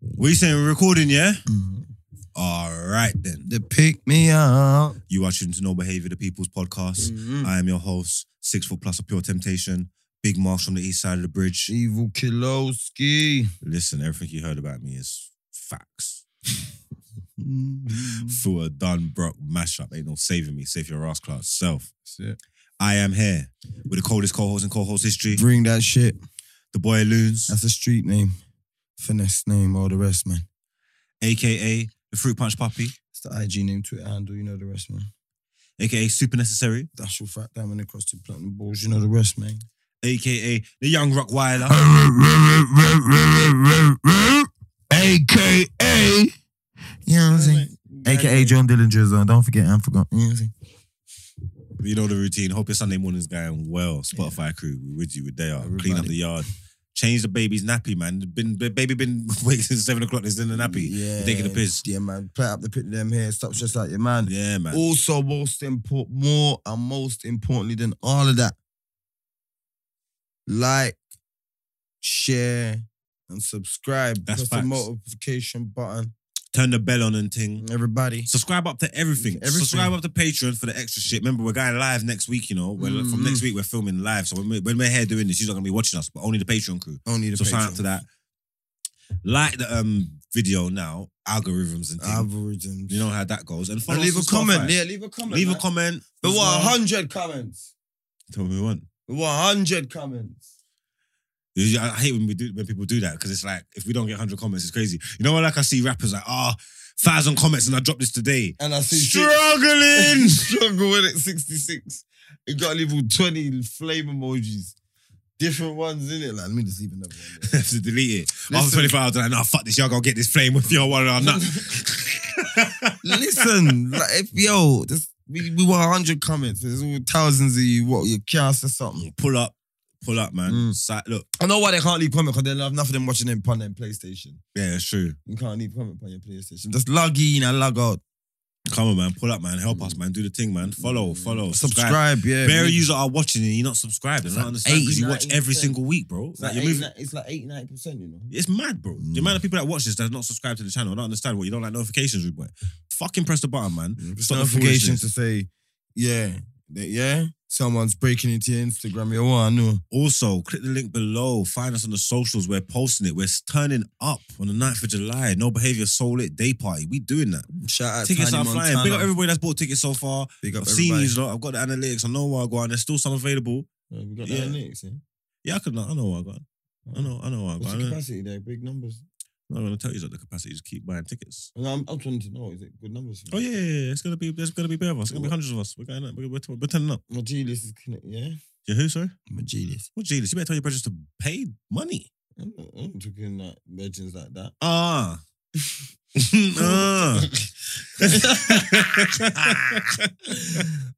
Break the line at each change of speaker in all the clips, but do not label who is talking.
What you saying? We're recording, yeah? All right then.
The Mm. pick me up.
You are tuned to No Behavior, the People's
Mm.
Podcast. I am your host, six foot plus of pure temptation, Big Marsh from the east side of the bridge.
Evil Kilowski.
Listen, everything you heard about me is facts. Through a Dunbrook mashup, ain't no saving me. Save your ass class self. I am here with the coldest co-host in co-host history,
Bring that shit.
the boy Loons,
That's a street name. Finesse name, all the rest, man.
aka the Fruit Punch Puppy,
It's the IG name, Twitter handle, you know the rest, man.
aka Super Necessary,
That's your fact diamond across two platinum balls, you know the rest, man.
aka the Young Rock Wilder.
AKA. You know what I'm saying? AKA John Dillinger's on. Don't forget, I forgot. You know what I'm saying?
You know the routine. Hope your Sunday morning's going well. Spotify crew, we with you. We're there. Clean up
Everybody.
the yard. Change the baby's nappy, man. Been the baby been waking since seven o'clock. It's in the nappy.
Yeah.
Taking the piss.
Yeah, man. Play up the pit of them hair. Stop just like your man.
Yeah, man.
Also, most important, more and most importantly than all of that, like, share, and subscribe.
That's
Press
facts.
the notification button.
Turn the bell on and ting.
Everybody,
Subscribe up to everything.
Everything.
Subscribe up to Patreon for the extra shit. Remember, we're going live next week. You know, we're, from
Mhm.
next week we're filming live. So when we're, when we're here doing this, you're not gonna be watching us, but only the Patreon crew.
only the
so sign up
Patreon.
to that. Like the um video now, algorithms and things.
Algorithms.
You know how that goes. And follow
and leave a
us on
comment.
Spotify.
Yeah, leave a comment.
Leave a
man.
comment.
We want
Subscribe.
100 comments.
Tell me what we want.
We want 100 comments.
Yeah, I I hate when we do when people do that because it's like if we don't get 100 comments, it's crazy. You know what? Like I see rappers like, ah, oh, thousand comments and I dropped this today.
And I see
Struggling.
struggle with it 66. You gotta leave all 20 flame emojis. Different ones in it. Like, let me just leave another one. there.
Have to delete it after
Listen.
24 hours. I'm Like, nah, fuck this. Y'all gonna get this flame with y'all one or not.
Listen, like if yo, this, we, we want hundred comments. There's all thousands of you. What you cast or something?
pull up, pull up, man.
Mm.
Si- look,
I know why they can't leave comment because they'll have nothing them watching them on their PlayStation.
yeah, it's true.
You can't leave comment on your PlayStation. Just log in and log out.
Come on, man. Pull up, man. Help us, man. Do the thing, man. Follow, follow, subscribe.
Mm. subscribe. Yeah,
Bare
maybe.
users are watching and you're not subscribed. I
It's
don't
like
understand because you
80,
watch every
90%.
single week, bro.
It's
Like,
like,
you're
80,
moving.
it's like 80, 90 percent. You know.
It's mad, bro. The
Mm.
amount of people that watch this that's not subscribed to the channel, I don't understand what you don't like notifications, rude boy. Fucking press the button, man.
It's
Stop the
notification to
foolishness.
say, yeah, that, yeah, someone's breaking into your Instagram. Yo, what I know.
Also, click the link below. Find us on the socials. We're posting it. We're turning up on the 9th of July. No behavior, soul it, day party. We doing that.
Shout out
tickets
Tiny
are
Montana.
flying. Big up everybody that's bought tickets so far.
Big up
I've seen
everybody.
these lot. I've got the analytics. I know where I go and there's still some available.
Yeah, we got
Yeah.
that next. Yeah?
Yeah, I could not. I know where I go. I know, I know where I go.
What's
I'm
the
not
capacity there? Big numbers.
gonna tell you about the capacity. Just keep buying tickets.
No, I'm, I'm trying to know. Is it good numbers?
Oh yeah, yeah, yeah. It's gonna be. There's gonna be bare of us. It's gonna be hundreds of us. We're going. Up. We're, we're, we're turning up.
Majilis is connected. Yeah.
You who, sorry?
Majilis.
Well, Jesus, you better tell your brothers to pay money.
I'm not, I'm not talking like legends like that.
Ah. Ah.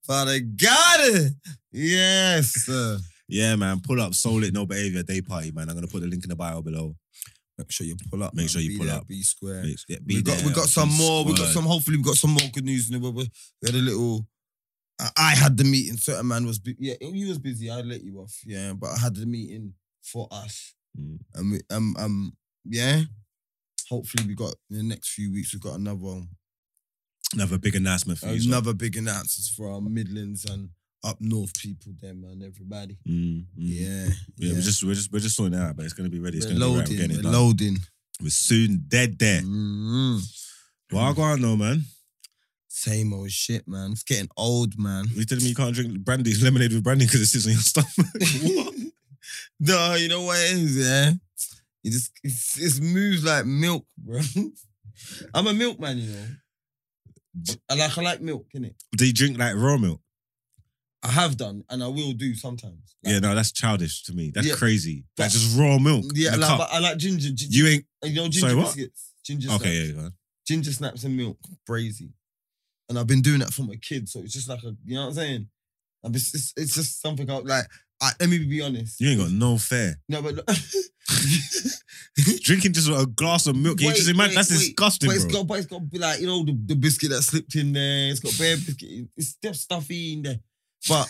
Father God, yes. Sir.
yeah, man. Pull up, soul it, no behavior, day party, man. I'm gonna put the link in the bio below.
Make sure you pull up.
Make
man.
sure you
Be
pull
there,
up.
Be square.
Make- yeah, be
we got
there,
we got some
be
more. We got
squared.
some. Hopefully, we got some more good news. We, we, we had a little. I, I had the meeting. Certain man was bu- yeah. You was busy. I let you off. Yeah, but I had the meeting for us.
Mm.
And we um um yeah. Hopefully, we got in the next few weeks. We've got another one.
Another big announcement for you. so-
Oh, another big announcements for our Midlands and up north people. Them and everybody.
Mm, mm. Yeah,
Yeah,
We're just we're just we're just sorting it out, but it's gonna be ready. It's
We're
gonna
loading.
be right. We're, getting it
We're
done.
loading.
we're soon dead there.
Mm.
Well, I go on though, man.
Same old shit, man. It's getting old, man.
You telling me you can't drink brandy lemonade with brandy because it sits on your stomach? what?
No, you know what it is, yeah. It just it's, it's moves like milk, bro. I'm a milkman, you know. I like I like milk, innit?
Do you drink like raw milk?
I have done and I will do sometimes. Like,
yeah, no, that's childish to me. That's
Yeah,
crazy. That's
but-
just raw milk. in
Yeah,
a
like,
cup.
but I like ginger, ginger
you ain't
you know, ginger
Sorry, what?
biscuits. Ginger snaps.
okay. Yeah, go on.
Ginger snaps and milk. Brazy. And I've been doing that from a kid, so it's just like a you know what I'm saying? I'm just, it's, it's just something I like I, let me be honest.
You ain't got no fair.
No, but
Drinking just a glass of milk. you
Wait,
just imagine
wait,
that's
wait.
disgusting,
But it's
bro.
got, but it's got be like you know the, the biscuit that slipped in there. It's got bare biscuit. It's still stuffy in there, but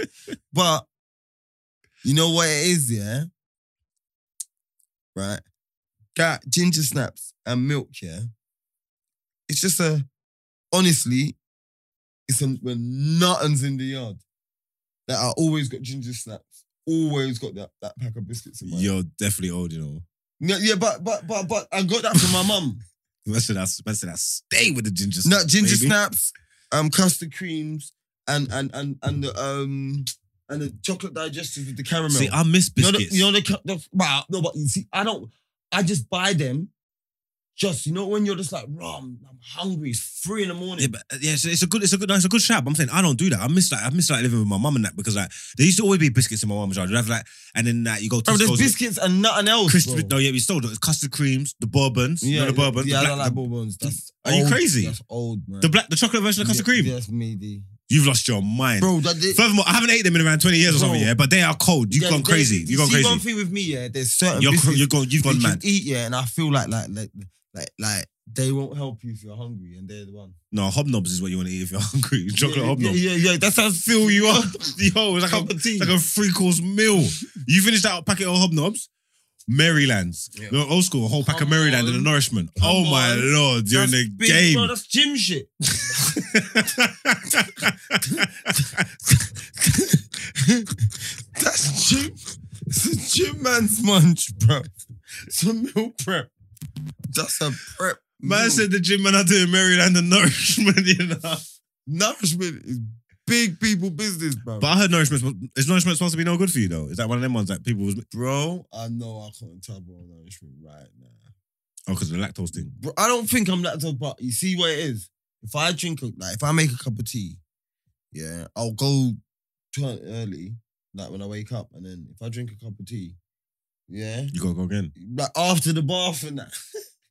but you know what it is, yeah. Right, got ginger snaps and milk, yeah. It's just a honestly, it's a, when nothing's in the yard. That I always got ginger snaps. Always got that, that pack of biscuits in my yeah.
You're definitely old, you know.
yeah, yeah, but but but but I got that from my mum.
That's it. That's that's it. I stay with the ginger.
No,
snaps,
ginger
baby.
snaps, um, custard creams, and and and and the um and the chocolate digestives with the caramel.
See, I miss
you know the,
biscuits.
you know the, cu- the wow, no, but you see, I don't. I just buy them. Just you know when you're just like, rum, I'm hungry. It's three in the morning.
Yeah, but uh, yeah, so it's a good, it's a good, no, it's a good shout. But I'm saying I don't do that. I miss like, I miss like living with my mum and that because like there used to always be biscuits in my mum's yard. You have like, and then like, you go to
bro, there's
Tesco's and-
biscuits and nothing else.
Crisp,
bro.
no, yeah, we stole the custard creams, the bourbons, yeah, the bourbons,
Yeah,
the,
I don't
black,
like bourbons. That's
Are you
old-
crazy?
That's old, man.
the black, the chocolate version of custard
Yeah,
cream.
That's me, D.
You've lost your mind.
Bro, that they,
Furthermore, I haven't ate them in around 20 years or
Bro.
something, yeah, but they are cold. You've
yeah,
gone
they-
crazy.
you
You've gone
see,
crazy.
One thing with me, yeah, there's certain
You're, cr-
biscuits
you're gone, you've
you
gone
can
mad.
eat, yeah, and I feel like like like like like they won't help you if you're hungry, and they're the one.
No, hobnobs is what you want to eat if you're hungry. Chocolate
yeah,
hobnobs.
Yeah, yeah, yeah, that's how I feel
Fill
you.
you up. Yo, it's like a,
Cup of tea.
like a three course meal. You finish that packet of hobnobs, Marylands.
Yeah.
No, old school, a whole pack of
Come
Maryland and a
on.
nourishment.
Come
oh my
on.
lord, you're
That's
in the
big- Bro, that's gym shit.
game.
That's gym. It's a gym man's munch, bro. It's a meal prep. That's a prep.
Man
meal.
said the gym man out there in Maryland and nourishment, you know.
nourishment is big people business, bro.
But I heard nourishment is nourishment supposed to be no good for you though. Is that one of them ones that people was
bro, I know I can't tell about nourishment right now.
oh because of the lactose thing?
Bro, I don't think I'm lactose, but you see what it is. If I drink, a, like, if I make a cup of tea, yeah, I'll go turn early, like when I wake up, and then if I drink a cup of tea, yeah,
You gotta go again.
like after the bath and that.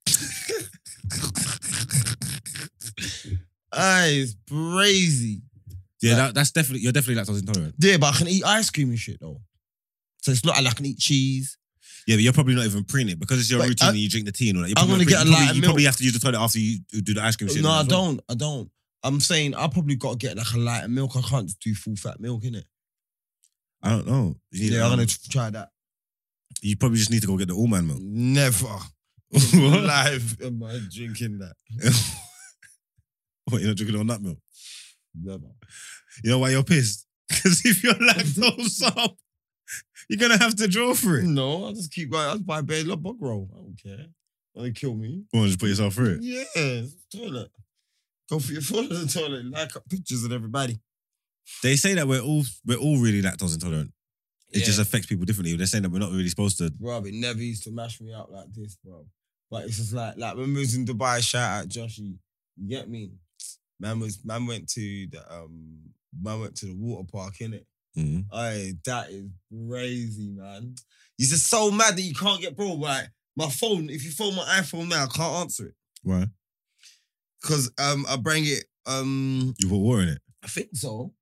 Ah, it's crazy.
Yeah,
Right.
that, that's definitely you're definitely lactose intolerant.
Yeah, but I can eat ice cream and shit though. So it's not like I can eat cheese.
Yeah, but you're probably not even preening it because it's your
But
routine
I-
and you drink the tea and all that. You're
I'm
probably
gonna
not
get
preening.
a lot
you
of
probably, you
milk.
probably have to use the toilet after you do the ice cream shit.
no,
and
I
as well.
don't. I don't. I'm saying I probably got to get like a lighter milk. I can't just do full fat milk, innit?
I don't know. You, need,
Yeah, I'm
um,
gonna t- try that.
you probably just need to go get the all man milk.
Never in my
what?
life am I drinking that.
What, You're not drinking all nut milk.
Never.
You know why you're pissed? Because if you're lactose up, you're gonna have to draw for it.
No, I just keep. I just buy bare love bug roll. I don't care. They kill me.
Go on, just put yourself through it.
Yeah, toilet. Go for your phone in the toilet. Like up pictures of everybody.
They say that we're all we're all really lactose intolerant. It just affects people differently. They're saying that we're not really supposed to.
bro. It never used to mash me up like this, bro. But it's just like like when we was in Dubai, shout out Joshy. You get me? Man was man went to the um man went to the water park in it.
Mhm.
Hey, that is crazy, man. You're just so mad that you can't get bro. Like my phone, if you phone my iPhone now, I can't answer it
Why?
because um I bring it. Um,
You put water in it.
I think so.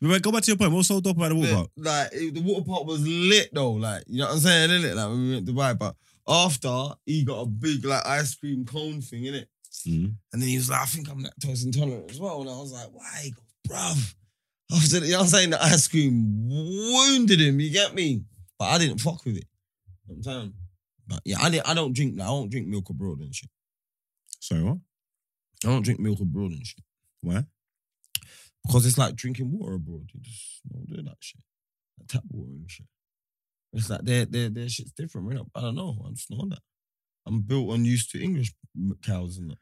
But wait, go back to your point. What's so dope about the water park?
But, like it- the water park was lit though. Like you know what I'm saying, innit? Like when we went to Dubai, but after he got a big like ice cream cone thing in it,
Mhm.
and then he was like, I think I'm lactose intolerant as well. And I was like, why? He goes, bruv. After the, you know what I'm saying, the ice cream wounded him. You get me? But I didn't fuck with it. You know what I'm saying. But yeah, I didn't. I don't drink. Like, I don't drink milk abroad and shit.
Sorry, what?
I don't drink milk abroad and shit
Why?
because it's like drinking water abroad. You just don't do that shit. Like tap water and shit. It's like their their their shit's different. Right? I don't know. I'm just not on that. I'm built and used to English m- cows and that.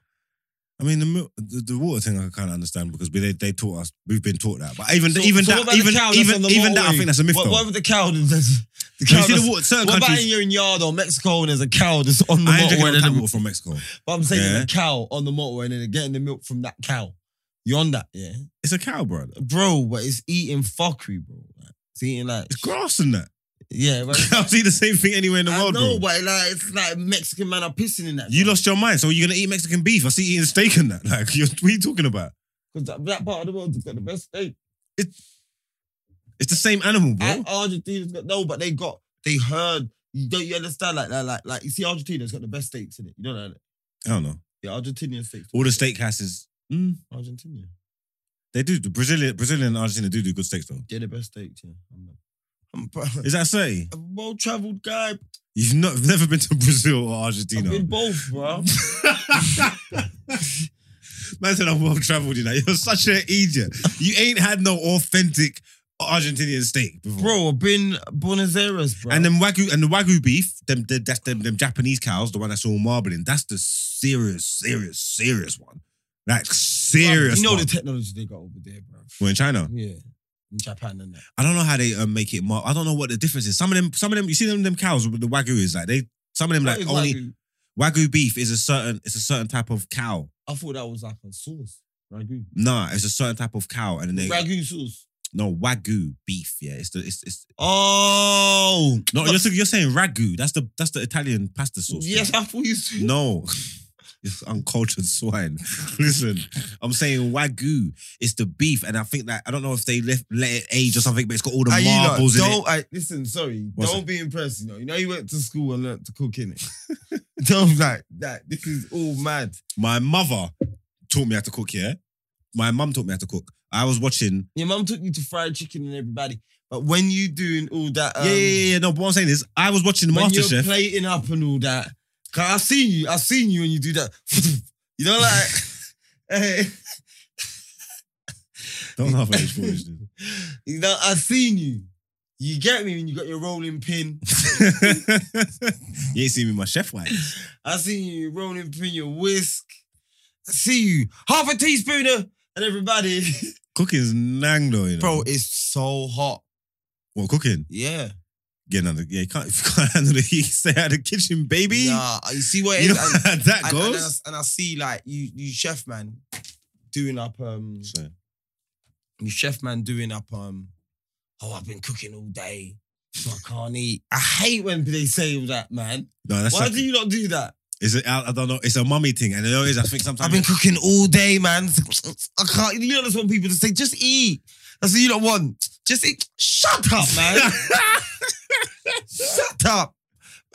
I mean, the, mil- the the water thing I kind of understand because we, they they taught us. We've been taught that. But even
So-
even
so what
that
about the
even
cow that's on
even
the
even that I
motorway?
think that's a myth
What,
though.
what if the cow? That's,
you
the cow
see the
that's-
water, certain
What about
countries.
in you're in yard or Mexico and there's a cow that's on the
I ain't drinking
motorway?
no tap
and
water
then-
from Mexico.
But I'm saying there's
Yeah.
a cow on the motorway and then they're getting the milk from that cow. You're on that, yeah,
It's a cow, brother.
bro. But it's eating fuckery, bro. Like, it's eating like
It's grass and that.
yeah, but
I'll see the same thing anywhere in the
I
world, bro.
know, but like it's like Mexican man are pissing in that.
You lost your mind. So you're gonna eat Mexican beef? I see you eating steak and that. Like, you're, what are you talking about?
because that, that part of the world's got the best steak.
It's the same animal, bro.
Ar- Argentina's got no, but they got they heard. You don't you understand like that? Like like you see, Argentina's got the best steaks in it. You don't know that.
I don't know.
Yeah, Argentinian steaks.
All the steakhouses, mm,
Argentinian.
they do. The Brazilian, Brazilian and Argentina do do good steaks though.
They're the best steaks. Yeah, I'm not. I'm
Is that say?
a well traveled guy.
You've not you've never been to Brazil or
I've
Argentina.
been both, bro.
Man said I'm well traveled. You know, you're such an idiot. You ain't had no authentic Argentinian steak before.
bro, I've been Buenos Aires, bro.
And then wagyu and the wagyu beef, them the, that's them, them Japanese cows, the one that's all marbling. That's the serious, serious, serious one. Like serious.
you know
one.
the technology they got over there, bro.
Well, in China,
Yeah, in Japan and that.
I don't know how they um, make it. Mar- I don't know what the difference is. Some of them, some of them, you see them, them cows with the wagyu is like they. Some of them
What
like
is
only
Wagyu?
wagyu beef is a certain. It's a certain type of cow.
I thought that was like a sauce. Ragu.
Nah, it's a certain type of cow, and then they
Ragu sauce.
no wagyu beef. Yeah, it's the it's it's.
Oh.
No, you're, you're saying ragu. That's the that's the Italian pasta sauce. thing.
Yes, I thought you said.
No. It's uncultured swine. Listen, I'm saying wagyu. It's the beef, and I think that I don't know if they left, let it age or something, but it's got all the
Hey, you lot,
marbles in it.
don't, I, listen, sorry.
What's
don't be impressed. You know, you know, you went to school and learned to cook innit? don't like that. This is all mad.
My mother taught me how to cook. Yeah, my mum taught me how to cook. I was watching.
Your mum took you to fried chicken and everybody, but when you doing all that, um,
yeah, yeah, yeah, yeah. No, but what I'm saying is, I was watching
when you're
MasterChef.
plating up and all that, cause I've seen you, I've seen you when you do that. you know, like, eh, hey,
don't laugh at this foolishness.
you know, I've seen you. You get me when you got your rolling pin.
you ain't seen me in my chef wife.
I see you rolling pin your whisk. I see you half a teaspoon of and everybody.
Cooking's nang though, you know.
Bro, it's so hot.
Well, cooking.
Yeah.
Getting under. Yeah, you can't. If you can't handle the heat, stay out of the kitchen, baby.
Nah, you see what it
You
is?
know
And-
how that
and,
goes.
and, I, and I see like you you chef man doing up um
So,
you chef man doing up um oh I've been cooking all day, so I can't eat. I hate when they say all that, man.
no, that's
Why
like,
do you not do that?
it's a, I, I don't know. It's a mummy thing, and it always. I think sometimes
I've been cooking all day, man. I can't. You know, that's what people just say. Just eat. That's what you don't want. Just eat. Shut up, man. Shut up.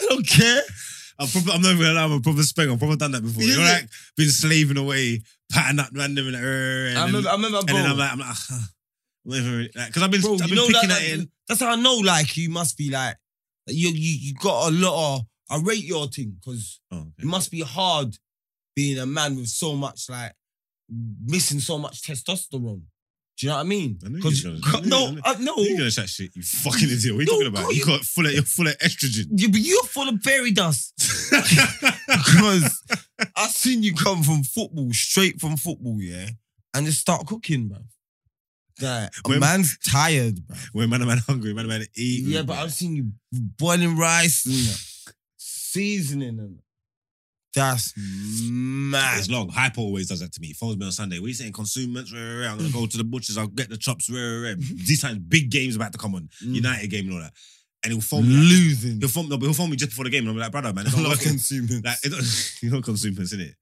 I don't care.
I'm, proper, I'm not even gonna lie, I'm a proper spec. I've probably done that before.
Yeah,
You're
yeah.
like been slaving away, patting up random and, uh, and
I remember.
then,
I remember, bro.
and then I'm like, I'm like, ah, whatever. Because I've been,
bro,
I've
you
been
know
picking
that.
that
Like,
in.
That's how I know. Like, you must be like, you you you got a lot of. I rate your thing because
Oh,
it must be hard being a man with so much like missing so much testosterone. Do you know what I mean?
I knew you
'Cause-
was gonna- I knew- I
no,
knew-
I, no.
You're gonna chat shit, you fucking idiot. What are you
No,
talking about?
God,
You
you-
got full of, you're full of estrogen.
You, but you're full of berry dust. Because I seen you come from football, straight from football, yeah, and just start cooking, bro. That a
When-
man's tired, bro.
when man, a man hungry, man, a man eat.
Yeah, but I've seen you boiling rice and that, seasoning and that. that's mad.
It's long. Hype always does that to me. He phones me on Sunday. What are you saying? Consumers, rah, rah, rah. I'm gonna go to the butchers. I'll get the chops. Rah, rah, rah. These times, big games about to come on.
Mm-hmm. Mm.
United game and all that. And he'll phone me. like-
Losing.
he'll phone, no, but he'll phone me just before the game. And I'm like, brother, man, it's not
Love
working.
consuming.
Like, it don't, you're not consumers, innit?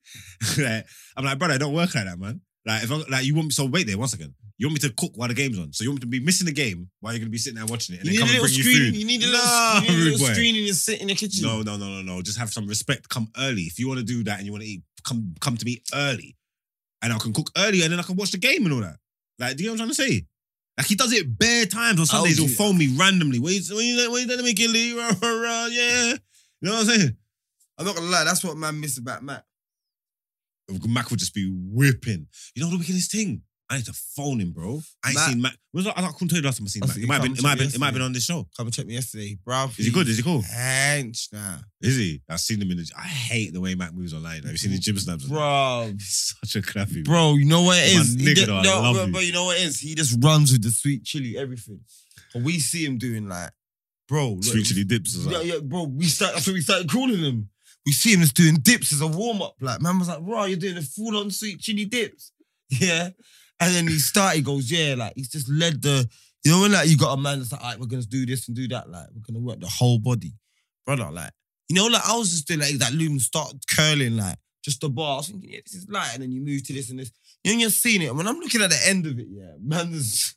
like, I'm like, brother, it don't work like that, man. Like, if I, like you want me, so wait there, one second. You want me to cook while the game's on. So you want me to be missing the game while you're gonna be sitting there watching it and
you need
then
a
come and
little
bring you
screen.
food.
You need a
Nah,
little, you need a
rude
little
boy.
screen and you sit in the kitchen.
No, no, no, no, no. Just have some respect. Come early. If you want to do that and you want to eat, come come to me early. And I can cook early and then I can watch the game and all that. Like, do you know what I'm trying to say? Like he does it bare times on Sundays.
do
He'll phone me randomly. What you what you what you doing, Gilly? Rah, rah, rah, Yeah. You know what I'm saying?
I'm not gonna lie. That's what man miss about Matt.
Mac would just be whipping. You know the wickedest thing? I need to phone him, bro. I ain't
Mac-
seen Mac. When was the- I couldn't tell you the last time I seen
I
Mac.
see
It might have been,
he
it might have
comes
been, it might have been
yesterday.
on this show.
Come and check me yesterday, bro.
Is he good? Is he cool?
Hench now,
Is he? I've seen him in the. I hate the way Mac moves online. Have you seen his gym snaps?
bro.
He's such a crappy bro.
Bro, you know what it
My
is? He
nigga,
just-
though, I
no,
love
bro,
you.
but you know what it is? He just runs with the sweet chili, everything. And we see him doing like, bro, look,
Sweet chili dips. Or
yeah,
something.
yeah, bro. We start, that's what we started calling him. We see him just doing dips as a warm up. Like, man was like, bro, you're doing a full on sweet chili dips, yeah. And then he started, he goes, yeah, like he's just led the, you know, when like you got a man that's like, all right, we're gonna do this and do that, like we're gonna work the whole body, brother, like. You know, like I was just doing like that loom start curling, like just the bar. I was thinking, yeah, this is light, and then you move to this and this. You know, you're seeing it. And when I'm looking at the end of it, yeah, man's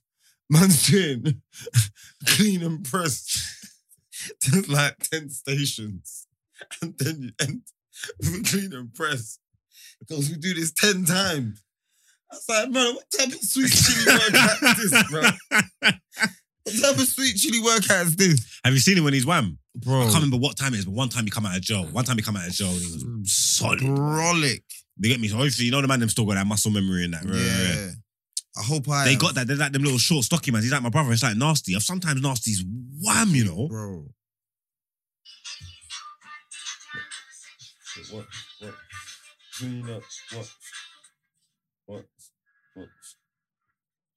man's doing clean and press. There's like 10 stations. And then you end with clean and press. Because we do this 10 times. I was like, man, what type of sweet chili workout is this, bro? What type of sweet chili workout is this?
Have you seen him when he's wham? I
Bro.
can't remember what time it is, but one time he come out of jail. One time he come out of jail and he was solid.
Brolic.
They get me. So obviously, you know the man them still got that muscle memory and that. Right, right, right.
Yeah. I hope I
They
am.
got that. They're like them little short, stocky man. He's like my brother. It's like nasty. Sometimes nasty's wham, you know.
bro. What? What? Clean up. What? What? What?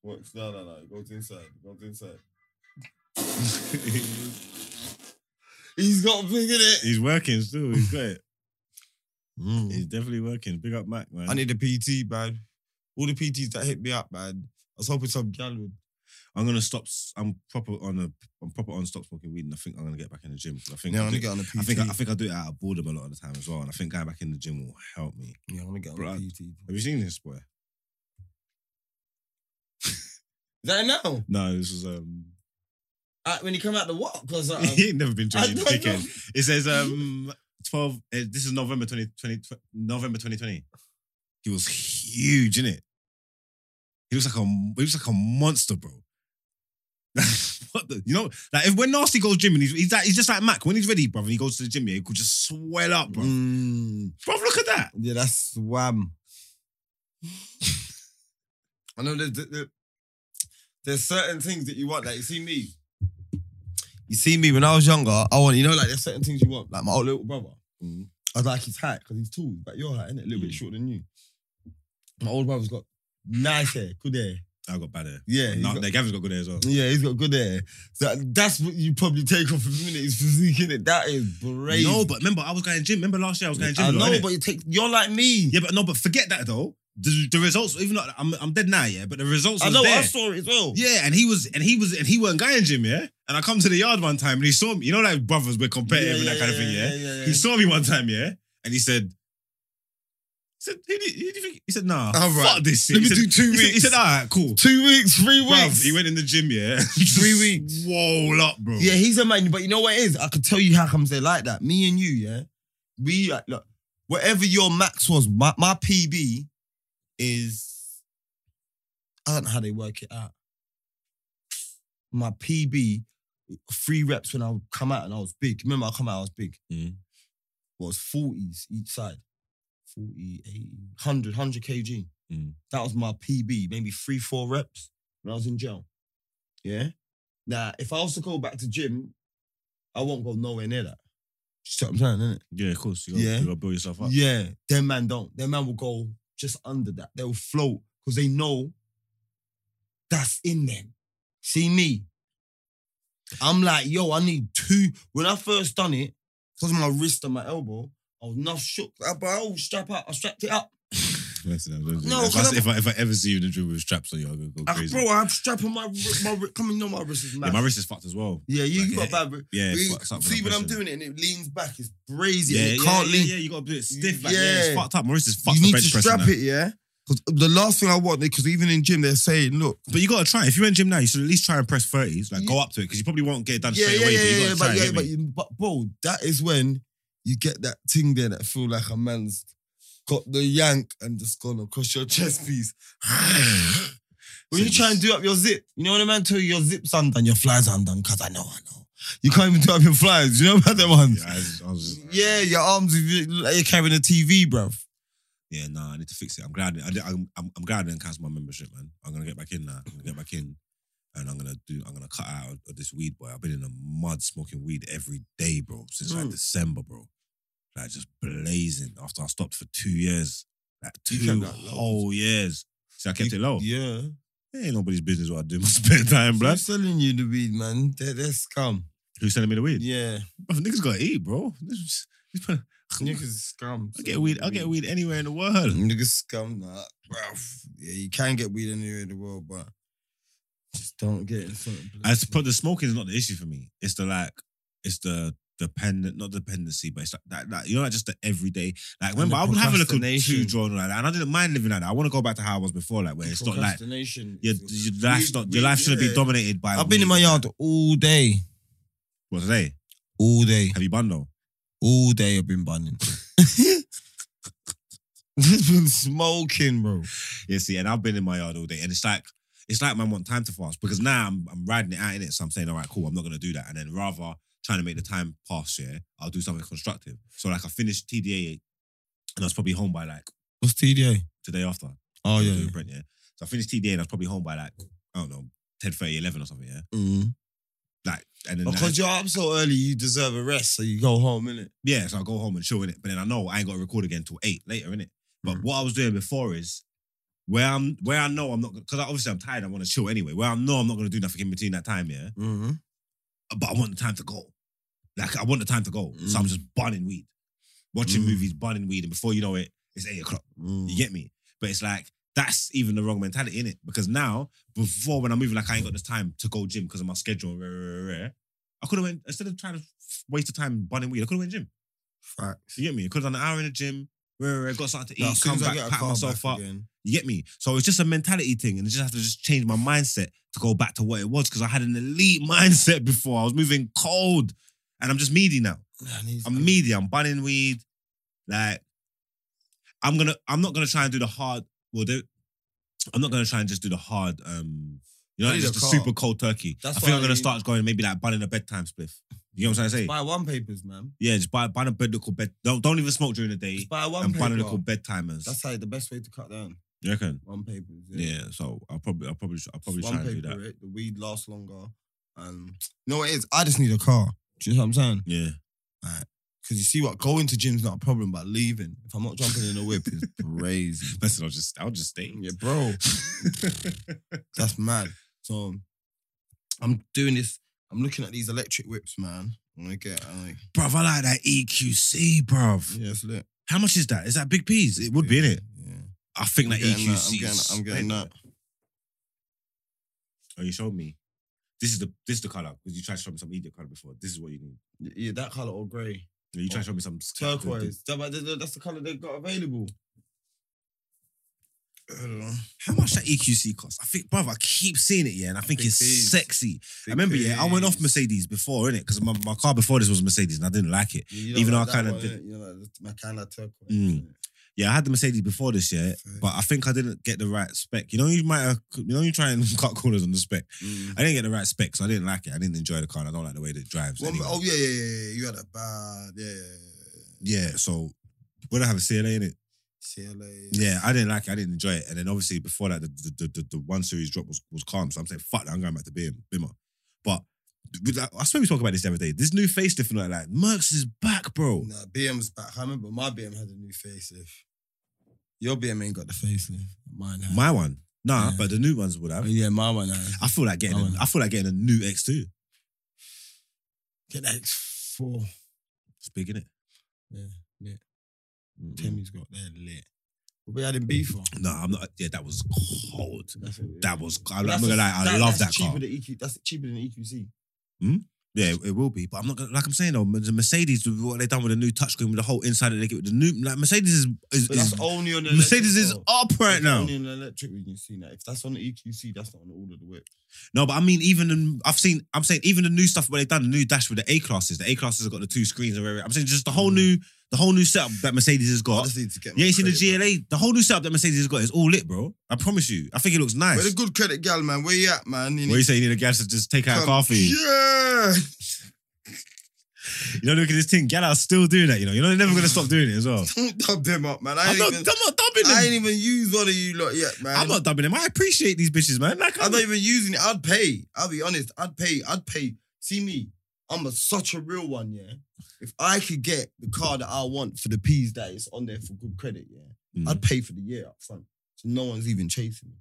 What? No, no, no. Goes inside. Goes inside. He's got big in it.
He's working still. He's got it. He's
Mm.
definitely working. Big up Mac, man.
I need a PT, man. All the PTs that hit me up, man. I was hoping some gal would.
I'm gonna stop. s- I'm proper on a. I'm proper on stop smoking weed, and I think I'm gonna get back in the gym. 'cause I think.
Yeah, I
I,
want to
do,
get on a PT.
I think. I, think I do it out of boredom a lot of the time as well, and I think going back in the gym will help me.
yeah, I want to get on
Bruh.
a PT. Is
Have you seen this boy?
that now?
No, this was um.
Uh, when you come out the what? Because um,
he ain't never been
I
drinking this
don't know.
weekend. It says um twelve. Uh, this is November 2020, tw- November twenty twenty. He was huge in it. He looks like a he looks like a monster, bro. what the, you know, like if when Nasty goes gym and he's he's, like, he's just like Mac when he's ready, brother. and He goes to the gym, yeah, he could just swell up, bro.
Mm.
Bro, look at that.
Yeah, that's swam. I know there's, there- there- there's certain things that you want. Like you see me, you see me when I was younger. I want you know like there's certain things you want. Like my old little brother,
Mhm.
I like his height because he's tall, but your height, is A little bit
Mhm.
shorter than you. My old brother's got nice hair, good hair.
I got bad hair.
Yeah, he's
No,
got-
no, Gavin's got good hair as well.
yeah, he's got good hair. So that's what you probably take off a minute. His physique in it. That is crazy.
No, but remember, I was going gym. Remember last year I was going gym.
I
a lot,
know,
innit?
but you take. You're like me.
yeah, but no, but forget that though. The, the results, even though I'm, I'm dead now, yeah, but the results.
I
was
know.
there.
I saw it as well.
Yeah, and he was, and he was, and he weren't going gym, yeah. And I come to the yard one time, and he saw me. You know, like brothers, we're competitive and that kind of thing, yeah?
yeah, yeah.
He saw me one time, yeah, and he said, he said, who do, you- who do you think? He said, nah,
All right.
fuck this shit.
Let
he
me
said,
do two
he said, he
weeks.
said, all right, cool.
Two weeks, three
Bruv,
weeks.
he went in the gym, yeah.
Three weeks.
Whoa, up, bro.
yeah, he's a man, but you know what it is? I could tell you how comes they're like that. Me and you, yeah. We like, look, whatever your max was, my, my PB is I don't know how they work it out. My PB, three reps when I would come out and I was big. Remember, I come out, I was big.
Mhm.
Was 40s each side. 40, 80, 100, 100 kg.
Mhm.
That was my PB, maybe three, four reps when I was in jail. Yeah. Now, if I was to go back to gym, I won't go nowhere near that. You see what I'm saying, innit?
yeah, of course. You gotta,
Yeah.
you gotta build yourself up.
Yeah, their man don't. Their man will go just under that. They'll float because they know that's in them. See me. I'm like, yo, I need two. When I first done it, because of my wrist and my elbow, I was not shook. I- But I always strap out. I strapped it up.
Listen, I don't do
No,
that. if,
'cause
I, if, I, if I ever see you in the gym with straps on you, I'll go, go
I,
crazy.
Ah, bro, I'm strapping my wri- my wri- Come on, you know my wrist is
yeah,
mad.
my wrist is fucked as well.
Yeah, you, you
Like,
got bad. wri-
Yeah, it
You-
fucks up
see
when
when I'm
pressing.
doing it and it leans back, it's brazy.
Yeah,
and it
yeah,
can't
yeah,
lean.
yeah, you gotta do it stiff. Like, yeah. it's
Yeah.
fucked up. My wrist is fucked
you
for
need
bench
to
pressing.
strap
now.
it, yeah. Because the last thing I want, because even in gym they're saying, look,
But you gotta try. If you're in gym now, you should at least try and press 30s. Like, go up to it because you probably won't get it done
yeah,
straight
yeah,
away.
yeah,
but you
yeah,
gotta
but
try.
yeah,
it,
but,
innit?
you, but bro, that is when you get that thing there that feel like a man's got the yank and just gone across your chest piece. when you try and do up your zip, you know when a man tell you your zip's undone, your fly's undone, because I know, I know. You can't even do up your flies. You know about them ones?
Yeah, I was- I was-
Yeah, your arms, you look like you're carrying a TV, bruv.
Yeah, nah, I need to fix it. I'm glad. I did, I'm, I'm, I'm glad I didn't cancel my membership, man. I'm gonna get back in now. I'm gonna get back in, and I'm gonna do. I'm gonna cut out of, this weed, boy. I've been in the mud smoking weed every day, bro, since like
Mm.
December, bro. Like just blazing. After I stopped for two years, like
You
two
kept that low.
whole years. See, I kept it low.
Yeah.
It ain't nobody's business what I do in my spare time,
I'm
blood.
selling you the weed, man. They're, they're scum.
Who's selling me the weed?
Yeah.
Bruv, niggas gotta eat, bro. This- this-
Niggas is scum.
I get weed. I get weed anywhere in the world.
Niggas scum that. Bruv. Yeah, you can get weed anywhere in the world, but just don't get it in certain
I
places.
suppose the smoking is not the issue for me. It's the like, it's the dependent, not dependency, but it's like that, that you know, like just the everyday. Like,
And
remember,
the
I would have a little
procrastination.
two drawn like that, and I didn't mind living like that. I want to go back to how I was before, like where it's not like
Procrastination.
your, your life's not your life shouldn't be dominated
dominant.
by.
I've been in my
weed.
yard all day.
What today?
All day.
Have you bundle?
All day I've been bunning. Just been smoking, bro.
Yeah, see, and I've been in my yard all day, and it's like It's like man want time to fast because now I'm I'm riding it out in it. So I'm saying, all right, cool, I'm not gonna do that. And then rather trying to make the time pass, yeah, I'll do something constructive. So like I finished TDA and I was probably home by like
What's TDA?
the day after.
Oh
I was
yeah.
doing Brent, yeah. So I finished TDA and I was probably home by like, I don't know, 10 11 or something, yeah.
Mm.
Like and then
Because you're up so early, you deserve a rest, so you go home, innit?
Yeah, so I go home and show in it. But then I know I ain't got to record again till eight later, innit? But
Mm.
what I was doing before is where I'm where I know I'm not because obviously I'm tired, I want to chill anyway. Where I know I'm not gonna do nothing in between that time, yeah.
Mm-hmm.
But I want the time to go. Like I want the time to go. So I'm just burning weed. Watching
Mm.
movies, burning weed, and before you know it, it's eight o'clock. You get me? But it's like that's even the wrong mentality in it because now before when I'm moving like I ain't got this time to go gym because of my schedule. rah, rah, rah, rah, I could have went instead of trying to f- waste the time bunning weed. I could have went gym.
Facts.
You get me? Could have done an hour in the gym. rah, rah, rah, Got something to
Now,
eat.
as soon
come
as I
back,
get a
pat
car
myself
back
up.
again,
You get me? So it's just a mentality thing, and I just have to just change my mindset to go back to what it was because I had an elite mindset before. I was moving cold, and I'm just meaty now.
I need-
I'm media. I'm banning weed. Like, I'm gonna. I'm not gonna try and do the hard. Well, do, I'm not gonna try and just do the hard. Um, you know,
I
like
need
just
a
the
car.
super cold turkey.
That's
I think
what
I'm
I
gonna
mean.
start going maybe like banning a bedtime spliff. You know what I'm trying to say?
buy one papers, man.
Yeah, just buy ban a bed local bed. Don't don't even smoke during the day
Just buy one
and ban a
paper.
local bedtimers.
That's like the best way to cut down.
you reckon?
One paper.
Yeah. So I'll probably I'll probably I'll probably
One
try and do
paper,
that.
it- The weed lasts longer. Um, you know what it is? I just need a car. Do you know what I'm saying?
Yeah.
Because you see what, going to gym's not a problem, but leaving, if I'm not jumping in a whip, is crazy.
Listen, I'll just I'll just stay.
Yeah, bro, that's mad. So I'm doing this. I'm looking at these electric whips, man. I'm gonna get. I'm like,
bruv, I like that EQC, bruv.
yeah, it's lit.
How much is that? Is that big P's? It would be in it.
Yeah.
I think
I'm
that E
getting
EQC.
that. I'm getting. I'm getting that.
Oh, you showed me. This is the this is the color because you tried to show me some idiot color before. This is what you need.
Yeah, that color or grey,
You tried to show me some
turquoise. That- but that- That's the color they've got available. I don't know.
How much that E EQC cost? I think, brother, I keep seeing it, yeah, and I think
Big
it's
Ps.
sexy. I remember, yeah, I went off Mercedes before, innit? Because my, my car before this was Mercedes and I didn't like it. even though I kinda did-
eh? You know, like my kind of turquoise.
Mm. Yeah, I had the Mercedes before this, yeah,
Fair.
but I think I didn't get the right spec. You know, you might have, you know, you try and cut corners on the spec.
Mm.
I didn't get the right spec, so I didn't like it. I didn't enjoy the car, and I don't like the way that it drives.
One-
anyway.
oh yeah, yeah, yeah, yeah. You had a bad, yeah, yeah,
Yeah, so when I have a CLA in it,
yeah. CLA.
Yeah, I didn't like it. I didn't enjoy it. And then obviously before that, the the, the, the, the one series drop was, was calm. So I'm saying, fuck that, I'm going back to Bim, Bimmer. But with that, I swear we talk about this the other day. This new facelift and all that, like, Merckx is back, bro.
Nah, BM's back. I remember my BM had a new facelift. Your BM ain't got the facelift. Mine had.
My one. Nah,
Yeah.
but the new ones would have.
Oh, yeah, my one had.
I feel like getting
My
a,
one.
I feel like getting a new X2.
Get the X4.
It's big, innit?
Yeah, lit.
Mm.
Timmy's got that lit. What we had in beef for?
Nah, I'm not yeah, that was cold.
That's it, yeah.
That was I'm not
That's
gonna
a-
lie, I
that-
love that
that's
car.
cheaper Than EQ, that's cheaper than E EQC.
Yeah, it, it will be, but I'm not gonna, like I'm saying though. The Mercedes, with what they done with the new touchscreen, with the whole inside that they get with the new like Mercedes is, is,
But
is
that's only on the
Mercedes
electric
is
car.
up right
It's
now.
Only on the electric we can see that. If that's on the EQC, that's not on all of the whip.
No, but I mean, even in, I've seen. I'm saying even the new stuff where they've done the new dash with the A classes. The A classes have got the two screens. And everything. I'm saying just the whole
Mm.
new, the whole new setup that Mercedes has
I
got.
just need to get.
You
my
ain't seen the
credit, man.
GLA. The whole new setup that Mercedes has got is all lit, bro. I promise you. I think it looks nice.
Where the good credit gal, man? Where you at, man?
What you say? You need a gas to just take out a car for you.
Yeah.
You know, look at this thing. Gala's still doing that. You know, you know they're never gonna stop doing it as well.
Don't dub them up, man. I
I'm
ain't,
not. I'm
even,
not dubbing
I ain't
them.
even used one of you lot yet, man.
I'm not dubbing them. I appreciate these bitches, man. Like,
I'm not even using it. I'd pay. I'll be honest. I'd pay. I'd pay. See me. I'm a, such a real one, yeah. If I could get the car that I want for the P's that is on there for good credit, yeah,
Mhm.
I'd pay for the year up front. So no one's even chasing me.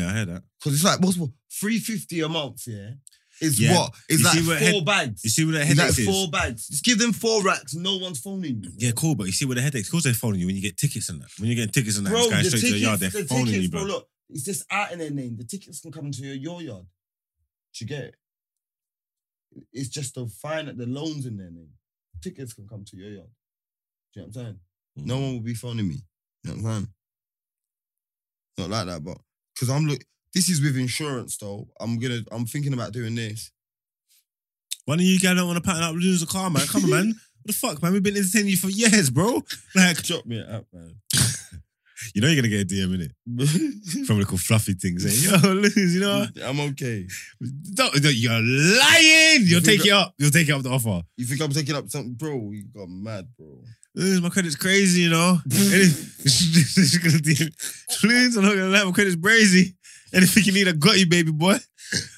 yeah, I heard that.
Cause it's like what's what three fifty a month, yeah. Is
Yeah.
what? It's
You
like
see
four
what head-
bags.
You see what the
It's like
headache is?
four bags. Just give them four racks. No one's phoning you.
Yeah, cool, but you see where the headaches, because they're phoning you when you get tickets and that. When you're getting tickets and that, it's going straight to your yard, they're
the
phoning
tickets,
you, bro.
Look, it's just out in their name. The tickets can come to your, your yard. Do you get it? It's just the fine the loans in their name. Tickets can come to your yard. Do you know what I'm saying?
Mm.
No one will be phoning me. You know what I'm saying? Not like that, but because I'm look. This is with insurance though. I'm gonna. I'm thinking about doing this.
Why don't you guys don't want to pattern up lose a car, man? Come on, man. What the fuck, man? We've been entertaining you for years, bro. Like,
Chop me out, man.
You know you're gonna get a DM in it from little fluffy thing saying, "Yo, lose, you know."
I'm okay.
Don't- don't- you're lying. You'll
Mm. think
take
that-
it up. You'll take up the offer.
You think I'm taking up something, bro? You got mad, bro.
Lose, my credit's crazy, you know. Any- She's gonna DM, Lose, I'm not gonna lie, my credit's brazy. Anything you need, I got you, baby boy.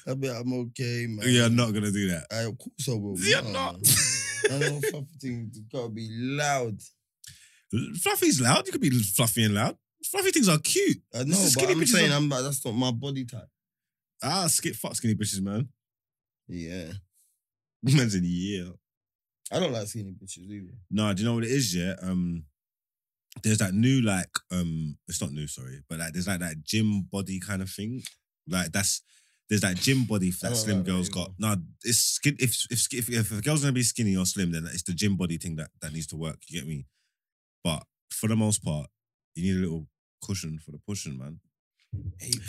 I bet I'm okay, man.
You're not gonna do that.
I, of course I will.
You're
man.
not.
I know something. You gotta be loud.
Fluffy's loud. You could be fluffy and loud. Fluffy things are cute.
I
This
know,
is
but
skinny
I'm
bitches
saying
are-
I'm like, that's not my body type.
Ah, skip fuck skinny bitches, man.
Yeah,
Man's in yeah.
I don't like skinny bitches either.
Nah, do you know what it is? Yeah, um, there's that new like um, it's not new, sorry, but like there's like that gym body kind of thing. Like that's there's that gym body
I
that
don't
slim
like that
girls
either.
got. Nah, it's skin. If if if if a girl's gonna be skinny or slim, then it's the gym body thing that that needs to work. You get me? But for the most part, you need a little cushion for the pushing, man.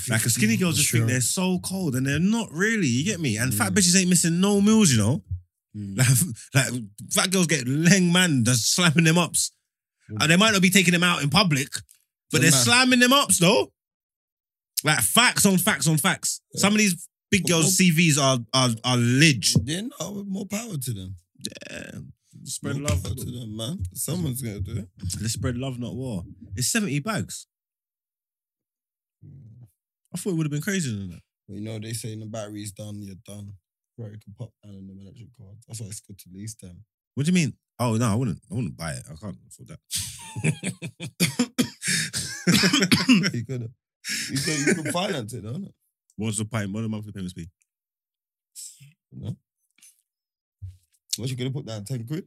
Like a skinny girl just think they're so cold and they're not really. You get me? And fat
Mm.
bitches ain't missing no meals, you know. Like, like fat girls get leng man that's slapping them ups. And they might not be taking them out in public, but
Doesn't
they're
matter.
slamming them ups though. Like facts on facts on facts. Some of these big girls' CVs are are are lidge.
Then I would more power to them.
Yeah. Spread
More
love.
power to them, man. Someone's gonna do it.
Let's spread love, not war. It's 70 bags. I thought it would have been crazier than that.
But you know they say the battery's done, you're done. Right, you can pop down in them electric cars. That's why it's good to lease them.
What do you mean? Oh no, I wouldn't. I wouldn't buy it. I can't afford that.
you could, you could, you could finance it, don't it?
What's the payment? What the monthly payments be?
No. What you gonna put down? Ten quid?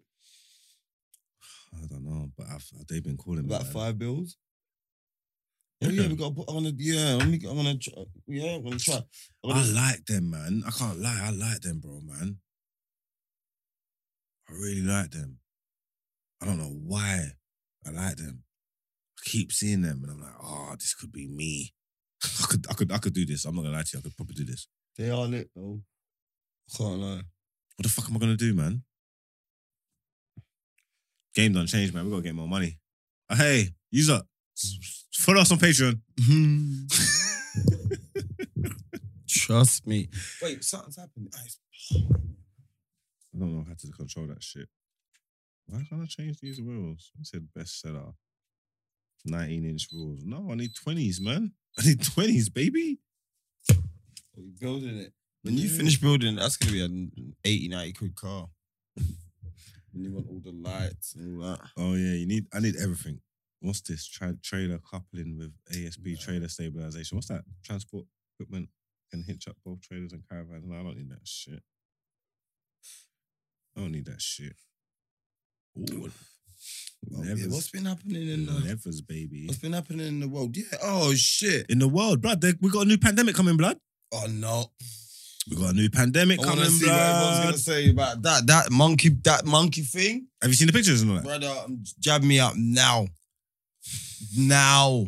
I don't know, but I've, they've been calling me.
About
man.
five bills? Oh yeah,
Yeah.
we gotta put. I'm gonna yeah. I'm gonna, I'm gonna try. Yeah, I'm gonna try. I'm
I
gonna,
like them, man. I can't lie. I like them, bro, man. I really like them. I don't know why I like them. I keep seeing them, and I'm like, oh, this could be me. I could, I could, I could do this. I'm not gonna lie to you. I could probably do this.
they are lit though. Can't lie.
What the fuck am I gonna do, man? Game done changed, man. We gotta get more money. Uh, hey, use up. Follow us on Patreon.
Trust me. Wait, something's happened. Ah, it's-
I don't know how to control that shit. Why can't I change these rules? I said bestseller. 19 inch rules. No, I need 20s, man. I need 20s, baby.
oh, you're building it. When you
Yeah.
finish building, that's gonna be an 80, 90 quid car. When you want all the lights and all that.
Oh, yeah, you need, I need everything. What's this? Tra- trailer coupling with ASB trailer stabilization. What's that? Transport equipment can hitch up both trailers and caravans. No, I don't need that shit. I don't need that shit. Ooh,
Oh,
Nevers.
yeah, What's been happening in the
levers, baby.
What's been happening in the world? Yeah. Oh shit.
In the world, blood, there- we got a new pandemic coming, blood.
Oh no.
We got a new pandemic
I want
coming,
to see what everyone's
blood.
gonna say about that. That monkey. That monkey thing,
Have you seen the pictures and all that?
brother. um, Jab me up now. Now.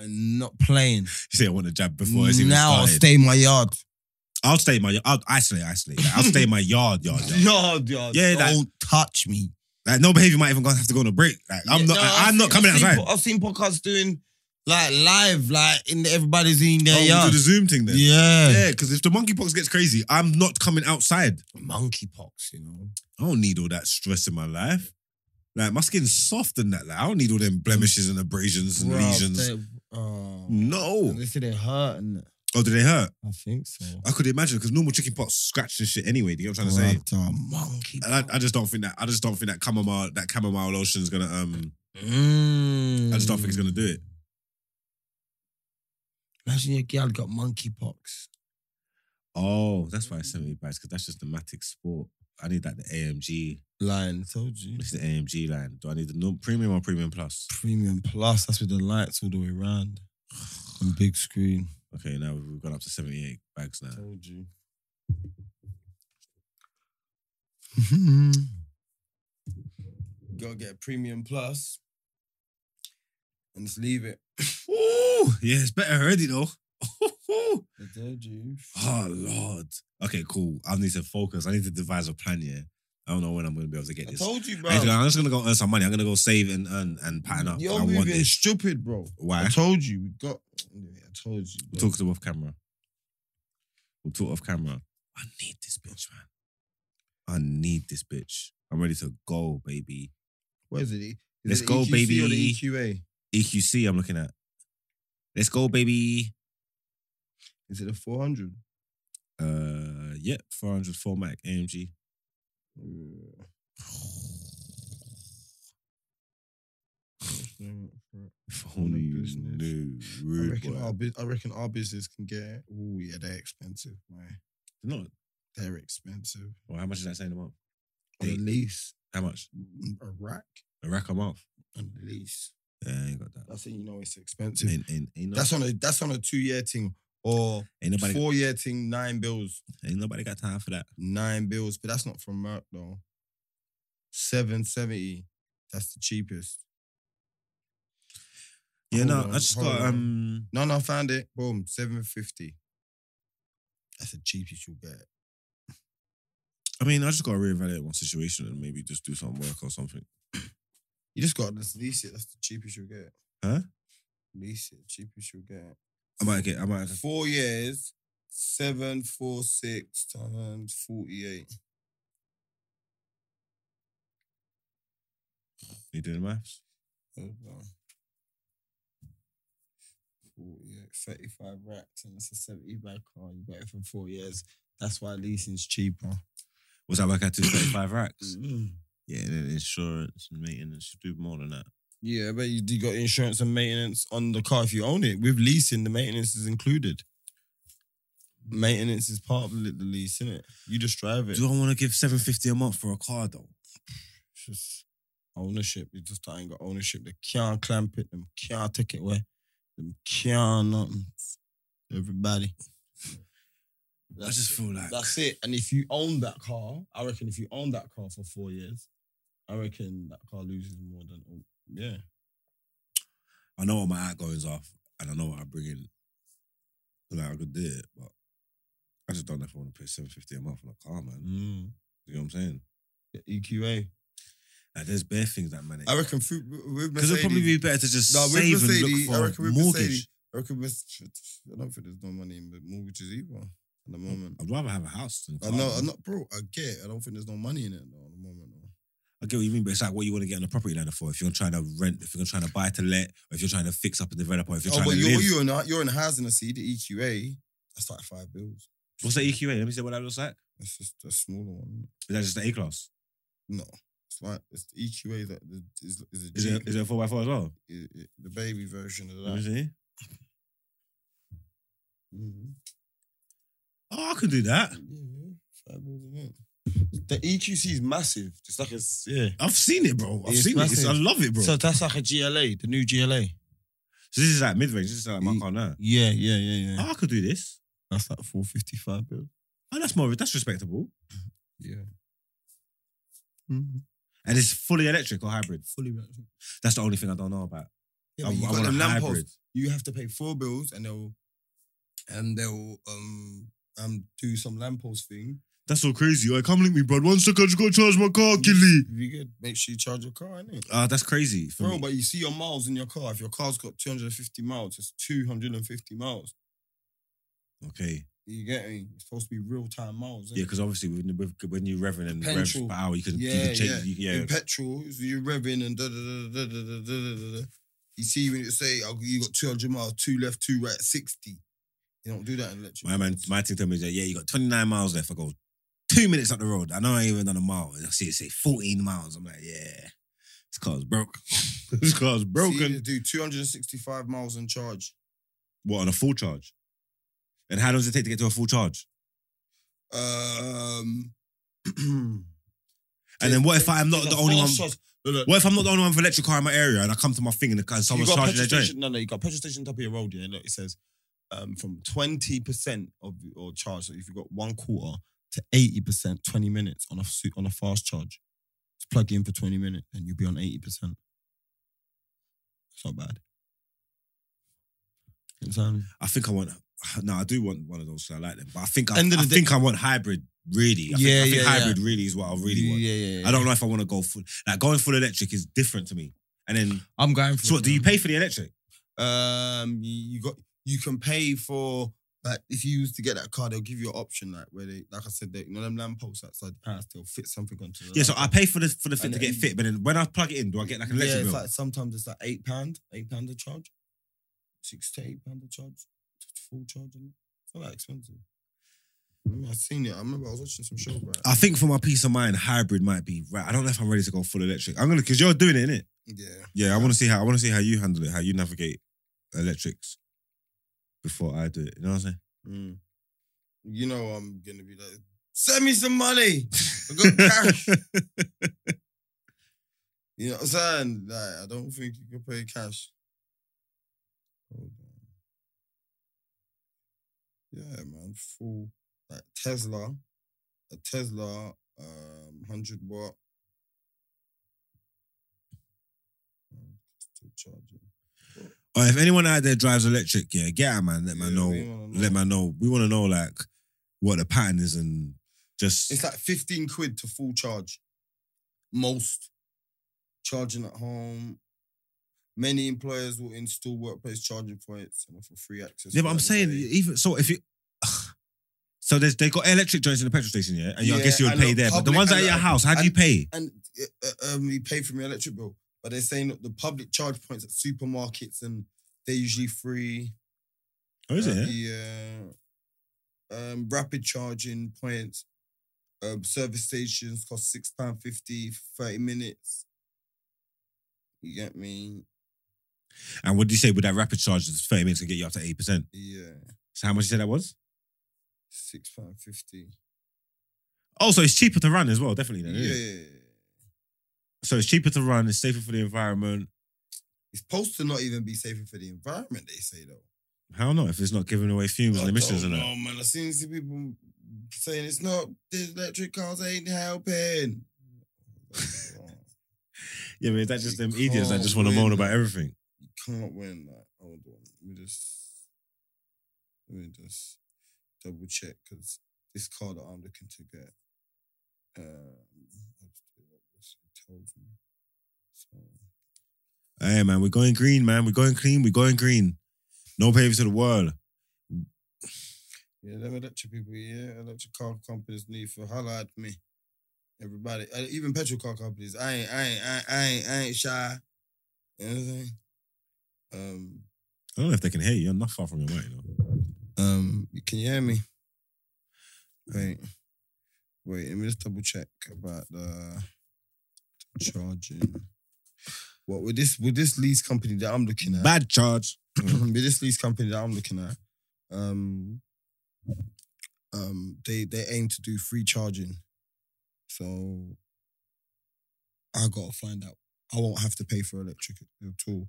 I'm not playing.
You say I want to jab before it's even
now I'll
started.
stay in my yard.
I'll stay in my. I'll isolate, isolate. Like, I'll stay in my yard, yard, yard.
Yard, yard.
Yeah, that-
don't touch me.
Like no behavior might even gonna have to go on a break. Like I'm
Yeah,
not.
no,
I,
I've
am not
seen-
coming
I've seen
outside.
po- I've seen podcasts doing like live, like in the, everybody's in
Oh,
their
we'll
yard.
do the Zoom thing then.
Yeah.
Yeah, because if the monkeypox gets crazy, I'm not coming outside.
monkeypox, you know.
I don't need all that stress in my life. Like my skin's soft and that. Like I don't need all them blemishes and abrasions and
Bruv,
lesions.
they- oh.
No.
They said they hurt, and
Oh, do they hurt?
I think so.
I could imagine because normal chickenpox scratches and shit anyway. Do you get what I'm trying to say? uh,
After a monkey.
And I, I just don't think that I just don't think that chamomile that chamomile lotion is gonna um
Mm.
I just don't think it's gonna do it.
Imagine your girl got monkeypox.
Oh, that's why it's 70 bags, because that's just the Matic Sport. I need like the AMG.
Lion, told you.
It's the AMG line. Do I need the no, premium or premium plus?
Premium Plus, that's with the lights all the way around. And big screen.
Okay, now we've gone up to 78 bags now.
Told you. Go get Premium Plus and just leave it.
Ooh, yeah, it's better already though. oh
I told you.
Lord. Okay, cool. I need to focus. I need to devise a plan, yeah. I don't know when I'm gonna be able to get
I
this.
told you, bro.
I am just gonna go earn some money. I'm gonna go save and earn and pattern up.
You're
I want
moving
this.
stupid, bro. I
Why?
told you. We got. I told you.
We'll
bro.
talk to off camera. We'll talk off camera. I need this bitch, man. I need this bitch. I'm ready to go, baby.
Where is it? E,
Let's
Is it
go,
EQC Or the E
baby.
EQA?
EQC, E I'm looking at. Let's go, baby.
Is it a 400?
Uh, yeah, 404 Mac AMG. If only you
business.
knew.
I
Rude
reckon,
boy.
our, bus- I reckon our business can get. Oh yeah, they're expensive, man.
No.
They're expensive.
Well, how much is that saying a month?
On
They-
a lease,
How much?
a rack
A rack a month?
on a lease.
Yeah, I ain't got that.
That's it. You know it's expensive.
Ain't, ain't, ain't, no,
That's on a that's on a two year thing or
ain't nobody
four year thing. Nine bills,
ain't nobody got time for that.
nine bills. But that's not from Merck though. Seven seventy. That's the cheapest.
Yeah,
Hold
no,
on,
I just
hold
got
on.
um
No, no, I found it. Boom, seven fifty. That's the cheapest you'll get.
I mean, I just gotta reevaluate one situation and maybe just do some work or something.
You just got to lease it. That's the cheapest you'll get.
Huh?
Lease it. Cheapest you'll get.
I might get I might
Four years, seven four six times forty eight.
you doing maths?
over 48, 35 racks, and that's a 70 bag car. You got it for four years. That's why leasing's cheaper.
Was that work out to thirty five
Mm.
racks? Yeah, and then insurance and maintenance should do more than that.
Yeah, but you do got insurance and maintenance on the car if you own it. With leasing, the maintenance is included. Maintenance is part of the the lease, isn't it? You just drive it.
Do I wanna give seven fifty a month for a car though?
It's just ownership. You just ain't got ownership. They can't clamp it. Them can't take it away. Them can't nothing. Everybody.
I just feel like
That's it. And if you own that car, I reckon if you own that car for four years, I reckon that car loses more than oh, yeah.
I know what my outgoings are and I know what I bring in. Like I could do it, but I just don't know if I want to pay seven fifty a month on a car, man.
Mm.
You know what I'm saying?
The E EQA.
Like, there's bare things that manage.
I reckon through, with
Because it'd
Mercedes.
probably be better to just
No, with
save and look
Mercedes, I
for
reckon
a
with
mortgage.
Mercedes- I reckon Mercedes- I don't think there's no money in the mortgages either at
Mm.
the moment.
I'd rather have a house than a
I
car.
know,
man.
I'm not, bro. I get. It. I don't think there's no money in it though, at the moment. Though.
I get what you mean, but it's like what you want to get on the property ladder for. If you're trying to rent, if you're trying to buy to let, or if you're trying to fix up a developer, if you're
oh,
trying
but
to
you're
live.
you're in a- you're in housing. I see the EQA. That's like five bills.
What's the EQA? Let me see what that looks like.
That's just a smaller one.
Is that just the A class?
No, it's like it's the EQA that the, is is a
Is it,
Jeep,
is it a 4x4 as well?
i- i- the baby version of
Let me
that.
see.
Mhm.
Oh, I could do that.
Yeah, five bills in it. The EQC is massive. It's like a s- yeah.
I've seen it, bro. I've
It's
seen it. It's- I
massive.
love it, bro. So,
So that's like a GLA, the new GLA.
this is like mid range. This is like my
Ye-
car now.
Yeah, yeah, yeah, Mm. yeah.
Oh, I could do this.
That's like four fifty five bills.
Oh, that's more. That's respectable.
Yeah. Mm-hmm.
And it's fully electric or hybrid.
Fully electric.
That's the only thing I don't know about.
Yeah,
I,
but you
I
got
want a
the lamp post.
hybrid.
you have to pay four bills and they'll and they'll um um do some lamppost thing.
That's so crazy. Like, come link me, bro. One second, I just gotta charge my car, Killy.
You good. Make sure you charge your car, innit?
Ah, that's crazy. For
Bro,
me.
but you see your miles in your car. If your car's got 250 miles, it's 250 miles.
Okay.
You get me? It's supposed to be real time miles. innit?
Yeah, because obviously with, with, with new Reverend and Revs per
Petrol.
hour, you can, you
Yeah,
can change. Yeah.
In petrol, you're revving and da da da da da da da da da. You see when it say oh, you got 200 miles, two left, two right, 60. You don't do that in electric.
My man, my team told me that, yeah, you got 29 miles left. I go, two minutes up the road. I know I ain't even done a mile. I see it say 14 miles. I'm like, yeah, this car's broke. this car's
See,
broken.
you do 265 miles on charge.
What, on a full charge? And how long does it take to get to a full charge?
Um,
And then what if I'm not the only one?
Look,
What if I'm not the only one with electric car in my area and I come to my thing and, the, car- and
you
someone's
got
charging their
petrol
joint?
station. No, no, you got petrol station top of your road. Yeah, look, it says um, from twenty percent of your charge. So if you got one quarter to eighty percent, twenty minutes on a su- on a fast charge, just plug in for twenty minutes and you'll be on eighty percent. It's um, not bad. You know what I'm saying?
I think I want no, I do want one of those. 'cause I like them, but I think I,
End of the
I
day-
think I want hybrid. Really, I
Yeah,
think, I think
yeah,
hybrid really is what I really want.
Yeah, yeah, yeah.
I don't know if I want to go full. Like going full electric is different to me. And then,
I'm going for.
so what? Do you pay for the electric?
Um, you, you got you can pay for like if you used to get that car, they'll give you an option like where they, like I said, they, you know them lampposts outside the house, they'll fit something onto. The
Yeah, so I
lamppost.
pay for the for the fit
And
to get
then-
fit, but then when I plug it in, do I get like an
yeah,
electric
it's
bill?
like sometimes it's like eight pound, eight pound a charge, six to eight pound a charge, full charge. and It's not that expensive. I remember I seen it. I remember I was watching some show. Right?
I think for my peace of mind, hybrid might be right. I don't know if I'm ready to go full electric. I'm gonna because you're doing it, innit?
yeah.
Yeah, I want to see how I want to see how you handle it, how you navigate electrics before I do it. You know what I'm saying?
Mm. You know I'm gonna be like, send me some money. I got cash. you know what I'm saying? Like, I don't think you can pay cash. Hold on. Yeah, man. Full like Tesla. A Tesla um hundred watt.
Mm.
Um, Still charging.
Or if anyone out there drives electric, yeah, get out, man. Let me
Yeah,
know.
we wanna know.
Let me know. We want to know like what the pattern is and just
It's like 15 quid to full charge. Most charging at home. Many employers will install workplace charging points and offer free access.
yeah. But I'm
throughout
saying
the
e-,
day.
even so, if you so there's they got electric joints in the petrol station, yeah, and you I
Yeah,
guess you would
and
pay
look,
there. But the
public-
ones
and
at your
look,
house, how do you pay?
And uh, um, you pay for my electric bill, but they're saying that the public charge points at supermarkets and they're usually free.
Oh, is it?
Uh,
yeah?
Yeah. Um, rapid charging points. Um, service stations cost six pound fifty for thirty minutes. You get me?
And what do you say with that rapid charge? It's 30 minutes to get you up to 8%.
Yeah,
So how much you say that was?
six pound fifty.
Oh, so it's cheaper to run as well, definitely. Then, isn't it?
Yeah,
So it's cheaper to run, it's safer for the environment.
it's supposed to not even be safer for the environment. They say though.
How not if it's not giving away fumes and emissions and that?
Oh man, I seen see people saying it's not. These electric cars ain't helping.
Yeah, but is that just them
You
idiots that
can't
just want to
win.
moan about everything?
You can't win that. Hold on. Let me just let me just double check because this car that I'm looking to get. Um, I'll just do what this tells me. So
Hey man, we're going green, man. We're going clean, we're going green. No paper to the world.
yeah, them electric people, yeah, electric car companies need for holla at me. Everybody, uh, even petrol car companies. I ain't, I ain't, I ain't, I ain't, I ain't shy. You know what I'm saying? Um,
I don't know if they can hear you. You're not far from your mic, you know.
Um, you can hear me? Wait, wait. Let me just double check about the charging. What with this with this lease company that I'm looking at?
Bad charge.
with this lease company that I'm looking at, um, um, they they aim to do free charging, so I gotta find out. I won't have to pay for electric at all.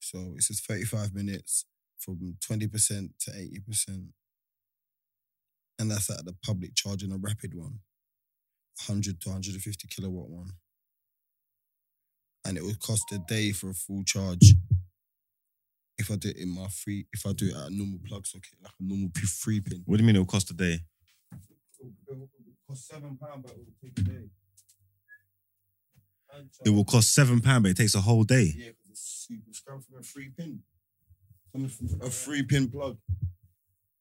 So it's just thirty five minutes from twenty percent to eighty percent, and that's at the public charging, a rapid one, hundred to hundred and fifty kilowatt one. And it would cost a day for a full charge if I do it in my free, if I do it at a normal plug socket, like a normal p- free pin.
What do you mean it'll cost a day?
It'll, cost seven pound, but it will take a day.
It will cost seven pounds, but it takes a whole day.
Yeah, because it's super. It's coming from a free pin. Coming from a free pin plug.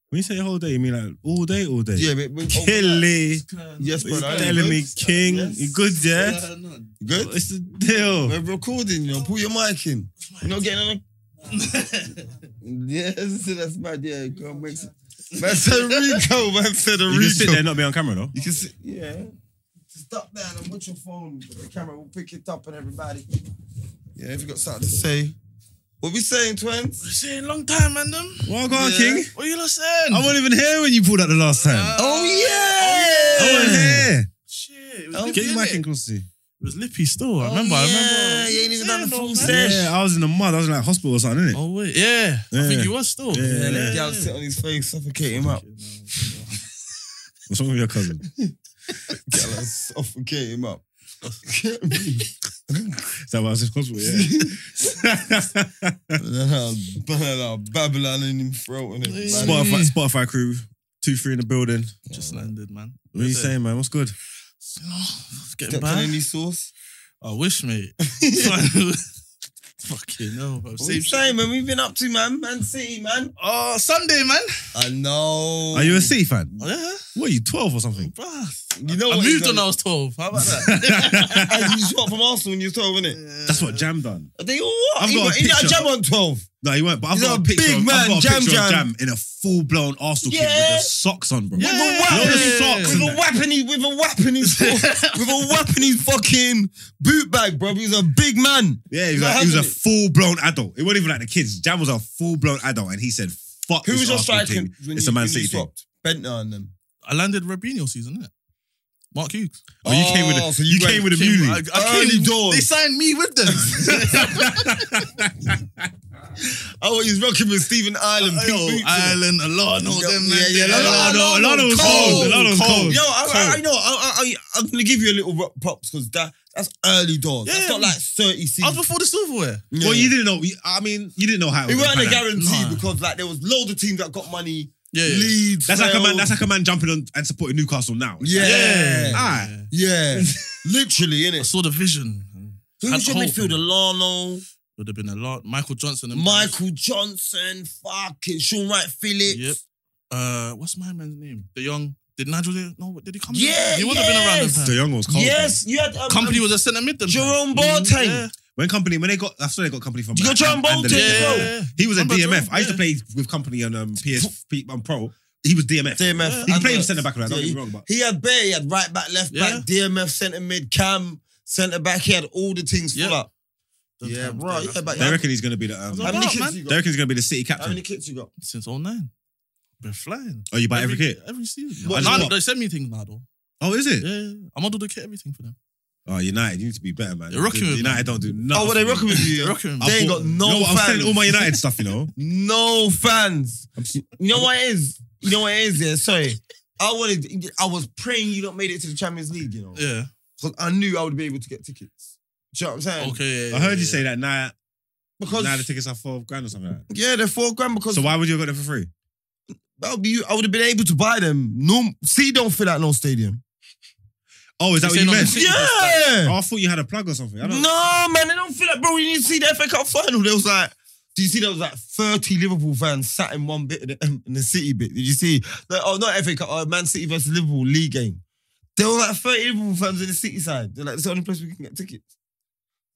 When you say a whole day, you mean like all day, all day?
Yeah, but, but
Killy.
Yes,
What
bro.
you
I am
telling
good.
me, King? You good, yeah?
You Good.
What's the deal?
We're recording, you know. Put your mic in. You're not getting on. Yes, that's bad. Yeah, go make some. Man said Rico.
You
Man said
can sit there
Rico.
and not be on camera though.
You can see. Yeah. Just duck down and watch your phone. The camera will pick it up and everybody. Yeah, if you got something to say. What we saying, twins?
saying long time, man. Them.
Well, go on,
Yeah.
King.
What you lot saying?
I wasn't even here when you pulled out the last time.
Uh,
Oh
I
yeah!
wasn't here.
Shit, it was,
Oh,
lippy,
Get your
innit?
mic in, Crossy.
it was lippy still. I
Oh,
remember. I
yeah,
remember.
you ain't even done the
Yeah,
full
no,
set.
man.
Yeah, I was in the mud. I was in like hospital or something, innit?
Oh wait, yeah. I
Yeah.
think you was still.
Yeah,
Yeah,
yeah,
let Gal sit on his face, suffocate him up.
What's wrong with your cousin?
Gal, suffocate him up. Get me.
Is that what I was responsible? Yeah.
And then I'll, then I'll Babylon in him throat and it.
Smart.
Spotify, Spotify crew, two three in the building.
Just landed, man.
What are you saying, man? What's good?
Oh, it's getting
Stepped on
bad.
any sauce.
I wish, mate. Fucking no, bro.
What you
Same shit.
saying, man? We've been up to, man. Man City, man.
Oh, Sunday, man.
I know.
Are you a City fan?
Oh, Yeah,
What are you, 12 or something?
bro.
You know
I
what?
moved when I was 12. How about that?
As you shot from Arsenal when you were 12, innit?
That's what Jam done.
Are They all what?
I've
Oh, He
got a
got- he got a
picture.
jab on 12.
No, he won't, but I've
He's
got
a
a picture,
big
of,
man,
I've got a
Jam
picture of
Jam.
Jam in a full blown Arsenal kit
Yeah.
with the socks on, bro.
Yeah.
With a
You know the
weapon.
socks
With
and
a
that?
weapon, he- with a weapon, he's with a weapon, he's fucking boot bag, bro. He's a big man.
Yeah, he was,
He's
like,
like,
he was a
hasn't it?
full blown adult. It wasn't even like the kids. Jam was a full blown adult, and he said, "Fuck."
Who
this
was your
Arsenal
striker?
team. It's a Man City thing.
Bentner and them.
I landed Robinho season, innit? Mark Hughes.
Oh, you came with a,
Oh, so
you,
you
came
went-
with a
Came-
muni.
I, I
Early
came,
doors.
They signed me with them.
Oh, he's rocking with Stephen Ireland.
Yo,
Oh,
Ireland, Alana, all them, man.
Yeah, yeah,
Alana, Alana, Alana was cold. Alana was cold.
Yo, I, I, I know. I, I, I, am gonna give you a little ro- props because that that's early doors.
Yeah.
That's not like thirty
I was
seasons.
before the silverware.
Yeah.
Well, you didn't know. you- I mean, you didn't know how.
It
was
weren't
gonna
a
pan out.
guarantee
Nah.
because like there was loads of teams that got money.
Yeah, yeah.
Leeds.
That's like a man.
Wales.
That's like a man jumping on and supporting Newcastle now. It's
Yeah.
like,
yeah.
Alright.
yeah, literally in
I
it.
saw the vision.
Who was your
Had hope.
midfielder? Lano,
Would have been a lot. Michael Johnson and
Michael Johnson, fucking Sean Wright Phillips.
Yep. Uh, what's my man's name? The young. Did Nigel? No, did he come?
Yeah,
he would have been around.
yes.
That
De
time.
Jong was cold.
Yes, you had um,
Company
um,
was a centre mid. then,
Jerome
man.
Boateng.
Yeah.
When company, when they got, I saw they got company from.
You got Jerome
and- and
Boateng
the-
as well.
Yeah.
He was a
Remember
DMF.
Jerome?
I used to play with company on um, PS on Pro. He was DMF.
DMF.
He
and,
could play
uh,
him centre back. Don't
yeah,
get
he-
me wrong, but
He had Bay, he had right back, left
Yeah.
back, DMF, centre mid, Cam, centre back. He had all the things full
Yeah.
up.
Them
Yeah,
times,
bro,
them
yeah, but
they
times.
yeah.
reckon he's going to be the. Um,
How
How
they
many
about,
kids
man?
you got?
reckon he's going to be the city
How
captain.
many kids you got?
Since 09. Been flying.
Oh, you buy every kit.
Every season.
What-
Nah,
what-
they send me things now, though.
Oh, is it?
Yeah, yeah, yeah. I model the kit, everything for them.
Oh, United, you need to be better, man.
They're rocking with me.
United don't do nothing.
Oh, well, they rocking with
They
you. yeah?
reckon.
They ain't got
You know
no
what? I'm
fans.
saying all my United stuff, you know.
No fans. You know what it is? You know what it is? Yeah, sorry. I wanted. I was praying you not made it to the Champions League. You know,
Yeah.
because I knew I would be able to get tickets. Do you know what I'm saying?
Okay. Yeah,
I heard
yeah,
you say that now.
Because
now the tickets are four grand or something. Like
yeah, they're four grand.
that.
Because
So why would you have got them for free?
that would be. I would have been able to buy them. No, see, don't fill out no stadium.
Oh, is that
You
what
saying
you
on the
meant?
ticket?
Yeah.
Oh, I thought you had a plug or something. I don't
No, man, they don't feel like, bro, you need to see the FA Cup final. There was like, do you see there was like 30 Liverpool fans sat in one bit of the, in the City bit? Did you see? Like, oh, not FA Cup, oh, Man City versus Liverpool league game. There were like 30 Liverpool fans in the City side. They're like, it's the only place we can get tickets.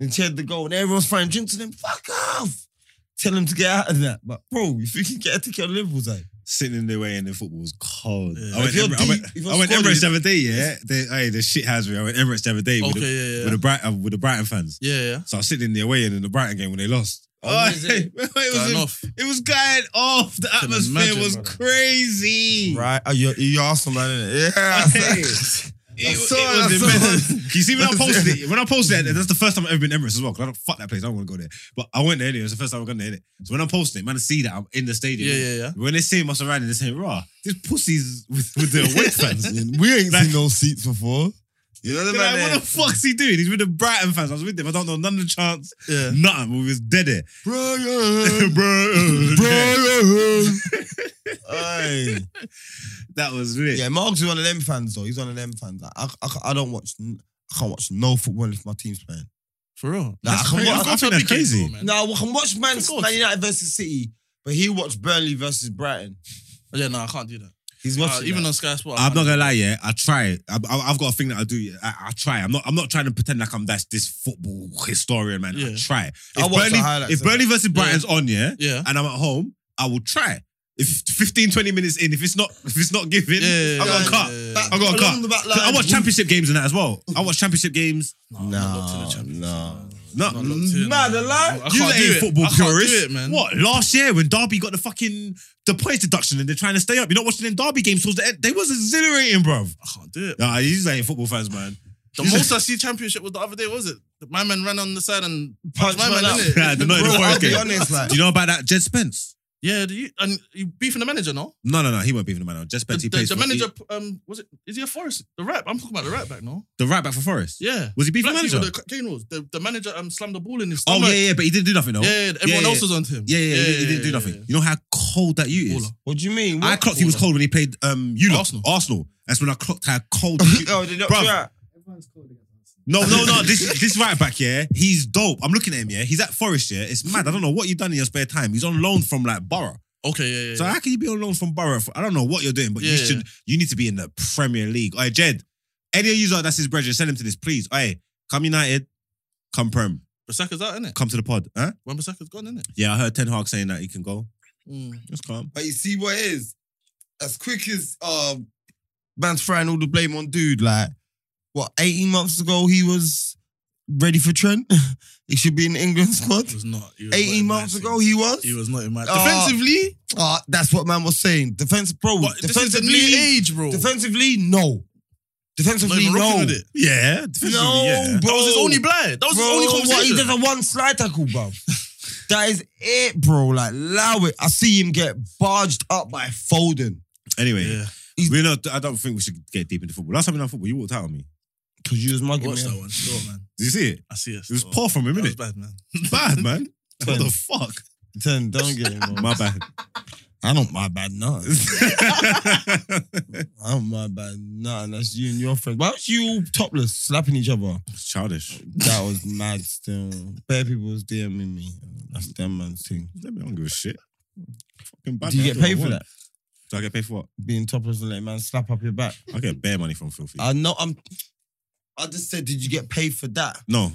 And cheered the goal, and everyone's throwing drinks to them. Fuck off! Tell them to get out of that. But, bro, if you can get a ticket on Liverpool side,
sitting in the way in the football was cold.
Yeah.
I went,
If you're
Emir- I went,
deep- if you're
I went
squadded-
Emirates the other day, yeah. They, hey, the shit has me. I went Emirates the other day with,
Okay,
the,
yeah, yeah.
with, the Bright, uh, with the Brighton fans.
yeah, yeah.
So I was sitting in the away end in the Brighton game when they lost.
Oh, what is it?
it was
Going off.
it was going off. The
Can
atmosphere
imagine,
was
brother.
crazy.
right? Oh, you're, you're Arsenal, man, innit?
Hey.
Yeah.
It,
saw
it
it,
was
I saw
immense. You see, when I
That's
posted it, when I posted it, that's the first time I've ever been to Emirates as well. Because I don't fuck that place. I don't want to go there. But I went there anyway. It's the first time I've gone there. Innit? So when I'm posting it, man, I see that I'm in the stadium.
Yeah, yeah, yeah.
When they see my surroundings, they say, "Raw, this pussy's with, with the away fans."
We ain't
Like-
seen no seats before. You know the
They're
man
like,
there?
what the fuck's he doing? He's with the Brighton fans. I was with them. I don't know none of the chants.
Yeah.
Nothing. We was dead there.
Brian,
Bro,
Brian. Aye.
That was lit.
Yeah, Mark's one of them fans though. He's one of them fans. Like, I, I, I don't watch. I can't watch no football if my team's playing.
For real.
Nah, I
crazy.
can't
I
watch.
think that's crazy.
No.
No, I can watch Man,
Of course.
Man United versus City, but he watched Burnley versus Brighton.
Yeah, no, I can't do that.
He's
Uh,
watching
even
that.
on Sky Sport. I
I'm not
can't
gonna lie, yeah. I try. I, I, I've got a thing that I do. yeah. I, I try. I'm not. I'm not trying to pretend like I'm that's this football historian, man. I
Yeah.
try.
I
If
watch the
Burnley,
highlights
if
of it.
Burnley versus Brighton's on, yeah,
do- Yeah.
and I'm at home, I will try. If 15, 20 minutes in, if it's not, if it's not given,
Yeah, yeah,
I
yeah,
got
yeah,
a cut.
yeah, yeah, yeah.
Back-
I got a
along
cut.
the back
I
lines.
watch championship games and that as well. I watch championship games.
No, I'm not locked in the Champions League.
Nah,
No,
I'm not locked in,
Nah,
man.
the lie-
I can't
you lot
do
ain't
it.
football
I can't do
purists.
it, man.
What last year when Derby got the fucking the points deduction and they're trying to stay up? You're not watching them Derby games towards the end. They was exhilarating, bruv.
I can't do it.
Nah, these ain't football fans, man.
The
You
most I see championship was the other day, was it? My man ran on the side and
Punch
punched my
man
man,
out.
in
Nah,
it.
they're not in the
Bro,
forest
I'll be
game.
honest, like-
Do you know about that Jed Spence?
Yeah, do you, and you beefing the manager, no?
No, no, no. He won't be in the manager. Just
The,
bet he
the-
plays
the
for-
manager, um, was it? Is he a Forest? The rap. I'm talking about the right back, no?
the right back for Forest.
Yeah.
Was he beefing
Black
the manager?
people, the cane rules. The, the manager um slammed the ball in his
oh
stomach.
yeah, yeah. But he didn't do nothing though.
yeah, everyone
yeah,
else was on to him.
Yeah, yeah, he, he didn't do nothing. You know how cold that you is.
Baller.
What do you mean?
I
What-
clocked he was cold when he played um you lot,
Arsenal.
Arsenal. That's when I clocked how cold. you-
Oh, did not
Bruv.
do that?
Everyone's cold against us.
no, no, no. This this right back, yeah, he's dope. I'm looking at him, yeah. He's at Forest, yeah. It's mad. I don't know what you've done in your spare time. He's on loan from like Borough.
Okay, yeah, yeah.
So
yeah.
how can you be on loan from Borough? For, I don't know what you're doing, but you
Yeah.
should. You need to be in the Premier League. Hey, Jed, any of you lot that's his brethren, send him to this, please. Hey, come United, come Prem,
Bissaka's out, innit?
come to the pod, huh?
When Bissaka's gone, innit?
Yeah, I heard Ten Hag saying that he can go.
Mm.
Just calm.
But you see what it is? As quick as um man's throwing all the blame on dude, like what, 18 months ago he was ready for Trent? he should be in the England squad.
He was not. He was
18
not in
months
my
ago
team.
he was.
He was not in my
Oh.
defensively.
Ah, that's what man was saying. Defensive bro.
But this is the
defensively,
new age, bro.
defensively, no. Defensively,
Not even
no.
rocking with it.
Yeah, defensively, yeah.
bro.
That was his only blind. That was
bro,
his only
What, he
conversation.
does a one slide tackle, bro. that is it, bro. Like, allow it. I see him get barged up by Foden.
Anyway,
yeah.
We're not. I don't think we should get deep into football. Last time we done football, you walked out on me.
Because you was mugging
Watch
me.
that one. Sure, man.
Did you see it?
I see it.
It was
Oh,
poor from him,
That was
innit?
bad,
Bad,
man.
man. what the fuck?
Ten, don't get involved.
My bad.
I don't my bad nothing. I don't Oh, my bad nothing. That's you and your friends. Why was you all topless slapping each other?
It's childish.
That was mad still. Bare people was DMing me. That's them man's thing.
Let me I don't give a shit. Fucking bad.
Do you
man.
get
what I
paid for
want.
that?
Do I get paid for what?
Being topless and letting man slap up your back.
I get bare money from filthy.
I know I'm I just said, did you get paid for that?
no,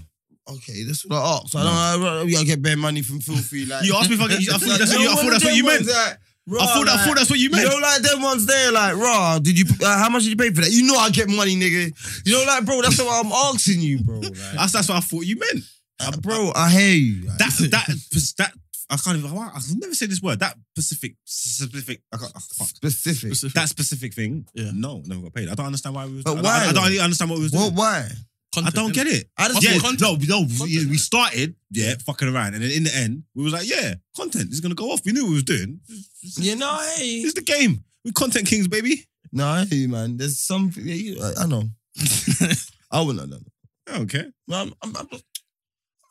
Okay, that's what I asked. I don't know. I, I get bare money from filthy. Like
You asked me if I get- I thought that's what you- I
No
thought
one
that's what
of
you
them
meant.
ones, like,
I
raw,
thought I
like-
thought that's what you
You
meant.
know, like them ones there, like, raw, did you, uh, how much did you pay for that? You know I get money, nigga. You know, like, bro, that's what I'm asking you, bro. Like,
That's, that's what I thought you meant.
Uh, bro, I hear you. Like,
That that that I can't even. I've never said this word. That specific specific. I can't, oh, fuck.
specific.
Specific.
That specific thing.
Yeah.
No, never got paid. I don't understand why we was.
But
I don't-
why
I, don't
though?
really understand what we was doing.
Well, why?
I don't get it.
I just
yeah,
want-
no, no. We,
Content,
we started, yeah, fucking around, and then in the end, we was like, yeah, content is gonna go off. We knew what we was doing.
you know, I hear you.
It's the game. We content kings, baby.
No, I hear you, man. There's something, yeah, you, I, I know. I wouldn't have done it.
I don't care.
No, I'm, I'm, I'm not I'm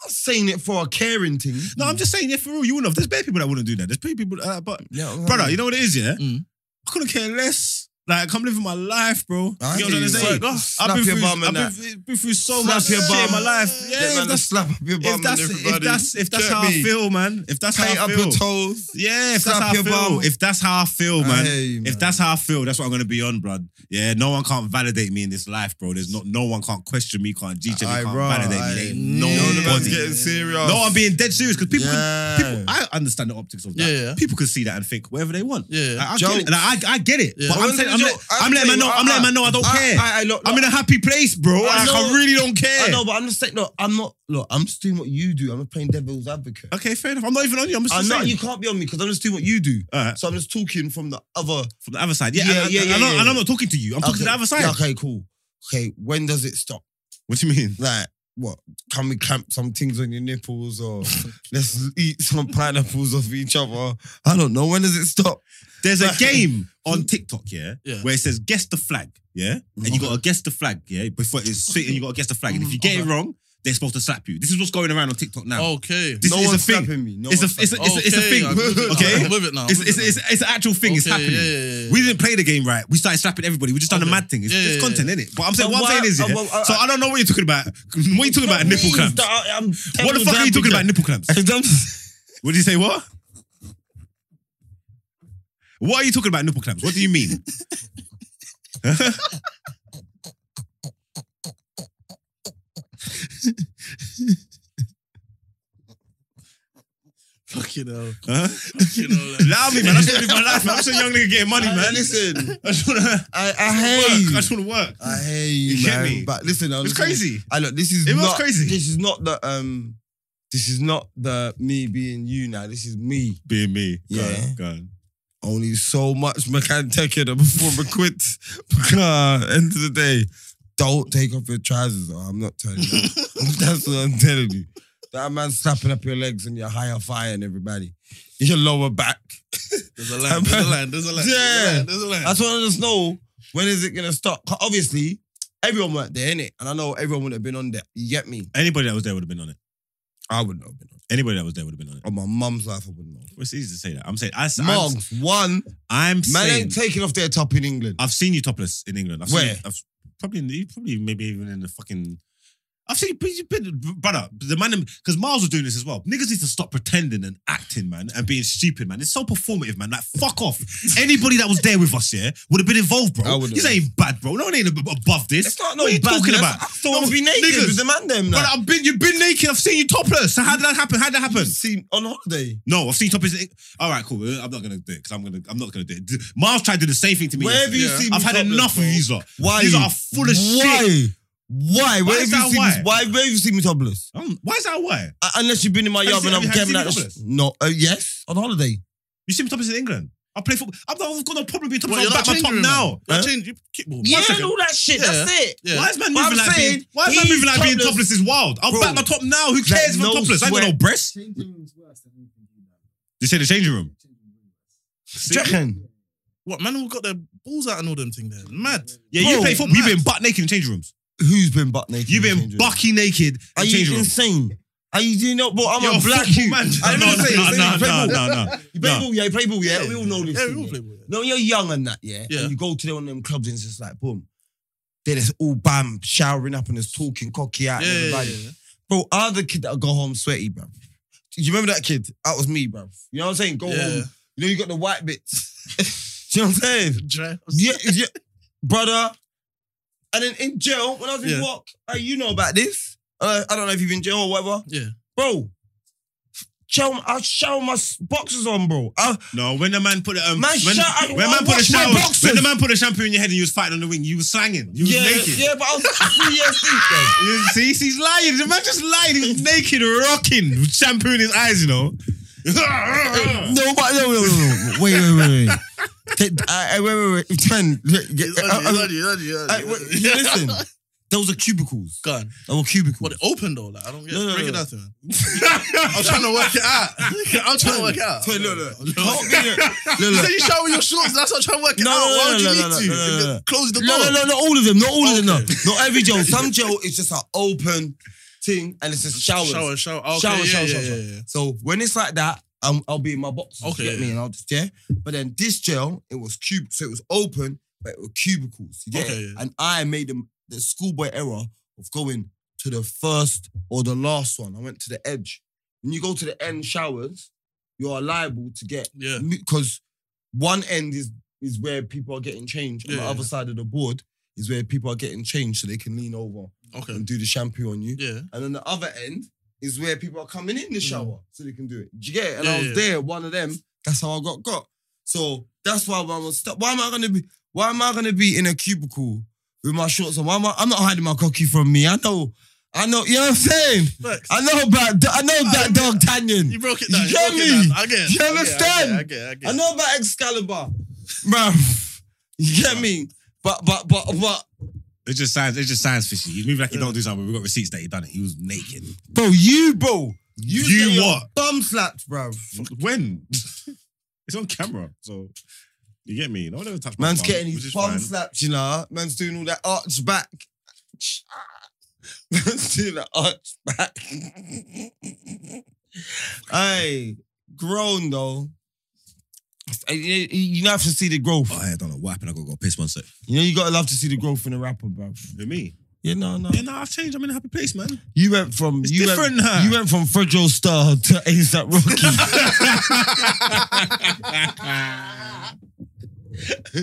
not saying it for a caring thing.
No, I'm just saying, if for real, you wouldn't have. There's bare people that wouldn't do that. There's bare people, uh, but
Yeah,
brother, you know what it is, yeah.
Mm.
I couldn't care less. Like, I'm living my life, bro.
I
you know what I'm
hear you.
saying?
Like, oh,
I've
slap
been
your
through,
bum and
I've been,
that.
through- been through so
Slap
much
your
shit in
bum.
my life.
Get
Yeah,
man
if
to
that's,
slap up your bum
if that's,
and
if
everybody.
that's if that's
Do you know
how
what
I
I mean?
feel, man. If that's
Paint
how I
up your
feel.
toes.
Yeah, if that's
Slap
how I
your
feel.
bum.
If that's how I feel,
I
man.
hear you, man.
If that's how I feel, that's what I'm gonna be on, bro. Yeah, no one can't validate me in this life, bro. There's not no one can't question me, can't teach me,
Aye,
can't
bro,
validate
aye.
me. There ain't
No,
You know the man's
nobody.
getting serious.
No, I'm being dead serious because people,
Yeah.
can, people, I understand the optics of that.
Yeah, yeah.
People can see that and think whatever they want.
Yeah.
Like, I,
Joke.
get it. Like, I, I get it.
Yeah.
But I'm,
When
saying,
did
I'm,
you-
let,
I'm
I'm, letting man
saying,
know. I'm
I-
letting man know. I don't
I-
care.
I, I, look,
I'm in a happy place, bro.
I
Like, I,
know.
really don't care.
I know, but I'm just saying, look, I'm not, look, I'm just doing what you do. I'm not playing devil's advocate.
Okay, fair enough. I'm not even on you. I'm just
I know
saying.
you can't be on me because I'm just doing what you do.
All right.
So I'm just talking from the other.
From the other side. Yeah,
Yeah,
yeah,
yeah,
yeah,
yeah,
I know,
yeah,
And
yeah.
I'm not talking to you. I'm talking to the other side.
Yeah, okay, cool. Okay, when does it stop?
What do you mean?
Like, what? Can we clamp some things on your nipples or let's eat some pineapples off each other? I don't know. When does it stop?
There's a
Right.
game on TikTok, yeah,
Yeah.
where it says guess the flag, yeah, and you gotta guess the flag, yeah, before it's sitting, you gotta guess the flag, and if you get
Mm-hmm.
it
Okay.
wrong, they're supposed to slap you. This is what's going around on TikTok now.
Okay.
This
no
is a
one's
thing.
slapping me. No
It's a
one's
it's a,
slapping
it's, a, it's a
Okay,
thing.
I'm with it now.
Okay.
I'm with it now. I'm
It's,
with
it's,
it
it's, it's an actual thing. it's
Okay,
happening.
yeah, yeah, yeah.
We didn't play the game right. We started slapping everybody. We just done a
Okay.
mad thing. It's,
Yeah,
it's
yeah,
content, innit? But I'm saying
But
what
why-
I'm saying is,
uh,
yeah,
well, I-
so I don't know what you're talking about. What are you talking about? Nipple
Please,
clamps.
I- I'm
What the fuck are you talking about? Nipple clamps. What did you say? What? What are you talking about? Nipple clamps. What do you mean?
Fucking hell.
Huh?
Fucking hell. like-
Allow me, man. I'm still living my life, man. I'm still a young nigga getting money, man.
Listen,
I just wanna work.
I, I hear
I
you.
just wanna work.
I hear you,
You get
man.
me?
But listen, I
It's
was
crazy.
I look, this is
It was
not,
crazy.
This is not the um, this is not the me being you now. This is me.
Being me. Go on,
Yeah.
go on.
Only so much McCann take it before I quit. Because, end of the day, don't take off your trousers. Or I'm not telling you. That's what I'm telling you. That man snapping up your legs and you're higher firing everybody. Your lower back.
There's a line. There's a line. There's a line. There's a
Yeah.
line. There's a line.
I just want to just know when is it gonna stop? 'Cause obviously, everyone weren't there, innit? And I know everyone would have been on there. You get me?
Anybody that was there would have been on it.
I wouldn't have been on
Anybody that was there would have been on it.
it. On my mum's life, I wouldn't have.
Well, It's easy to say that. I'm saying, I, am
Mum's one
I'm
man
saying,
ain't taking off their top in England.
I've seen you topless in England. I've Seen
Where?
you, I've probably, in the- probably, maybe even in the fucking. I've seen you, been, brother, the man, because Miles was doing this as well. Niggas need to stop pretending and acting, man, and being stupid, man. It's so performative, man. Like, fuck off. Anybody that was there with us, yeah, would have been involved,
I
bro.
wouldn't
This
have.
ain't bad, bro. No one ain't ab- above this.
It's not no
what are you
badness.
talking about?
I thought
No,
I'd be naked
niggas.
with the man them.
Brother,
Like.
I've been, you've been naked. I've seen you topless. So how did that happen? How did that happen?
Seen on holiday.
No, I've seen topless. in- All right, cool. I'm not gonna do it because I'm gonna. I'm not gonna do it. D- Miles tried to do the same thing to me.
Where have
yesterday.
you seen
I've
me
had
topless,
enough
bro?
of these. Lot.
Why?
These are full of
why?
shit.
Why? Where
Why
have
is
you
that
seen
why?
me? Why? Where have you seen me topless?
I don't- Why is that? Why
Uh, unless you've been in my
Have you
yard
seen-
and I'm
have you seen
camping
me
out.
topless?
No. Uh, yes. On holiday.
you see me topless in England? I play football. I've not I've got no problem being topless.
Well, you're
I'm
not
back my
changing
top
room,
now.
man.
Huh?
You're changing. Keep moving.
Yeah,
One
and
second.
all that shit.
Yeah.
That's it.
Yeah.
Why is man
But
moving
I'm
like being?
saying,
Why is man
he's
moving like being
topless.
topless is wild. I'll
Bro.
back my top now. Who cares if I'm
no
topless? I ain't got no
sweat.
breasts.
Changing room's worse than anything you know.
You say the changing room.
Changing room worse.
See?
Reckon?
What man all got their balls out and all them thing there? Mad.
Yeah, you
Bro,
play football. You've
mad.
been butt naked in changing rooms.
Who's been butt naked?
You've
in the
been
changing room?
bucky naked
Are
in
you
changing rooms.
insane? Are you doing not? But I'm
You're
a black
football
you.
man.
I
No,
know what I'm saying,
no,
saying
no,
you play
no,
ball.
no, no.
You play
No.
ball, yeah, you play ball, yeah. We all know this.
Yeah,
thing,
we all
yeah.
play ball. yeah.
No, you're young and that, yeah.
Yeah.
And you go to one of them clubs and it's just like boom. They're just all bam, showering up and just talking cocky out
Yeah,
and
yeah,
everybody.
yeah, yeah.
Bro, I'm the kid that go home sweaty, bro. Do you remember that kid? That was me, bro. You know what I'm saying? Go
Yeah.
home. You know you got the white bits. Do you know what I'm saying?
Dry.
Yeah, yeah, brother. And then in jail, when I was in
Yeah.
work, hey, you know about this. Uh, I don't know if you've been in jail or whatever.
Yeah.
Bro, shower, I shower my s- boxes on, bro. I,
No, when the man put the um,
Man,
when,
shut up.
when man
I
put a
wash my
shower,
boxers.
when the man put a shampoo in your head and you was fighting on the wing, you was slanging, you was
yeah,
naked.
yeah, but I was three years deep, then.
You see, he's lying. The man just lying. He was naked, rocking, with shampoo in his eyes. You know.
No, but no, no, no, no. Wait, wait, wait, wait. Th- I- I- wait, wait, wait. Ten. uh,
It's on you, it's on you, it's on you,
Uh,
it's on you.
Listen, those are cubicles.
Gone.
There were cubicles.
What it open though? Like I don't get
No, no,
break it
no.
out, man. I'm trying to work it out. I'm trying to work it out.
Wait, look, look. Can't
Look,
be there.
You
Look,
said
look.
you shower your shorts. That's what I'm trying to work it
No,
out.
no,
Why would you
no,
need
no,
to?
no, no, no, no.
Close the door.
No, no, no, not all of them. Not all of them. No,
Okay.
not every gel. Some gel is just an open thing, and it's just showers.
Shower, shower, oh, okay,
Shower,
yeah,
shower,
yeah,
shower,
yeah,
shower.
yeah.
So when it's like that, I'm, I'll be in my box.
Okay,
Okay, get
yeah,
me, and I'll just yeah. But then this gel, it was cube, so it was open, but it were cubicles. You get
Okay,
it?
yeah.
And I made them the schoolboy error of going to the first or the last one. I went to the edge. When you go to the end showers, you are liable to get
Yeah,
because one end is is where people are getting changed, and
Yeah,
the other
yeah.
side of the board is where people are getting changed, so they can lean over
okay,
and do the shampoo on you.
yeah. Mm.
And then the other end is where people are coming in the shower, so they can do it. Do you get it? And
Yeah,
I was
yeah.
there, one of them. That's how I got got. So that's why when I was stuck. Why am I gonna be? Why am I gonna be in a cubicle with my shorts on? Why am I? I'm not hiding my cocky from me. I know. I know. You know what I'm saying?
Look,
I know about. I know about Dog Tanyan.
you broke it
You
down.
get
broke it
me?
down. I get. it.
You
I get it, I get it, I
understand?
get. it, I get.
I
it.
know about Excalibur, bro. You get me? But but but but,
It's just science. It's just science fishing. He's moving like he don't do something. We got receipts that he done it. He was naked.
bro, you bro, you,
You
get your
what?
Thumb slapped, bro.
When? it's on camera, so you get me. No one ever touched my
Man's
bum,
getting
which
his
is
bum
fine.
slapped, you know. Man's doing all that arch back. Man's doing the arch back. Hey, grown though. You- You you have to see the growth.
Oh, I don't know what happened. I got to go piss one sec.
You know you gotta love to see the growth in a rapper, bro.
For me,
Yeah, no, no.
yeah, no, I've changed. I'm in a happy place, man.
You went from
It's
you
different
Went,
now.
You went from Fredro Star to ASAP Rocky.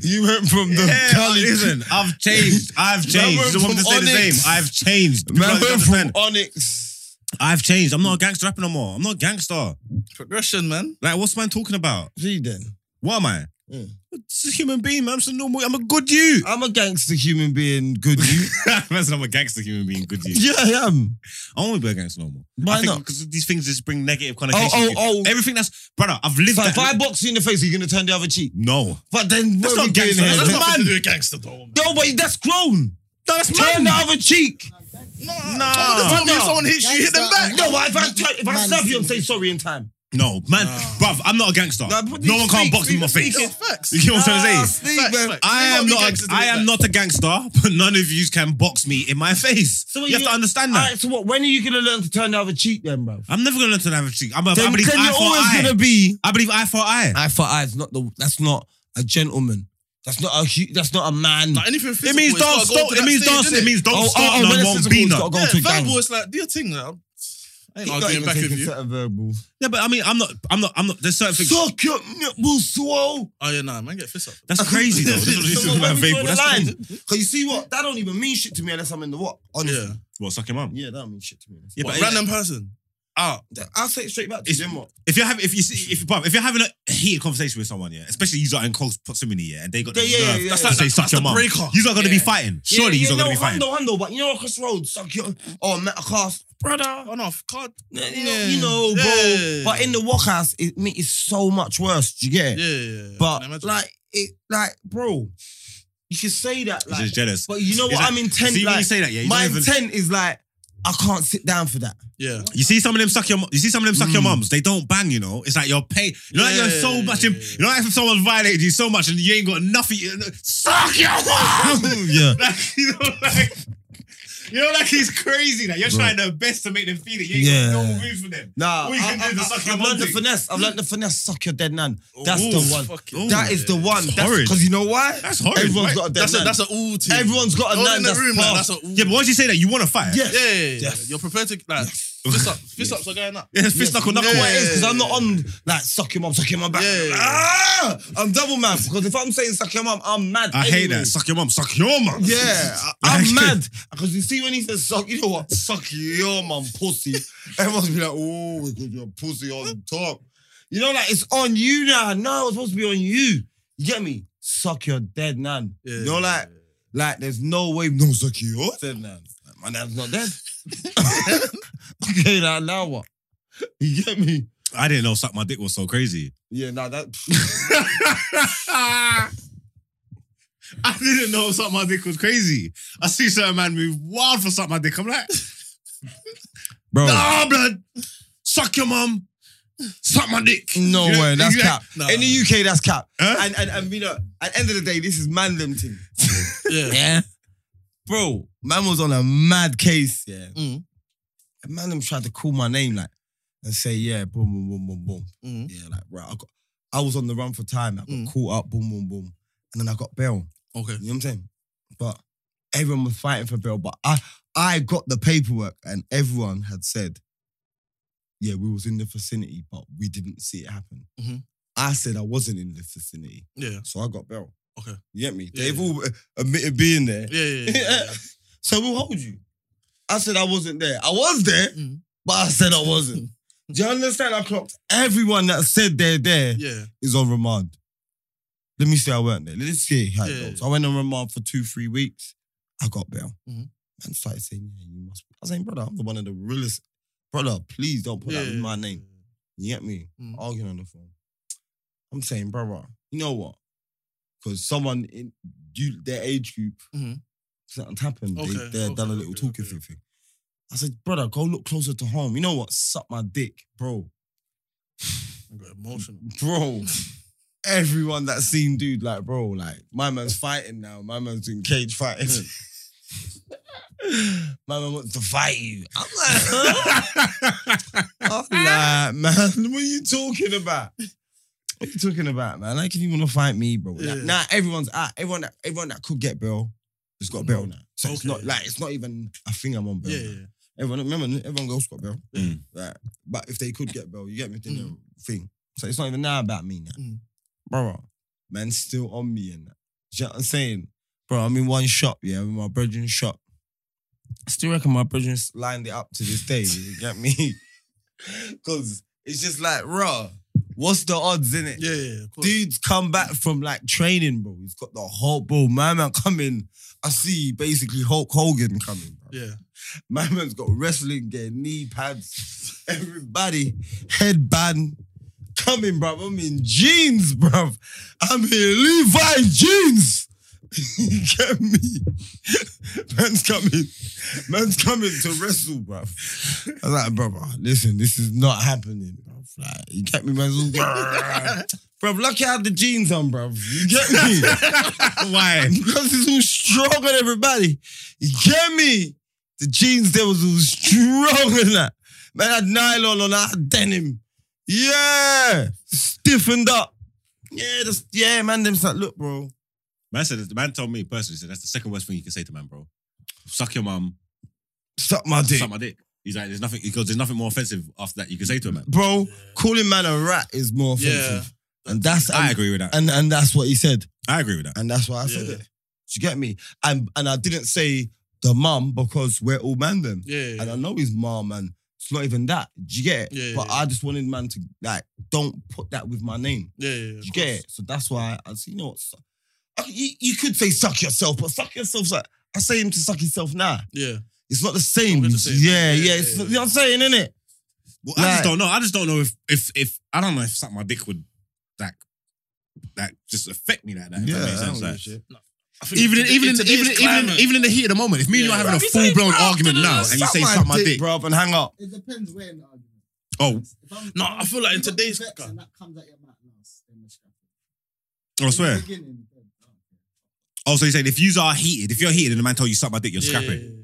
you went from the
Yeah,
college.
listen, I've changed. I've changed.
went
I want to
from
say the same.
Onyx.
I've changed. People
Man
don't
went from
understand.
Onyx.
I've changed. I'm not a gangster rapper no more. I'm not a gangster.
Progression, man.
Like, what's man talking about?
See then.
What am I?
Yeah.
This is a human being, man. I'm just a normal. I'm a good you.
I'm a gangster human being, good you.
Listen, I'm a gangster human being. Good you.
yeah, I am.
I don't want to be a gangster no more.
Why not?
Because these things just bring negative
Oh,
connotations.
oh,
to you.
oh.
Everything that's brother. I've lived
So
that.
if I box you in the face, are you gonna turn the other cheek?
no,
But then
That's
what are
not
we doing
gangster.
here?
That's
That's
not-
nothing to do with gangster though. Man.
No, but that's grown.
no, that's man.
Turn the other cheek.
Like, that's
Nah.
All the time if
No.
someone hits you, you hit them back.
No, but if I try, if I
Man,
slap you, I'm
listen.
saying sorry in time.
No, man, bruv, I'm not a gangster. No, one can't box in my face. You get what I'm trying to say? I
Facts, facts. You
am
gotta be
not.
gangster
A,
to
I
hit
am
back.
not a gangster, but none of you can box me in my face.
So
you
when
have
you-
to understand that.
Alright, so what? When are you gonna learn to turn the other cheek, then, bro?
I'm never gonna learn to have a cheek. I'm a, I
Then,
believe
then
eye
you're
for
always
eye.
gonna be
I believe eye for eye.
eye for eye. It's not the. That's not a gentleman. That's not a. hu- That's not a man.
Like anything physical,
It means
it's gotta
don't
go
stop.
to
It
that
means
stage,
don't.
innit?
It means don't
Oh, oh,
start.
oh, when
No,
it's
won't
physical,
be
it's
none.
gotta go
Yeah,
to a gang.
verbal, it's like, do your thing. Like, I'm- I ain't
You're not
arguing
even
back
taking
with you.
set of verbal.
Yeah, but I mean, I'm not. I'm not. I'm not. There's certain things.
Suck your nipple, swole.
Oh, yeah, nah, man, get fist up.
That's crazy though. This is
So
what
when
about
we
Fable.
draw the
That's crazy.
line, because you see what that don't even mean shit to me unless I'm in the what. Honestly.
Yeah.
What suck your mum?
Yeah, that don't mean shit to me.
Yeah,
What,
but
random person.
out.
I'll say it straight back to
It's-
you. then what?
If you're having, if you see, if bruv, if you're having a heated conversation with someone, yeah, especially you're in close proximity, yeah, and they got the
Yeah, yeah,
nerve
yeah,
to
yeah.
say suck
That's
your
the
mum,
breaker.
you're not gonna be
Yeah.
fighting. Surely
yeah,
you're
yeah,
not gonna
no,
be fighting.
Handle, handle, but you know, across the road, suck your. Oh, man, across. Brother.
Oh, no, card.
You know, you know bro.
Yeah.
But in the walkhouse, it, me, it's so much worse. Do you get it?
Yeah, yeah, yeah. Can I
But,
imagine?
like, it, like, bro, you can say that.
He's
Like,
just jealous.
but you know
Is
what?
that-
I'm intent.
See when you
like,
say that, yeah, you
my
don't even.
intent is like, I can't sit down for that.
yeah.
You see some of them suck your. You see some of them suck your
Mm.
mums. They don't bang. You know, it's like you're paid. You know, like you're so
Yeah.
much. In, you know, like if someone violated you so much and you ain't got nothing. You know, suck your mum.
yeah.
like, you know, like. You know, like he's crazy. Like you're
Bro.
trying their best to make them feel it. You ain't
Yeah.
got no moves for them.
Nah,
All you can
I,
do is
I,
suck
I,
your
I've
mum
learned the
dick.
finesse. I've learned the finesse. Suck your dead nan. That's
Ooh,
the one.
fucking-
That is the one.
That's
That's
horrid.
because you know why?
That's horrid.
Everyone's
right?
got a dead
That's a,
nan.
that's a all team.
Everyone's got a
All
nan
in the
that's
room, man.
passed.
That's a all.
Yeah, but once you say that, you want to fight.
Yes.
Yeah, yeah, yeah.
Yes.
You're prepared to like fist up. Fist ups are going up.
Yeah, fist
Yes,
knuckle,
you know
knuckle.
what it is because I'm not on like suck your mum, suck your mum back.
Yeah.
Ah, I'm double mad because if I'm saying suck your mum, I'm mad.
I hate
anyway.
that. Suck your mum. Suck your mum.
Yeah, I- I'm
Like-
mad because you see when he says suck, you know what? Suck your mum, pussy. Everyone's be like, oh, because you're pussy on top. You know, like it's on you now. No, it's supposed to be on you. You get me? Suck your dead nan.
Yeah.
You know, like, like there's no way. No, suck your dead nan. Like, my nan's not dead. okay, now now what? You get me?
I didn't know suck my dick was so crazy.
Yeah, nah, that.
I didn't know suck my dick was crazy. I see certain man move wild for suck my dick. I'm like,
Bro.
nah, blood. Suck your mum. Suck my dick.
No
You know-
way, that's
you know-
cap.
Nah.
In the UK, that's cap.
Huh?
And, and and you know, at the end of the day, this is man them thing.
Yeah.
Yeah. Bro, man was on a mad case, yeah.
Mm.
And man them tried to call my name like and say, yeah, boom, boom, boom, boom, boom.
Mm.
Yeah, like right, I got I was on the run for time. I got
Mm.
caught up, boom, boom, boom. And then I got bail.
Okay.
You know what I'm saying? But everyone was fighting for bail. But I I got the paperwork and everyone had said, yeah, we was in the vicinity, but we didn't see it happen.
Mhm.
I said I wasn't in the vicinity,
Yeah.
so I got bail.
Okay.
You get me?
Yeah,
They've
yeah.
all admitted being there.
Yeah, yeah, yeah. yeah.
So we'll hold you. I said I wasn't there. I was there,
Mm.
but I said I wasn't. Do you understand? I clocked everyone that said they're there is
Yeah.
on remand. Let me say I weren't there. Let's see how
Yeah.
it goes. I went on remand for two, three weeks. I got bail.
Mhm.
Man started saying, yeah, you must be. I was saying, brother, I'm the one of the realest. Brother, please don't put
yeah.
that in my name. You get me?
Mm.
Arguing on the phone. I'm saying, brother, you know what? Because someone in you, their age group,
Mhm.
something's happened.
Okay,
they, they've done a
okay,
little
okay,
talking
okay,
thing. I said, brother, go look closer to home. You know what? Suck my dick, bro.
I got emotional.
Bro. Everyone that seen dude, like, bro, like, my man's fighting now. My man's doing cage fighting. my man wants to fight you. I'm like, huh? I'm like, man, what are you talking about? What are you talking about, man? Like, if you want to fight me, bro. Like,
Yeah.
Nah, everyone's out. Everyone that everyone that could get bail has got bail now. So it's
Mm. Okay.
not like it's not even a thing I'm on bail.
Yeah,
now.
yeah. yeah.
Everyone remember everyone goes got bail.
Mm.
Right. But if they could get bail, you get me then
Mm.
they'll thing. So it's not even now about me now.
Mm.
Bro, man's still on me and that. Do you know what I'm saying? Bro, I'm in one shop, yeah, in my brethren's shop. I still reckon my brethren's lined it up to this day, you get me? Cause it's just like, raw, what's the odds in it?
Yeah, yeah, of course.
Dude's come back from like training, bro. He's got the whole bro. My man coming. I see basically Hulk Hogan coming, bro.
Yeah.
My man's got wrestling gear, knee pads, everybody, headband. Coming, bruv. I'm in jeans, bruv. I'm in Levi jeans. You get me? Man's coming. Man's coming to wrestle, bruv. I was like, brother, listen, this is not happening, bruv. Like, you get me, man's all Bruv, lucky I had the jeans on, bruv. You get me?
Why?
because it's all strong on everybody. You get me? The jeans there was all strong in that. Man I had nylon on, I had denim. Yeah. Stiffened up. Yeah, that's, yeah, man, them like, look, bro.
Man said the man told me personally said that's the second worst thing you can say to man, bro. Suck your mum,
Suck my dick.
suck my dick. He's like, there's nothing because there's nothing more offensive after that you can say to a man.
Bro, calling man a rat is more offensive. And that's
I
and,
agree with that.
and and that's what he said.
I agree with that.
And that's why I said
Yeah.
it. Do you get me? And and I didn't say the mum because we're all man them.
Yeah.
And I know his mom, and it's not even that. Do you get it?
Yeah,
but
yeah,
I just wanted man to like, don't put that with my name.
Yeah, yeah, yeah,
Do
of
you get
course.
it? So that's why I said, you know what? su- I- You, you could say suck yourself, but suck yourself's like I say him to suck himself now.
Yeah.
It's not the same.
Not the same.
Yeah, yeah.
Yeah,
it's,
yeah,
You know what I'm saying, innit?
Well, I
Like-
just don't know. I just don't know if if if I don't know if suck my dick would like like just affect me like that. If that makes sense. Like,
I think
even in,
to-
even in,
to
even
today's
even
climate-
even in the heat of the moment, if me and you
Yeah.
are having a full blown argument now, and you say suck my dick,
bro, and hang up.
It depends where in the argument.
oh,
If I'm-
No,
if I'm-
I feel like in
if I'm
today's-
vexed and that comes at your mouth last, then we're scrapping.
I
In
swear.
the beginning, then, oh, okay.
Oh, so you saying if you are heated, if you're heated and the man told you suck my dick, you're
Yeah,
scrapping.
yeah,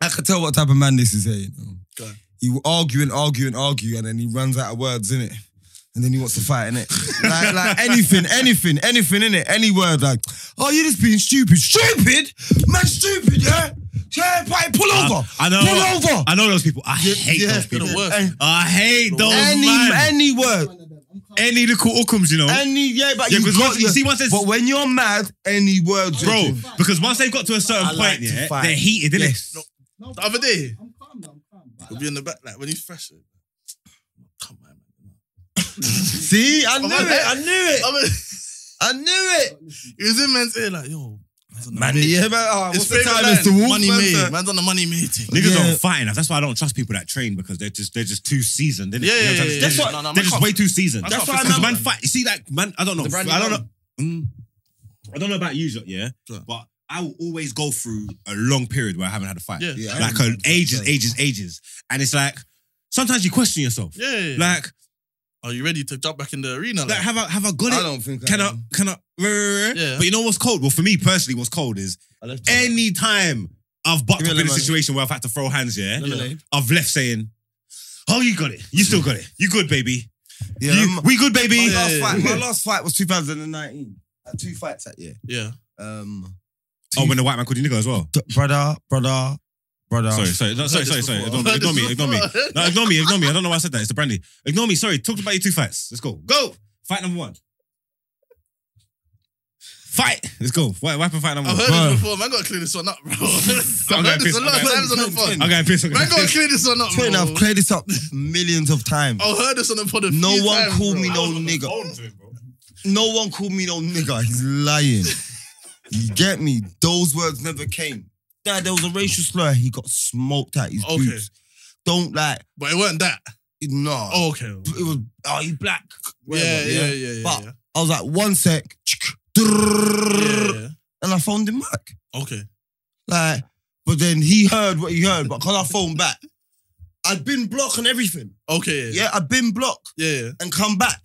I could tell what type of man this is here. You know?
Go on.
He will argue and argue and argue, and then he runs out of words, innit? And then he wants to fight, innit? like, like anything, anything, anything, innit? Any word, like, oh, you're just being stupid. Stupid? Man, stupid, yeah? Yeah, buddy, pull
I-
over.
I know.
Pull over.
I know those people. I
Yeah,
hate
yeah.
those people.
They're the worst.
And
I hate those
any,
man.
any word.
One of them. I'm calm.
Any little hookums, you know.
Any, yeah, but
yeah,
you
because
got
once, you
your-
see, once
But
it's
when you're mad, any words.
Bro,
bro,
Richard.
because once they've got to a certain
I
point,
like to
yeah,
fight.
they're heated, innit?
Yes.
No,
No,
The other day.
I'm calm now, I'm calm. But
We'll be in the back, like when he's fresh. Come on, man.
See, I knew it. I knew it.
I mean,
I knew it.
don't listen.
he was in man's ear, like, yo. man's on the
Man,
mate.
yeah, man. Oh,
His
what's the
favorite
time?
line,
It's the wolf,
money
man,
made.
sir.
Man's on the money made thing.
Niggas
Yeah.
don't fight enough. That's why I don't trust people that train because they're just they're just too seasoned. Innit?
Yeah,
You know
yeah,
what I'm
yeah,
saying?
yeah.
That's
yeah.
why
No, no,
they're
man
just
can't-
way too seasoned.
I
That's
can't
why
fix
man, man
that.
fight. You see, like man, I don't know.
The brand
I
new
don't know.
one.
Mm. I don't know about you, Jot, yeah,
Sure.
but I will always go through a long period where I haven't had a fight,
Yeah.
Yeah, I
like
remember
a,
that.
ages, ages, ages, and it's like sometimes you question yourself,
Yeah. yeah.
like,
are you ready to jump back in the arena?
like
Like,
have I have I got
I
it?
don't think
Can I
am.
can I?
Yeah.
But you know what's cold? Well, for me personally, what's cold is
I left it.
any time I've bucked
Give me
up in a
lemonade.
situation where I've had to throw hands, yeah,
Lemonade.
I've left saying, "Oh, you got it. You still got it. You good, baby.
Yeah,
You-
my-
we good,
Oh,
baby."
my, last fight, my last fight was 2019. I had two fights that year.
yeah.
Um,
Oh, when the white man called you nigga as well.
t- brother, brother, brother.
Sorry, sorry, no, sorry, sorry,
Heard this
sorry. Ignore
before.
me, ignore me,
Heard
ignore me.
this before.
No, ignore me, ignore me. I don't know why I said that. It's the brandy. Ignore me. Sorry. Talk about your two fights. Let's go. Go. Fight number one. Fight. Let's go. Why wipe and fight number
I've
one.
heard
Bro.
this before. Man, gotta clear this one up, bro. I've
getting
heard this
pissed.
a
I'm
lot of
getting
times on the
pissed.
pod.
I'm getting pissed. I'm
Man,
getting
gotta
pissed.
clear this one up,
Twain,
bro.
I've cleared this up millions of times.
I've heard this on the pod. A
No
few
one
times,
called
bro.
me
I
no
was on the
nigga.
phone to him, bro.
No one called me no nigga. He's lying. you get me? Those words never came. Dad, there was a racial slur. He got smoked at his
Okay.
boots. Don't like,
But it weren't that.
no.
Oh, okay. Yeah,
It was, oh, you black. Whatever,
yeah, yeah, yeah, yeah.
But-
yeah.
I was like, one sec.
Yeah,
And I phoned him back.
yeah. Okay.
Like, but then he heard what he heard, but because I phoned back, I'd been blocked and everything.
Okay.
Yeah, I'd been blocked
Yeah. Yeah.
and come back.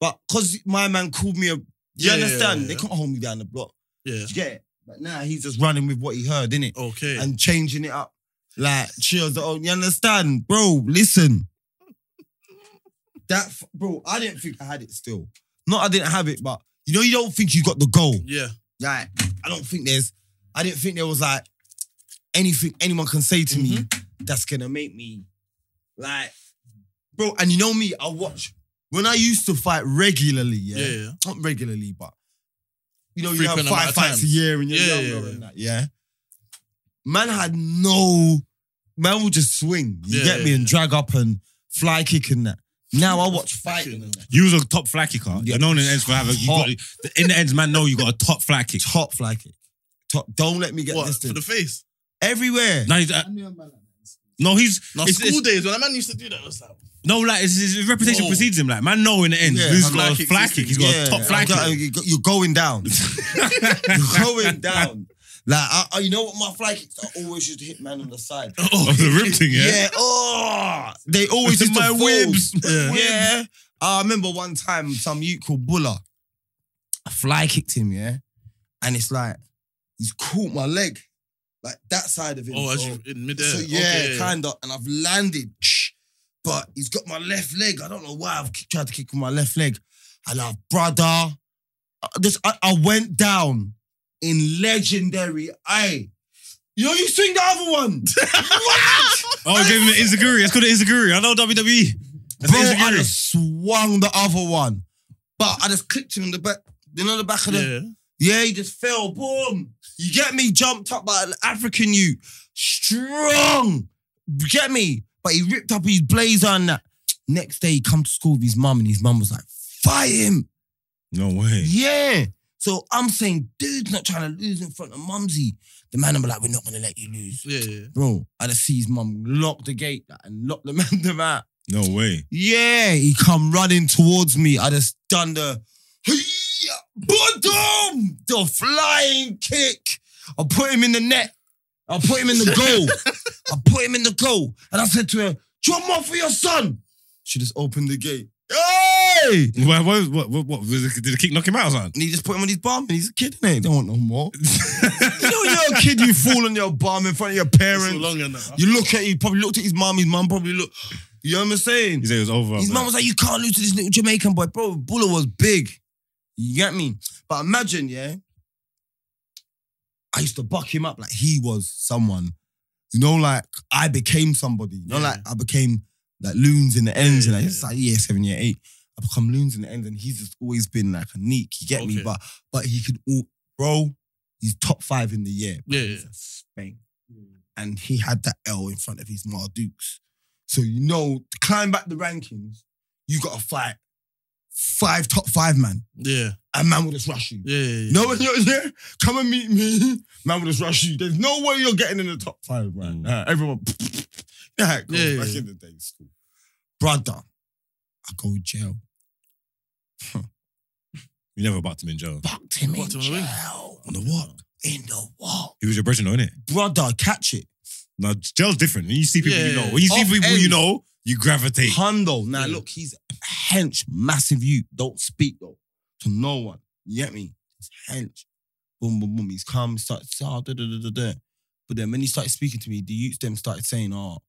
But because my man called me a, you
Yeah, yeah,
understand?
yeah,
They
yeah.
can't hold me down the block.
Yeah.
You get it? But now he's just running with what he heard, innit?
Okay.
And changing it up. Like, cheers. Oh, you understand? Bro, listen. That, f- bro, I didn't think I had it still. Not I didn't have it, but you know, you don't think you got the goal.
yeah.
Like, I don't think there's, I didn't think there was like anything anyone can say to me
Mm-hmm.
that's gonna make me like, bro. And you know me, I watch when I used to fight regularly, yeah,
Yeah. Yeah.
not regularly, but you know, you have
Frequent
five
amount of
fights a
times.
year and you're
Yeah,
younger
yeah, yeah.
and that, yeah. Man had no, man will just swing, you
Yeah,
get
yeah,
me, and
yeah.
drag up and fly kick and that. Now I watch fighting and that.
You was a top fly kicker.
Yeah.
You're known in the ends for having. You
Top.
got, in the ends, man, know you got a top fly kick.
top fly kick, top. Don't let me get
What
this
for the face?
everywhere.
Now you- uh,
I knew a man like that. in school.
No, he's
Now,
it's-
school
it's-
days, when a man used to do that, it was like,
no like his, his reputation
Whoa.
precedes him. Like man, know in the end,
Yeah,
he's
fly
got a
kick
fly
system.
kick. He's got a top fly
Like,
kick.
uh,
you- you're going down.
You're going down. Like, I, I- you know what? My fly kicks, I always used to hit man on the side.
Oh, the rib thing, yeah.
oh, they always used to
my
fall.
whibs.
Yeah. I remember one time some youth called Buller, a fly kicked him, yeah? And it's like, he's caught my leg, like that side of him.
oh, as
so-
you in midair.
so yeah,
okay.
kind of. And I've landed, but he's got my left leg. I don't know why I've tried to kick with my left leg. And I've brother, I- this I, I went down in legendary. I, you know, you swing the other one. what?
Oh, gave him an Izaguri. That's called an Izaguri. I know E. WWE. That's
Bro,
an
I
Izaguri.
just swung the other one, but I just clipped him in the back. You know the back of the
Yeah.
Yeah, he just fell. Boom. You get me? Jumped up by an African you. Strong. You get me? But he ripped up his blazer and that. Next day, he come to school with his mum, and his mum was like, fire him.
No way.
Yeah. So I'm saying, dude's not trying to lose in front of mumsy. The man, I'm like, we're not going to let you lose.
Yeah, yeah.
Bro, I just see his mum lock the gate like, and lock the man them out.
No way.
Yeah, he come running towards me. I just done the "Hiya, bottom, the flying kick. I put him in the net. I put him in the goal. I put him in the goal, and I said to her, "Drum off for your son." She just opened the gate. Hey!
What, what, what, what, what- was it- did the kick knock him out or something?
And he just put him on his bum, and he's a kid, innit? Don't want no more. you know, when you're a kid, you fall on your bum in front of your
It's no
parents.
longer now.
You look at, he probably looked at his mum. His mum probably looked. You know what I'm saying?
He said it was over.
His
man.
mum was like, you can't lose to this little Jamaican boy. Bro, Buller was big. You get me? But imagine, yeah, I used to buck him up like he was someone. You know, like I became somebody. You know,
Yeah.
like I became like loons in the ends.
Yeah,
and like,
yeah,
it's like, yeah, seven, year, eight. I become loons in the ends, and he's just always been like a neek. You get me?
Okay.
But but he could all, bro, he's top five in the year.
Yeah, yeah. Hmm.
He's a Spain and he had that L in front of his Mardukes. So you know, to climb back the rankings, you got to fight five top five man,
Yeah,
and man will just rush you.
yeah, yeah.
No, when you're there, come and meet me. Man will just rush you. There's no way you're getting in the top five, man.
Mm.
Nah, everyone, yeah, it goes
Hmm. Yeah,
back
yeah.
in the day school. Brother, I go jail.
You never bucked him in jail.
Fucked him in
What, on the wing?
jail. On the what? In the what?
He was your brethren, though, innit?
Brother, catch it.
Now, jail's different. When you see people
Yeah,
you know,
yeah.
when you see
Off
people
ends.
you know, you gravitate.
Hondo. Now
Yeah.
look, he's hench, massive you. Don't speak though to no one. You get me? It's hench. Boom, boom, boom. He's calm. He starts ah, da, da, da, da, da. But then when he started speaking to me, the youths them started saying, "Oh,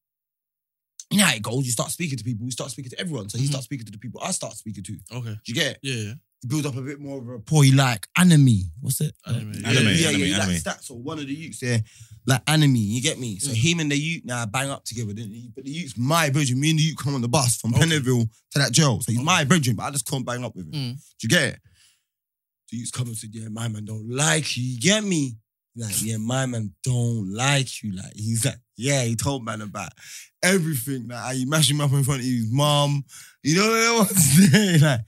you know how it goes. You start speaking to people. You start speaking to everyone. So he
Mhm.
starts speaking to the people I start speaking to. Do
Okay.
you get? It?
Yeah, yeah.
You build up a bit more of a rapport. You like anime. What's it? Uh,
Anime.
Yeah,
Anime,
yeah,
anime,
yeah. He like
anime.
stats or one of the youths there, like anime. You get me? So
Mm.
him and the youth now bang up together. Didn't he? But the youth's my brethren. Me and the youth come on the bus from
Okay.
Pennerville to that jail. So he's
Okay.
my brethren, but I just can't bang up with him.
Mm.
Do you get it? The youths come and said, "Yeah, my man don't like you." You get me? Like, yeah, my man don't like you. Like, he's like, yeah, he told man about everything. Like, how you mash him up in front of his mom. You know what I'm saying? Like,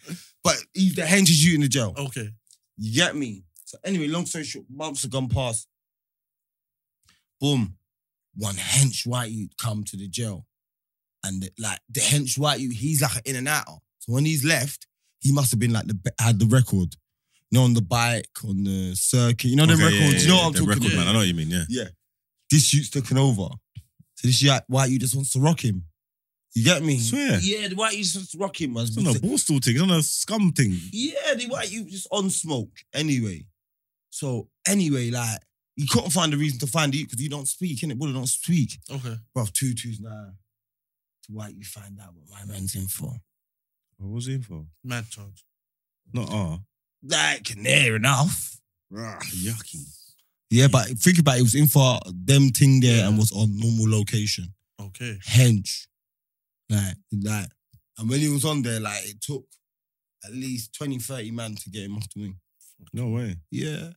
but he's the hench is you in the jail.
Okay.
You get me? So anyway, long story short, months have gone past. Boom. One hench white you come to the jail. And like the hench white you, he's like an in and outer. So when he's left, he must have been like the be- had the record. You know, on the bike, on the circuit. You know them
Okay,
records.
yeah, yeah,
you know
yeah,
what I'm
the
talking
record,
about.
Man. I know what you mean, yeah.
This youth's taken over. So this white white you just wants to rock him. You get me?
Swear.
Yeah, the white you just wants to rock him, man.
It's on a ball stool thing. It's on a scum thing.
Yeah, they were you just on smoke anyway. So anyway, like you couldn't find a reason to find it because you don't speak, innit? Buller don't speak.
Okay.
Bro, two twos now. To white you find out what my man's in for.
What was he in for?
Mad charge.
Not R.
Like, near enough.
Yucky.
Yeah, but think about it, it was in for them thing there
Yeah.
and was on normal location.
Okay.
hench. Like, like, and when he was on there, like it took at least 20, 30 man to get him off the wing.
No way.
Yeah.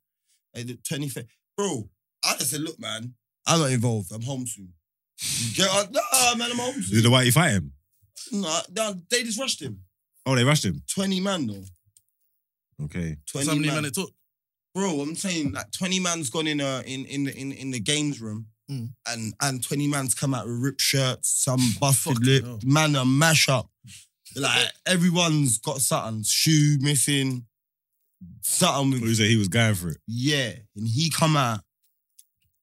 Like the 25th. Bro, I just said, look, man, I'm not involved. I'm home soon. You Get on. Nah, man, I'm home soon.
Did the whitey fight him?
Nah, nah, they just rushed him.
Oh, they rushed him.
20 man, though.
Okay.
20
How many
man.
men it took?
Bro, I'm saying like 20 man's gone in uh in in in in the games room.
Mm.
and and 20 man's come out with ripped shirts, some busted
Fucking
lip,
hell.
man a mash up. Like everyone's got something, shoe missing, something with
But you said he was going for it.
yeah. And he come out.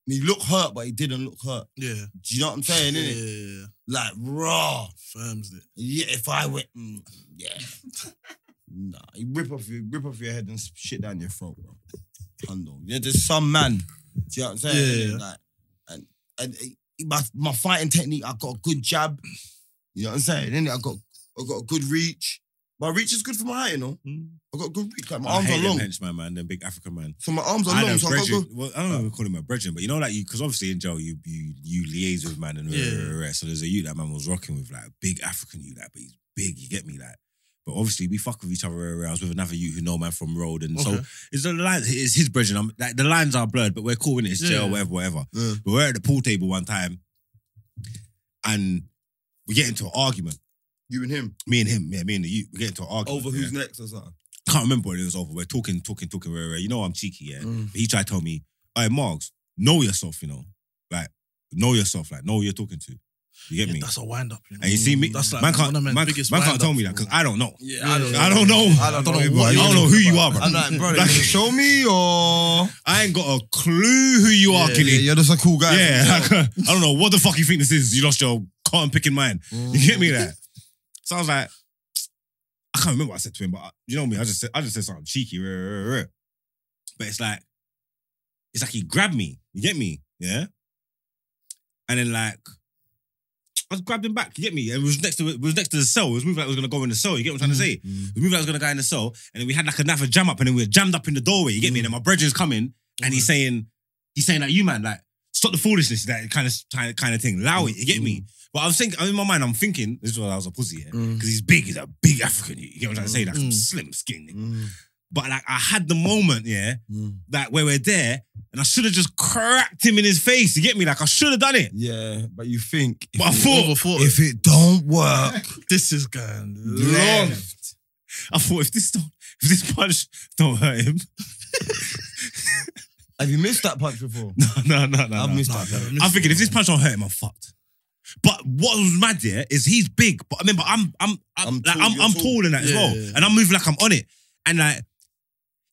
And he looked hurt, but he didn't look hurt.
Yeah.
Do you know what I'm saying?
yeah,
innit?
yeah, yeah.
Like raw.
Firms it.
Yeah, if I went, mm, yeah. nah, you rip off your rip off your head and s- shit down your throat, bro. Handle. Yeah, there's some man. Do you know what I'm saying?
Yeah.
Like, and and eh, my my fighting technique, I got a good jab. You know what I'm saying? Then I got I got a good reach. My reach is good for my height, you know. I got a good reach. Like my
I
arms
hate
are long,
them henchman, man, them big African man.
so my arms are
I
long.
know
So I got
brethren.
good.
Well, I don't know if we call him a brethren, but you know, like you, because obviously in jail you you you liaise with man and rah,
Yeah.
rah, rah, rah. so there's a you that man was rocking with, like big African you, like but he's big. You get me, like. But obviously we fuck with each other. rah, rah, rah. I was with another you who know man from road, and so
Okay.
it's the lines. It's his brethren. I'm, like the lines are blurred, but we're cool in it. It's jail,
Yeah.
whatever, whatever.
Yeah.
But we're at the pool table one time, and we get into an argument.
You and him
Me and him, yeah, me and the you, we get into an argument
over
yeah.
who's next or something.
Can't remember what it was over. We're talking, talking, talking. Rah, rah, rah. You know I'm cheeky, yeah.
Mm.
He tried to tell me, all right, Margs, know yourself, you know. Like, know yourself, like, know who you're talking to. You get
Yeah,
me?
that's a wind up. You know?
And you see me,
That's like
man
one
can't,
of my
man, man
biggest
can't
wind
tell
ups,
me that because
bro.
I don't know.
Yeah, I don't
I don't know.
I don't know
what you- I don't know who you are, bro.
I'm like, bro,
Like-
you show me or
I ain't got a clue who you are,
Yeah,
Killy. Yeah,
you're just a cool guy.
I don't know what the fuck you think this is. You lost your cotton picking mind. You get me that? So I was like, I can't remember what I said to him, but I, you know me, I just said, I just said something cheeky, rah, rah, rah, rah. but it's like, it's like he grabbed me. You get me? Yeah. And then like, I just grabbed him back. You get me? It was next to it was next to the cell. It was moving like it was gonna go in the cell. You get what I'm trying to say? It was moving like it was gonna go in the cell. And then we had like another jam up, and then we were jammed up in the doorway. You get me? And then my brethren's coming, and he's saying, he's saying like, you man, like stop the foolishness, that kind of kind of thing. Allow it. You get me? But I'm thinking, in my mind, I'm thinking this is why I was a pussy here
Mm.
because he's big. He's a big African. You get what I'm trying to say? Like I'm
Mm.
slim, skinny.
Mm.
But like I had the moment, yeah, like where we're there, and I should have just cracked him in his face. You get me? Like I should have done it.
Yeah, but you think
But I thought,
Overthought.
if it don't work,
this is going
long.
left.
I thought if this don't, if this punch don't hurt him,
Have you missed that punch before?
no, no, no.
I've
no.
missed
Nah,
that.
man,
I'm thinking if this punch don't hurt him, I'm fucked. But what was mad there is he's big, but remember I'm I'm I'm
I'm
like,
tall,
I'm,
you're
I'm
tall.
tall in that as
Yeah,
well,
yeah, yeah.
and I'm moving like I'm on it, and like.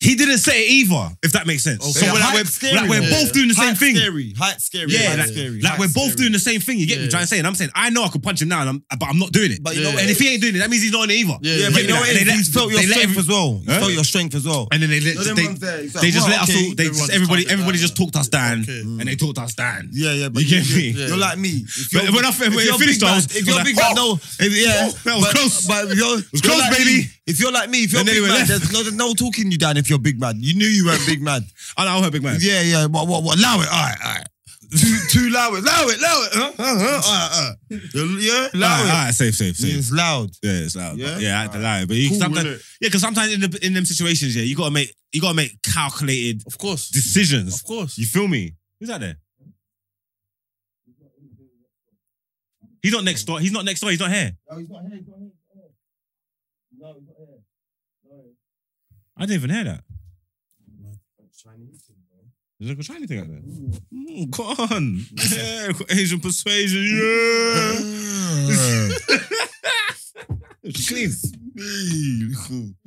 He didn't say it either, if that makes sense. So
Okay. Yeah,
we're, like, we're,
height's scary,
like, we're
though.
both doing the same
Height's
thing.
Scary, height scary,
Yeah, like-
height's scary.
Like we're
height's
both
scary.
doing the same thing. You get me
Yeah.
trying to say? And I'm saying I know I could punch him now, and I'm, but I'm not doing it.
But you know
Yeah.
what?
and if he ain't doing it, that means he's not on it either.
Yeah,
yeah,
yeah,
but you know
yeah,
what?
they
it is?
let-
He's felt your
they let
strength
every-
as well. He's
Huh?
felt your strength as well.
And then they let
You know, them
they,
ones there, it's like,
they just
well,
let us. All,
okay.
they
Everyone
just
just
everybody
talked it
everybody
down.
just talked us down,
Okay.
and they talked us down.
Yeah, yeah, but
You get me?
You're,
Yeah.
like me. If
But when
you're-
I- when
if
it
you're
finished,
big
I was- I
man- if
was
you're
like,
big man, no, if, yeah,
that was
but,
close.
But if you're,
was
you're
close,
like
baby.
Me, if you're like me, if you're
And then
big
they were
man,
left.
there's no, there's no talking you down. If you're big man, you knew you weren't big man.
I know, I'm a big man.
Yeah, yeah. What? What? What? Allow it. All right. All right. Too, too loud. It. Loud. It. Loud. It. Huh? Huh? Huh? All right. All right. Yeah.
Alright,
Loud. it.
alright, safe, safe, safe.
It's loud.
Yeah, it's loud.
Yeah?
Yeah, yeah I had to lie. But you,
Cool,
sometimes,
innit?
yeah, because sometimes in the in them situations, yeah, you gotta make you gotta make calculated
Of course.
decisions.
Of course.
You feel me? Who's that there? He's not next door. He's not next door. He's not here.
No, he's not here. He's not here. he's not here. No, he's not here. Sorry.
I didn't even hear that. There's like a Chinese thing out there. Mm, go on. Yeah, Asian persuasion. Yeah. It's clean.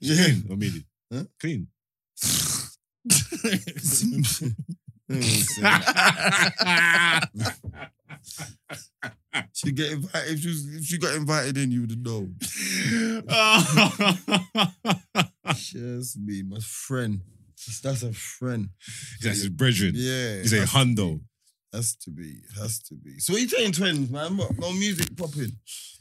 Yeah.
Clean. Or maybe.
Huh?
Clean.
she get invited. If she, was, if she got invited in, you would know. Just me, my friend. That's a friend.
That's his brethren.
Yeah.
He's a hundo.
Has to be, has to be. So what you saying, twins, man? What, no music popping.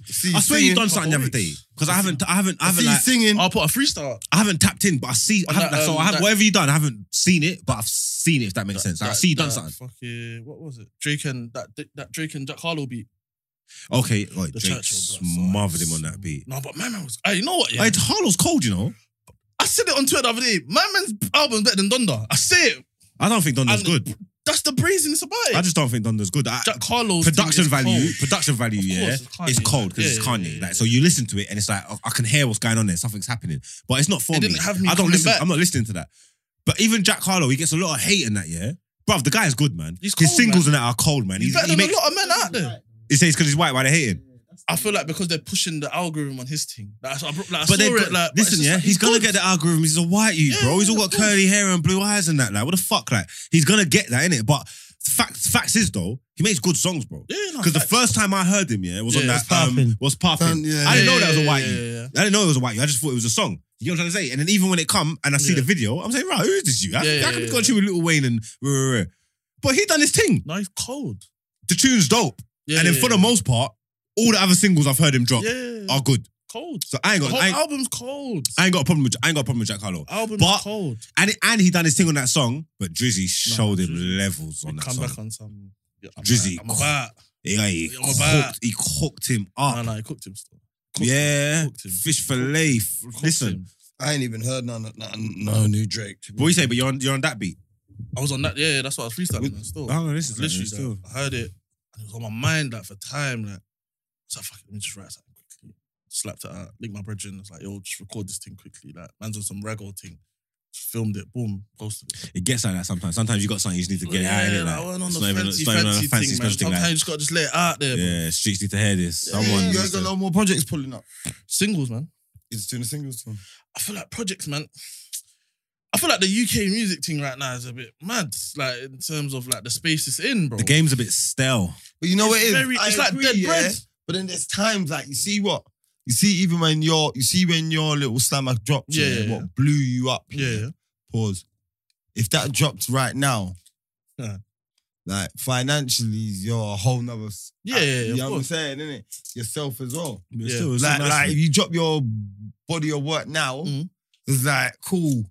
See,
I swear you've done
singing.
something the other day because I haven't, I haven't, I
I
haven't,
see
like, oh,
you singing.
I'll put a freestyle.
I haven't tapped in, but I see. I
On
haven't,
that,
like, so
um,
I have
that-
whatever you done. I haven't seen it, but I've seen it. If that makes sense, Like, I see you done
that
something.
Fucking what was it? Drake and that that Drake and Jack Harlow beat.
Okay, like
The
Drake
Churchill Blast,
smothered
sorry.
him on that beat.
No, but my man was. Hey, you know what? Yeah,
Like, it's Harlow's cold, you know.
I said it on Twitter the other day. My man's album's better than Donda. I say it.
I don't think Donda's
And-
good.
That's the brazenness about it.
I just don't think Donda's good. I,
Jack Harlow's thing
production
is
value,
cold.
production value,
Of
yeah,
course, it's Kanye,
it's cold because
yeah,
it's
yeah,
Kanye.
yeah, yeah.
Like, so you listen to it and it's like I, I can hear what's going on there. Something's happening, but it's not for
It
me.
didn't have me
I don't
coming
listen.
back.
I'm not listening to that. But even Jack Harlow, he gets a lot of hate in that, yeah. Bruv, the guy is good, man.
He's
His
cold,
singles and that are cold, man.
He's
He's,
better
he
than
makes,
a lot of men out there.
he says because he's white, why they hate him.
I feel like because they're pushing the algorithm on his thing. Like, I, bro- like, I
But
saw
they
it. Like, but it's
listen,
just
yeah,
like,
he's, gonna
good.
get the algorithm. He's a white youth,
Yeah,
bro. He's all
yeah,
got
of course.
curly hair and blue eyes and that. Like, what the fuck, like he's gonna get that innit? But facts, facts is though, he makes good songs, bro.
Yeah, no,
Because the
Ah, facts.
first time I heard him, yeah, was on
Yeah,
that
it's
um,
Poppin'.
was popping.
Done, yeah.
I didn't know that was a
Yeah,
white
yeah,
youth.
yeah, yeah.
I didn't know it was a white youth. I just thought it was a song. You know what I'm trying to say? And then even when it come and I see
Yeah.
the video, I'm saying, right, who is this you? I,
Yeah,
I
yeah,
could have
yeah,
gone
yeah.
through with Little Wayne and rah, rah, rah. but he done his thing.
No, he's cold.
The tune's dope,
Yeah,
and then
yeah,
for the
yeah.
most part, all the other singles I've heard him drop
yeah, yeah, yeah.
are good.
cold.
um, So I ain't
The
got
whole
I ain't,
album's cold.
I ain't got a problem with I ain't got a problem with Jack Harlow.
Album's
But-
cold.
And and he done his thing on that song, but Drizzy showed him
Drizzy-
levels on
We
that
come
song.
back Oh, on some. Yeah, I'm
Drizzy.
back, I'm back.
Yeah, he
I'm about-
cooked, he cooked him up.
No, no, he cooked him still. Cooked him.
Ah. yeah,
cooked him.
fish fillet. F-
Cooked
Listen,
him.
I ain't even heard none of none, no new Drake. to be
what you say? But you're on you're on that beat.
I was on that. Yeah, yeah, that's what I was freestyling. on Still,
Oh, this is literally
literally,
still.
like, I heard it. And it was on my mind like for time. Like, so fuck it, let me just write something quickly. Slapped it out. Linked my brethren. I was like, yo, just record this thing quickly. Like, man's on some raggle thing. Just filmed it. Boom. Posted it.
It gets like that sometimes. Sometimes you got something you just need to get
yeah,
out of
like, I
it.
wasn't
Like,
on
it's
the
not even-
fancy,
it's not even a fancy
fancy, thing, man.
special thing.
Sometimes you
Like,
just gotta just lay it out there. man.
yeah, streets need to hear this.
Yeah,
Someone.
honest. You
needs
guys got
to-
no more projects pulling up.
Singles, man.
He's doing the singles too.
I feel like projects, man. I feel like the UK music thing right now is a bit mad, like in terms of like the space it's in, bro.
The game's a bit stale.
But you know what it is?
very-
I
it's like
agree,
dead
yeah.
bread.
But then there's times like you see what you see even when your you see when your little slammer dropped,
Yeah,
yeah,
yeah,
what
yeah.
blew you up.
Yeah, yeah.
Pause. If that dropped right now,
Yeah.
like financially, you're a whole nother. s-
Yeah,
Ah,
yeah, yeah,
you
of
know what I'm
course.
saying, innit? Yourself as well.
But
Yeah.
still, it's
like,
still nice.
like if you drop your body of work now,
Mhm.
it's like cool.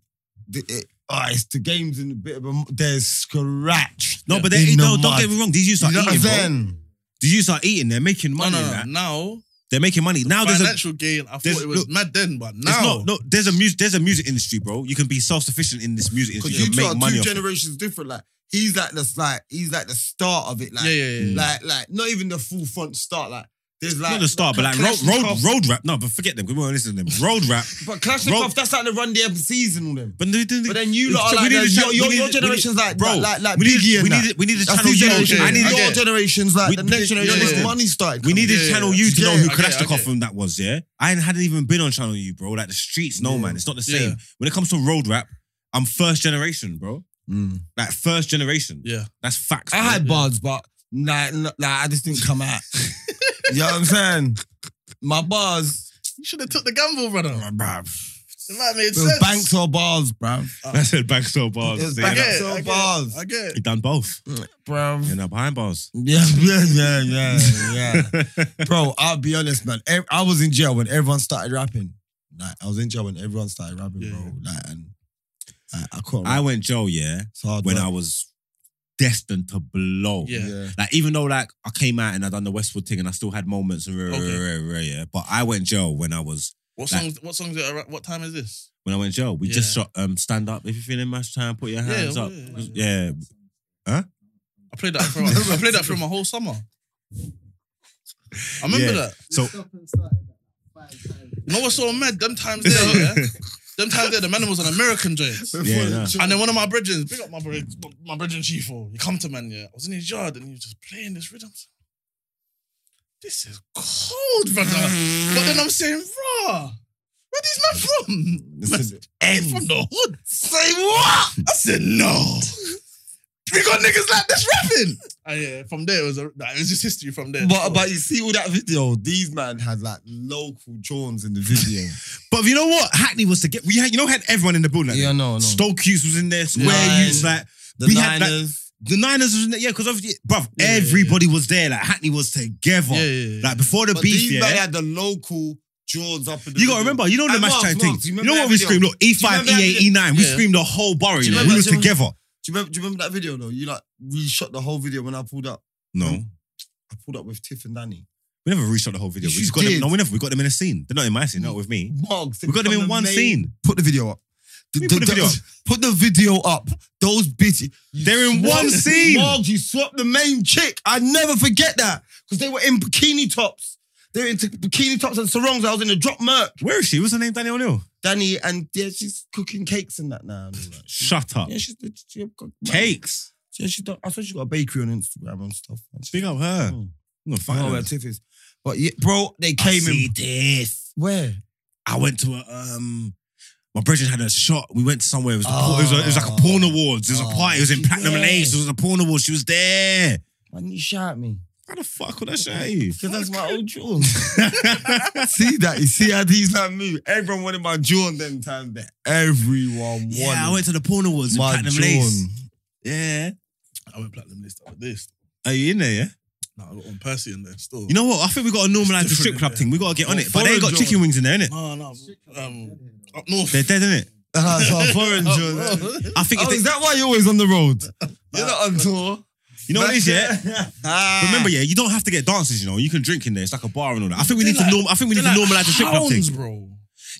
The, it, ah, it's the games in a bit of a m- there's scratch.
no, but they
in
eat,
the
no, don't
mud.
get me wrong. These youths are
You know what I'm
eating, bro.
saying?
These youths are eating. They're making
No,
money.
no, no.
like.
Now
They're making money. Now there's a
financial gain. I
there's-
thought it was
look,
mad then, but
It's
now
not- no, there's a music, there's a music industry, bro. You can be self sufficient in this music industry. You
Because you
can
two
make
are
money.
two
off it.
generations different. Like he's like the like he's like the start of it. Like
yeah, yeah, yeah.
like like not even the full front start. Like there's like
Not the start, but like road, road,
Kalashnikov-
road rap. No, but forget them. 'cause We won't listen to them. Road rap.
But
road-
Kalashnikov, that's like the Run the MCs and all them.
But, they didn't-
But then you lot
So
are like
we need to
the- your,
ch-
your,
we
your
need-
generation's like
bro,
like like
we
Biggie
need, we
and that.
need, we need to
That's
channel
his
you.
generation.
yeah,
I need
yeah.
and
your
your
get it.
generation's like
We-
the next
you
generation
understand?
when money started.
We need
coming.
to
Yeah, yeah,
channel
yeah.
you to
Yeah,
know who
I get it, I
Kalashnikov
get it.
from that was, yeah? I ain't- hadn't even been on channel you, bro. Like the streets, no,
Yeah.
man. It's not the
Yeah.
same. When it comes to road rap, I'm first generation, bro.
Mm.
Like first generation.
yeah.
That's facts.
I
bro.
had bars, but like like I just didn't come out. you know what I'm saying? My bars,
You should have took the gamble, brother. It
bruv.
might have made
It was
sense.
banks or bars, bruv.
I said back so bars.
It was
Yeah,
back-
I get
that-
it,
So
I get
bars.
It, I get
He
it.
done both.
Bruv.
You're not behind bars.
Yeah, yeah, yeah, yeah, yeah. Bro, I'll be honest, man. Ev- I was in jail when everyone started rapping. Like, I was in jail when everyone started rapping,
Yeah,
bro. Like, and like, I couldn't.
I
rap.
went Joe, yeah,
It's hard
when I
work.
was destined to blow.
Yeah.
Like even though like I came out and I done the Westwood thing and I still had moments and rah, rah,
Okay.
rah, rah, rah, yeah, but I went Joe when I was
What
Like-
songs? What songs? Are, what time is this?
when I went Joe. We just
Yeah.
shot um stand up. If you're feeling much time, put your
Yeah,
hands
yeah,
up.
yeah,
Yeah, yeah.
I played that for. I played that for my whole summer. I remember
Yeah.
that.
So
You know what's so mad? Um, Them times there, yeah. Them times there, the man was an American joint.
Yeah, nah.
And then one of my brethren, big up my brethren, my brethren Chifo, he come to man, yeah. I was in his yard and he was just playing this rhythm. This is cold, brother. but then I'm saying, raw. Where these men from?
This is it.
Hey, from the hood. Say what? I said, no. We got niggas like this rapping. Ah, yeah, from there it was a, nah, it was just history from there.
But, but you see all that video, these man had like local Johns in the video.
But you know what? Hackney was to get we had you know had everyone in the building. Like that.
no,
Stoke Hughes was in there, Square
Nine.
Hughes, like
The
we had, like,
Niners.
the Niners was in there, yeah, because obviously, bruv,
Yeah, yeah,
everybody was there. Like Hackney was together.
yeah, yeah, yeah.
Like before the
but
beef,
these
yeah.
man had the local Johns up in the
You gotta
video.
remember, you know the
And
match
Mark,
time
Mark,
thing.
do
You
you
know
remember
what we
that
screamed? Look, E E5,
remember that
E8, E9. We
Yeah.
screamed the whole borough. You
Do you
know, we
remember
was
that- do you remember-
together.
Do you remember, do you remember that video though? You like reshot the whole video when I pulled up.
No,
I pulled up with Tiff and Danny.
we never reshot the whole video. We
Yes,
just
you
got them.
did.
No, we never. We got them in a scene. They're not in my scene. Not with me.
Mugs.
We got them in one scene.
Put the video up.
We put the video up.
Put the video up. Those bitches. you
They're in
swap-
one scene.
Mugs, you swapped the main chick. I never forget that because they were in bikini tops. They were in bikini tops and sarongs. I was in a drop merc.
Where is she? What's her name? Danny O'Neill.
Danny and yeah, she's cooking cakes and that now. and all that.
Shut up.
Yeah, she's the she,
Cakes.
She, she done, I saw she got a bakery on Instagram and stuff. And she,
Big up her. I'm
Oh.
gonna
I don't know
find
where
her.
Tiff is. But yeah, bro, they
I
came
see
in.
this.
Where?
I went to a um. My brethren had a shot. We went somewhere. It was, the por- it was, a, it was like a porn awards. It was
Oh.
a party. It was in Platinum
Yeah.
Lace. It was a porn awards. She was there.
Man, you shot me.
How the fuck would I shout at you?
Because that's my old Jordan. see that? You see how these man move? Everyone wanted my Jordan them times that. Everyone
Yeah,
wanted
I went to the porn awards in
my
Platinum
Jordan.
Lace. Yeah.
I went platinum list after this.
Are you in there, yeah?
No, I got one Percy in there still.
You know what? I think we got to normalise the
different
strip
in
club
there.
thing. We got to get on
Oh,
it. But they ain't got
foreign
chicken wings in there, innit?
no, no. Um, up north.
They're dead, innit?
Ah, so I'm foreign
Up
Jordan.
north.
I think if
Oh,
they,
is that why you're always on the road?
Uh,
You're not on tour.
you know what it is, yeah?
Ah.
Remember, yeah, you don't have to get dances, you know. You can drink in there. It's like a bar and all that. I think we
They're
need
like-
to norm. I think we need
They're
to
like
normalise the strip club thing.
hounds, bro.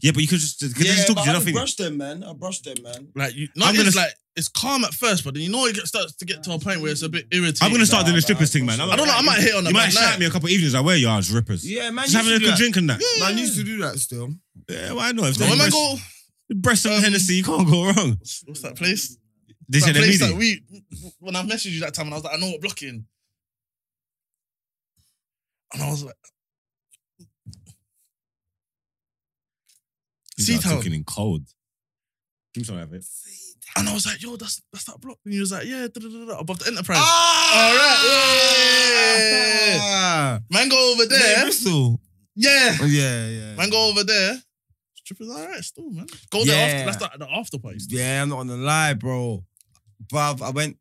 Yeah, but you could just, cause they
Yeah,
just talk
but
to you.
I
Nothing.
brushed them, man. I brushed them, man.
Like you, no,
I'm gonna
it's
s-
like it's calm at first, but then you know it gets, starts to get to a point where it's a bit irritating.
I'm gonna start
Nah,
doing the
man,
strippers
I
thing, man.
brushed
I'm
I don't know. I might hit on
You
them.
might
at
shout at
night.
me a couple of evenings. Like, where you are as rippers?
Yeah, man.
Just having a good drink and that.
Man used to do that still.
Yeah, why not? If
So
there's
when I
breast-
go,
breast and
Um,
Hennessy, you can't go wrong.
what's that place?
They
that
said
place that
immediately.
we when I messaged you that time and I was like, I know what blocking. And I was like,
These
Sea
guys
Town.
talking in cold. Give me some of it.
and I was like, yo, that's that's that block. And he was like, yeah, da, da, da, da, above the enterprise.
Ah!
All right, yeah. Man, go over
Yeah,
there.
Bristol.
Yeah.
Oh, Yeah, yeah.
Man, go over there. Strippers all right still, man. Go
Yeah.
there after. That's the, the after party.
Yeah, I'm not on the lie, bro. Bruv, I went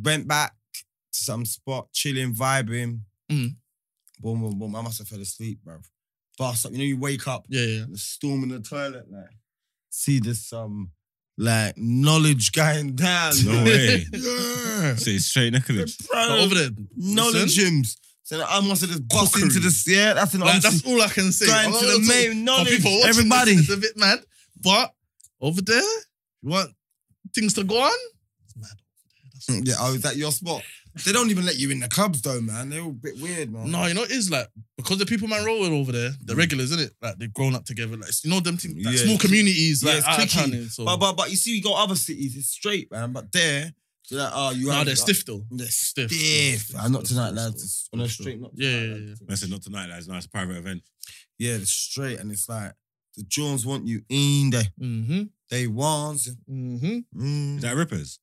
went back to some spot, chilling, vibing.
Mm.
Boom, boom, boom. I must have fell asleep, bruv. Bust up. You know, you wake up,
Yeah, yeah.
the storm in the toilet, like, see this um like knowledge going down.
No way.
yeah.
Say straight necklace.
But
Bro,
over there.
knowledge
listen,
gyms. So I must have just bust
Cookery.
into this. Yeah, that's an
like,
honest-
that's all I can say.
Going to
I'm not
the
gonna talk-
main
for
knowledge.
people watching this,
Everybody.
it's a bit mad. But over there, you want things to go on? It's mad. That's
Yeah, I was at your spot. They don't even let you in the clubs though, man. They're all a bit weird, man.
No, you know it is like because the people man roll with over there, they're regulars, isn't it? Like they've grown up together, like you know them things, like,
Mm. Yeah.
small communities,
Yeah,
like
it's
out of
clicky.
town and so.
But but but you see, we got other cities. It's straight, man. But there, they're like, oh, you
nah,
have-
they're stiff though.
They're
Stiff,
stiff.
stiff,
man. not
stiff,
tonight,
stiff,
lads.
stiff,
It's on a
stiff,
straight. Not
Yeah,
tonight,
yeah,
lads.
I said not tonight. That's a nice private event.
Yeah, it's straight, and it's like the Jones want you in there.
Mm-hmm.
They want. you.
Mm-hmm.
Is
Mm,
that rippers?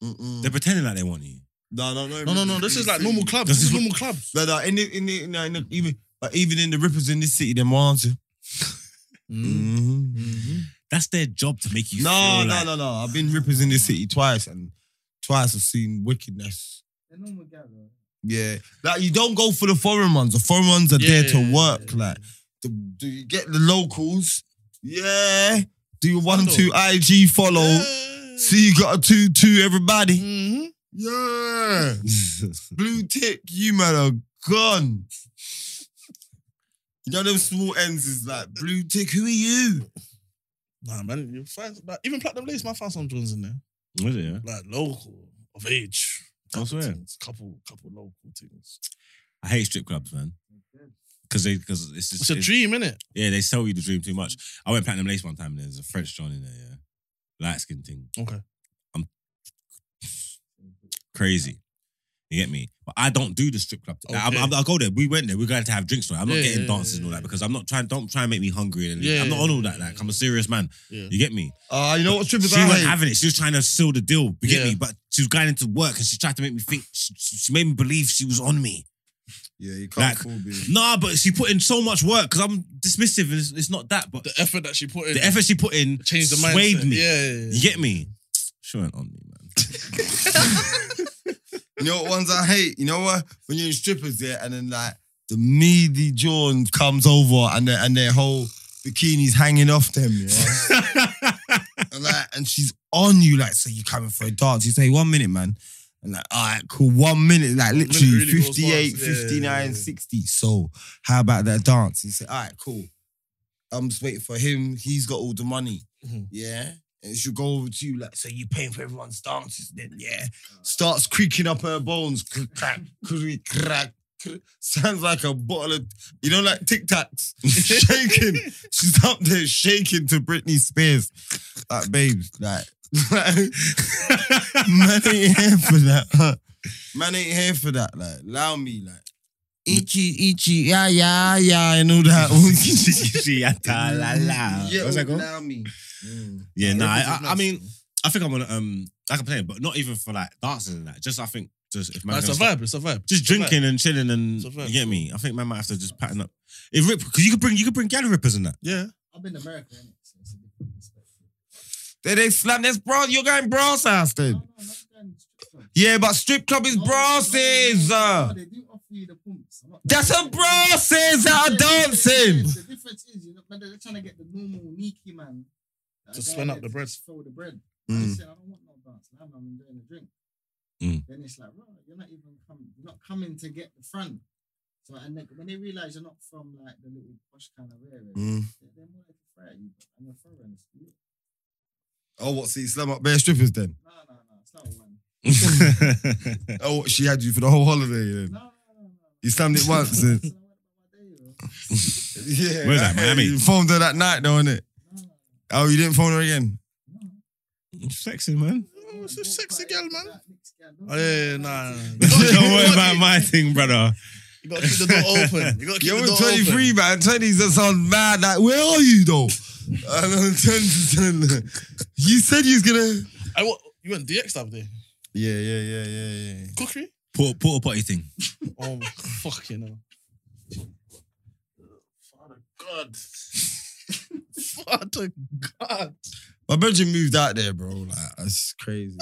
mm-mm.
They're pretending like they want you.
No, no, no,
No, no, no. This is like normal clubs. This is normal clubs.
No, no, in the, in the, in the, in the even but even in the rippers in this city, they want you.
Mm.
Mm-hmm.
That's their job to make you
No,
feel
no,
like,
no, no. I've been rippers in this city twice, and twice I've seen wickedness.
They're normal gather.
Yeah, like you don't go for the foreign ones. The foreign ones are there to
Yeah.
work. Like, do, do you get the locals? Yeah. Do you one two IG follow? See, you got a two two everybody.
Mm-hmm.
Yeah. Blue tick, you man are gone. You know them small ends is like blue tick. Who are you?
Nah, man. You find like, even platinum lace. Man, found some drones in there.
Was it? Yeah?
Like local of age.
I swear.
Things, couple, couple local things.
I hate strip clubs, man. Because they, because it's just,
It's a
it's-
dream, innit?
yeah, they sell you the dream too much. I went platinum lace one time, and there's a French John in there, yeah, light skin thing,
Okay.
crazy. You get me? But I don't do the strip club. I,
Okay.
I, I go there. We went there. We're going to have drinks. Right? I'm not
Yeah,
getting
yeah,
dances and all
yeah,
that
yeah.
because I'm not trying. Don't try and make me hungry. And
Yeah,
I'm not
yeah,
on all
yeah,
that.
yeah,
Like
yeah.
I'm a serious man.
Yeah.
You get me?
Uh, you know what strippers
She
I
wasn't
hate?
having it. She was trying to seal the deal. You get
Yeah.
me? But she was going into work and she tried to make me think. She, she she made me believe she was on me.
Yeah, you
Like-
can't fool me.
Nah, but she put in so much work because I'm dismissive. And it's, it's not that, but
The effort that she put in.
the effort she put in
changed the mindset.
swayed me.
Yeah, yeah, yeah.
You get me? She went on me, man.
You know what ones I hate? You know what? When you're in strippers there and then like the meaty John comes over and their and their whole bikini's hanging off them, yeah. and like and she's on you, like, so you coming for a dance. You say, one minute, man. And like, all right, cool. One minute, like
minute
literally
really goes
58,
fast. Yeah, yeah,
59,
yeah.
60. So how about that dance? You say, all right, cool. I'm just waiting for him. He's got all the money.
Mhm.
Yeah. And it should go over to you, like, so you paying for everyone's dances then, yeah. Starts creaking up her bones. Cr- Crack, creak, crack, cr- Sounds like a bottle of, you know, like Tic Tacs. shaking. She's up there shaking to Britney Spears. Like, babes, like,
Man ain't here for that.
Man ain't here for that. Like, allow me, like.
Ichi, ichi, yeah, yeah, yeah, and all that.
Yeah, What's that called?
allow me. Mm.
Yeah, nah. I,
Represent
I- I mean, I think I'm gonna um, I can play it, but not even for like dancing and that. Just I think just if man,
it's a
gonna stop-
vibe. It's a vibe.
just
It's a vibe.
drinking and chilling and
It's a vibe.
you get me. I think man might have to just pattern up. If rip, because you could bring you could bring galley rippers in that.
Yeah.
I've been to America, innit? So it's a different perspective.
They, they slap this bra. You're going brass house
No,
then.
no, I'm not going to strip club.
Yeah, but strip club is
No, no,
brasses.
no, no,
uh.
They do offer you the pumps. I'm not
That's
going
a
to-
brasses that are
Yeah, yeah, yeah,
dancing.
The difference is, you know, man, they're trying to get the normal Niki man. that
To
guy
spin up
there
the
to
bread.
just Throw the bread. I
Mm.
said, I don't want no dance. Now I'm enjoying the drink.
Mm.
Then it's like, right, you're not even coming. You're not coming to get the front. So and then, when they realize you're not from like the little posh kind of area,
Mm.
they- they're more like a frat. You, I'm a foreigner. it's you.
Oh, what? See, slam up bare strippers then.
No, no, no, it's not one.
Oh, what, she had you for the whole holiday. Yeah.
No, no, no, no. no.
You slammed it once. and-
So I went about my day, you know.
yeah.
Where's that, Miami?
You phoned her that night, though, innit?
No, no,
Oh, you didn't phone her again?
no, no.
Sexy man.
I
Oh, it's a
walked
sexy
by
girl,
it,
man.
that mixed girl. Don't
Oh, yeah, yeah,
do
nah.
that.
nah, nah.
Don't worry about my thing, brother.
You gotta keep the door open. You gotta keep
You're
the door
23,
open.
man. 20s, that sound mad. Like, where are you, though? and I'm 10 to 10. You said you was gonna.
I wa- you went DX that day.
Yeah, yeah, yeah, yeah, yeah.
Cookery?
Porta porta potty thing.
Oh, fucking hell. Father God. Father God.
My brother moved out there, bro. Like, that's crazy.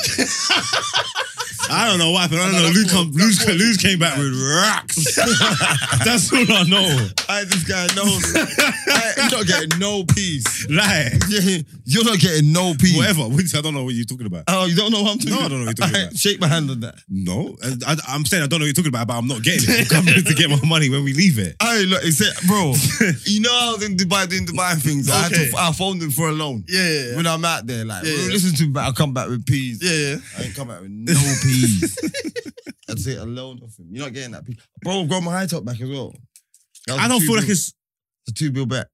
I don't know what happened. I don't
No,
know.
that's
Lou,
what-
come,
that's
Lou's,
what-
Lou's came back with rocks. that's all I know.
I, this guy knows. I, you're not getting no peace.
Like,
Yeah, you're not getting no peace.
whatever. I don't know what you're talking about.
Oh, you don't know what I'm talking
No, I
about?
don't know what you're talking
Alright,
about.
Shake my hand on that.
No, I, I, I'm saying I don't know what you're talking about, but I'm not getting it. I'm coming to get my money when we leave it.
I look, it's it, bro. you know I was in Dubai doing Dubai things. I had
Okay.
to, I phoned him for a loan.
Yeah, yeah, yeah.
When I'm out there, like,
Yeah,
bro,
yeah.
listen to me, but I'll come back with peas.
Yeah, yeah.
I ain't come back with no peas. I'd say a loan off him. You're not getting that peas. Bro, I've got my high top back as well. That was
I
a
don't
two
feel like
bill-
it's.
a two bill back.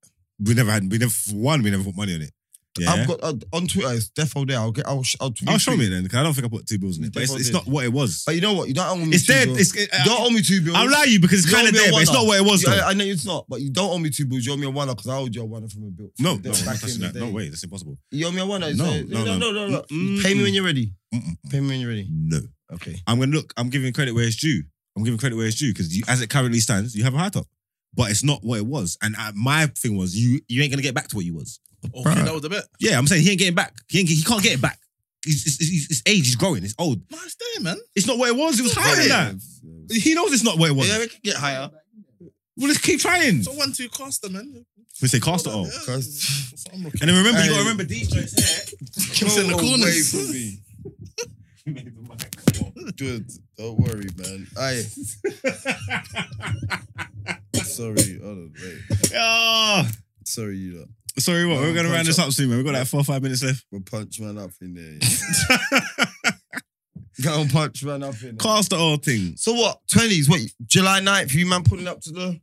We never had. We never one. We never put money on it. Yeah.
I've got uh, on Twitter, it's defo there. I'll get I'll, sh- I'll tweet
I'll show
you.
me it then. 'cause I don't think I put two bills in it. But it's, it's not what it was.
But you know what? You don't owe me
It's
two
there.
bills.
It's.
you don't owe me two bills.
I'll lie you because it's
You owe
kind of
me a
there, but it's
one-er.
not what it was
Yeah,
though.
I know it's not, but you don't owe me two bills. You owe me a one because I owed you a one from a bill.
No,
from
no,
the-
I'm
back
not touching
in the
that. No
day.
way. That's impossible.
You owe me a one.
No,
so,
no,
no,
no.
no, no, no.
Mm-mm.
Pay me when you're ready.
Mm-mm.
Pay me when you're ready.
No.
Okay.
I'm gonna look. I'm giving credit where it's due. I'm giving credit where it's due because as it currently stands, you have a high top, but it's not what it was. And uh, my thing was, you you ain't gonna get back to what you was.
Oh,
Bruh.
that was the bet.
Yeah, I'm saying he ain't getting back. He ain't, get- he can't get it back. His, his, his, his age is growing. It's old.
No, it's there, man.
It's not what it was. It was higher than that.
Yeah,
He knows it's not what it was.
we can get higher.
Well, let's keep trying.
So one, two, caster, man.
We say cast it all.
Yeah.
Cast-
That's what I'm looking
And then remember, you
Hey.
gotta remember these joints here.
Keeps in the
Go away
corners.
from me. Dude, don't worry, man. I sorry, hold on, wait.
Ah,
Sorry, you lot.
Sorry, what?
No,
We're gonna
punch
round this
up.
up soon, man. We've got like four or five minutes left.
We'll punch man up in there. Yeah. Go and punch man up in there.
Cast the old thing.
so what? Twenties? What? July 9th, you man pulling up to the?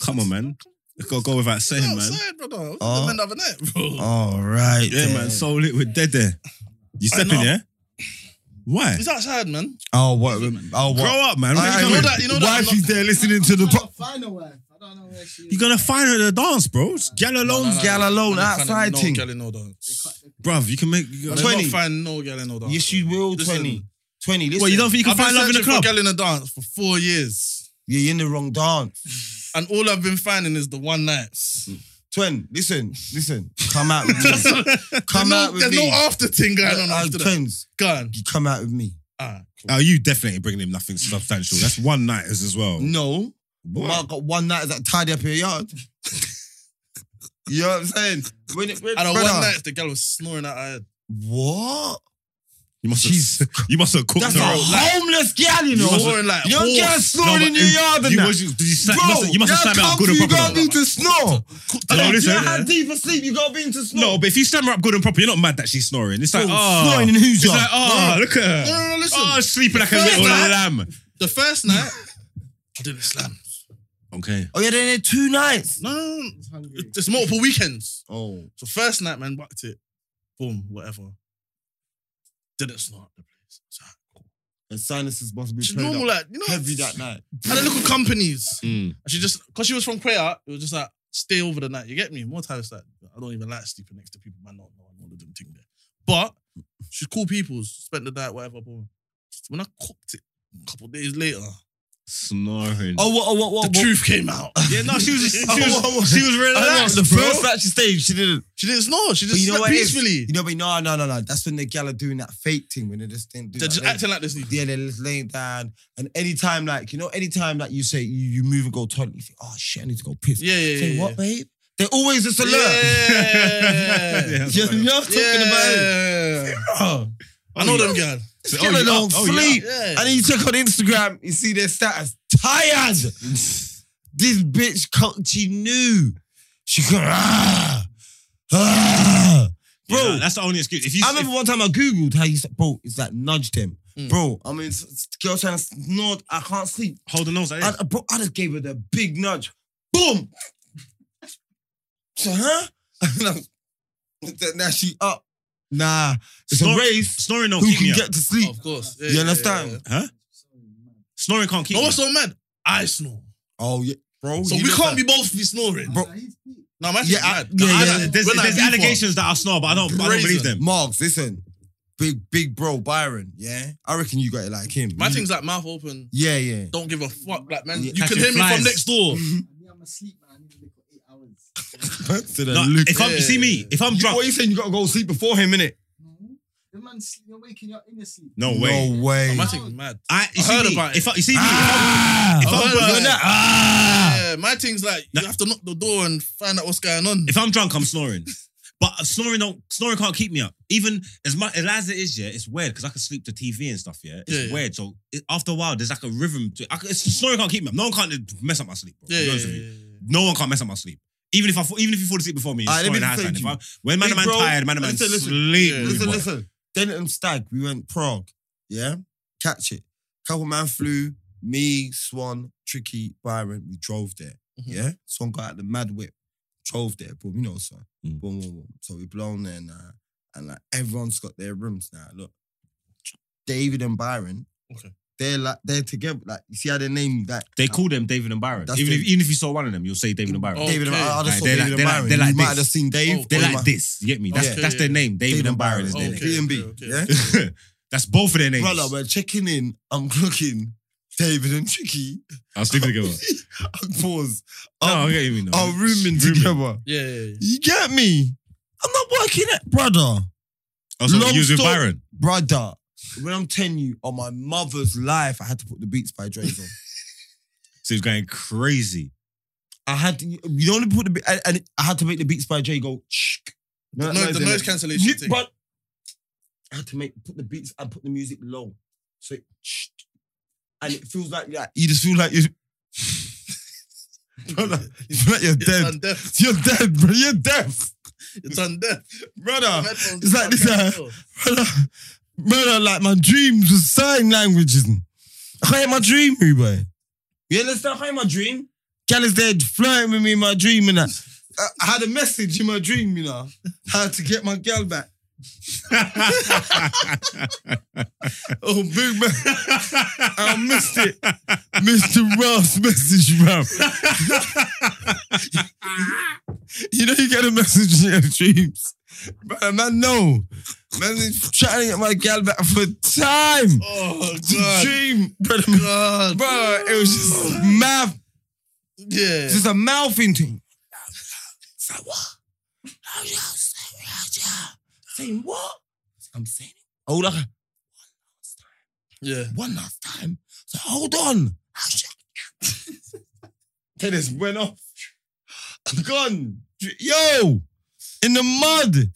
Come on, man. It's gotta go without saying,
Outside,
man.
brother. I was with
Oh.
the man the other night, bro.
All right.
Yeah, man. So lit with dead there. You
I
stepping,
know.
yeah? Why?
He's outside, man.
Oh what? Oh
Grow
what?
up, man. What
I-
you
I-
coming-
know that- you know that-
Wifey's there listening to
I'm
the.
trying
Po-
find a wife. I don't know where she is.
You're gonna find her at the dance, bro. Gal alone,
No, no, no,
gal
no.
alone,
I'm not finding
outside thing.
No gal in order.
They cut- they
bruv. You can make. You
I
got-
did
20.
not find no gal in order.
yes, you will.
Listen.
Twenty. Twenty. Listen.
Well, you don't think you can
I've been
find love in the
searching for
club?
gal in the dance for four years,
You're in the wrong dance.
and all I've been finding is the one nights.
Twen, listen, listen. Come out with me. Come
There's no-
out with
There's
me.
no after thing going on
Uh,
after that.
Twins,
Gone.
you come out with me.
Ah, cool.
Oh, you definitely ain't bringing him nothing substantial. That's one night as as well.
No.
What?
Mark got one night that tidy up your yard. you know what I'm saying? When it, when,
And a one
brother,
night, the girl was snoring at her head.
What?
You must
She's
have. You must have cooked
that's a
her.
homeless girl, you know.
snoring like
You don't
horse.
get snoring
but
in your
if-
yard and
You
that.
must, did you, slam-
Bro,
you must have- you must have
that's
slammed her
how
up good
you
and
gotta
proper.
be to snore.
No,
Like,
listen,
you know how
yeah.
deep asleep you gotta be into snore.
eh? No, but if you slam her up good and proper, you're not mad that she's snoring. It's like,
Bro,
oh,
snoring in
it's
whose yard?
like, oh, look at her.
No, no, no, listen.
Oh, sleeping like a
First
little
night-
lamb.
The first night, I didn't slam.
Okay.
Oh, yeah, then they're two nights.
No, no, no.
cut- it's hungry.
It's multiple weekends.
Oh.
So first night, man, bucked it. Boom, whatever. didn't snort the place. So, cool.
The sinuses must be
She's
played
normal,
up
like, you know.
heavy that night.
And the little companies.
Hmm.
And she just, because she was from Quayer, it was just like, stay over the night. You get me? More times like, I don't even like sleeping next to people, man. No, no, I know them thing there. But she's cool people, spent the night, whatever. But when I cooked it a couple days later,
Snoring.
Oh, what, oh, what,
the
what? what?
truth came out.
yeah, no, she was just, she
Oh,
was,
what- what-
she was
I know,
relaxed,
the
bro.
first match she stayed, she didn't.
She didn't snore. She
But
just
you know what
slept
it is?
peacefully.
You know, but no, no, no, no. That's when the gal are doing that fake thing when they just think.
They're just acting like this.
Yeah, they're just laying down. And anytime, like, you know, anytime like you say you, you move and go toilet, you think, oh shit, I need to go piss.
Yeah, yeah,
Say,
yeah.
what, babe? They're always just alert.
Yeah.
You know, you know what I'm talking about?
Yeah.
Oh,
I know them girl.
this
Oh,
girl
you
don't
up? Oh, you
sleep.
Yeah.
And then you check on Instagram, you see their status. Tired. this bitch, co- she knew. She could, ah, ah. Bro,
Yeah, no, that's the only excuse. If you,
I remember one time I googled how you said, bro, it's like nudged him.
Mm.
Bro, I mean, s- s- girl trying to snort, I can't sleep.
if, hold the nose like this.
I, I- bro, I just gave her the big nudge. Boom! So, huh? And I was- then now she up. Nah, it's a
Snort-
race.
snoring don't
Who
keep me
can
up.
get to sleep?
Of course.
You understand?
Huh?
Sorry, man.
Snoring can't keep
No,
me
what's
up.
so mad? I snore.
Oh, yeah, bro.
So
you
we
know
can't
that.
be both be snoring.
Bro.
Nah, he's deep.
No, man.
Yeah,
Yeah,
I-
mad.
yeah,
No, I-
yeah.
There's,
when I
there's
beef her-
allegations that I snore, but I don't, I don't believe them.
Marks, listen. Big, big bro, Byron, yeah? I reckon you got it like him.
My
You-
thing's like mouth open.
Yeah, yeah.
Don't give a fuck, black man.
Yeah,
You can
catching
hear me
flies.
from next door.
And me, I'm asleep, man. I need to sleep for eight hours.
to the
No,
look.
if I'm,
Yeah.
see me, if I'm
You-
drunk,
What you saying? You gotta go sleep before him, innit?
no, the man, sleep- you're waking up in your sleep.
no way.
No way.
My thing's mad.
I, you
I
see
heard
me,
about it.
if I, you see me,
Ah!
if I'm,
I
if
heard
I'm
about
drunk,
it.
You're not- ah!
Yeah, my thing's like
No.
you have to knock the door and find out what's going on.
If I'm drunk, I'm snoring. But snoring don't snoring can't keep me up. Even as much as it is, yeah, it's weird because I can sleep to TV and stuff. Yeah, it's
Yeah, yeah.
weird. So it, after a while, there's like a rhythm to it. I, c- it's, snoring can't keep me up. No one can mess up my sleep. Bro.
Yeah,
I'll be
yeah,
honest
yeah,
with you.
yeah, yeah.
No one can't mess up my sleep. Even if I, fa- even if you fall asleep before me, it's
Alright, let me
snoring
just
has
say
time.
to
If
you.
I, when man and
Big
man
bro,
tired, man and man
listen, listen.
sleep.
Yeah.
with
Listen,
boy.
listen. Then and Stag, we went Prague. Yeah? Catch it. Couple man flew, me, Swan, Tricky, Byron, we drove there.
Mhm.
Mm-hmm.
Yeah? Swan got out the mad whip, drove there, boom, you know, so.
Mm.
Boom, boom, boom. So we blown there now. And like everyone's got their rooms now. Look, David and Byron.
Okay.
They're like they're together. Like you see how their name like
They call them David and Byron.
That's
Even if,
it.
even if you saw one of them, you'll say David and Byron.
Oh,
David and
okay.
I, I
Like,
just saw
they're
David
like-
and
they're like-
Byron.
they're like
you might
this.
have seen Dave.
Oh,
They're
or you
like
might-
this. You get me? That's
Okay.
that's their name. David, and Byron is
and
their
Byron.
name.
Okay,
B&B.
okay,
yeah?
okay.
that's both of their names.
Brother, we're checking in. I'm looking. David and Tricky.
I'll sleep together.
Pause.
No,
Our-
I get what you mean. though.
Our rooming
Rooming.
together.
Yeah, yeah, yeah.
You get me? I'm not working at brother.
Oh, so
Long
you was with
story-
Byron.
Brother. When I'm telling you, on my mother's life, I had to put the beats by Dre on.
So he was going crazy.
I had to, you don't put the be- and, and I had to make the beats by Dre go. Shh. No,
No,
no,
the
no.
noise cancellation
You-
thing.
but I had to make put the beats and put the music low, so it, and it feels like yeah, you just feel like you. Brother, you feel like you're
It's
dead.
on death.
You're dead, bro. You're deaf,
It's on death.
brother.
It's
it's like this, uh, brother, brother, like my dreams was sign languages. I can't hear my dream, you boy. You understand? I can't hear my dream. Gal is there flirting with me in my dream and that. I, I had a message in my dream, you know, how to get my gal back. Oh, big man. I missed it. Mr. Ross message, bro. you know you get a message in your dreams. But man, no. Man, he's trying to get my gal back for time.
Oh
It's a
god.
dream, brother.
God.
Bro, it was just mouth,
Yeah.
just a mouthing thing. Say what? Saying what? I'm saying it. Hold on.
yeah.
one last time. So hold on. Tennis went off. I'm gone. Yo, in the mud.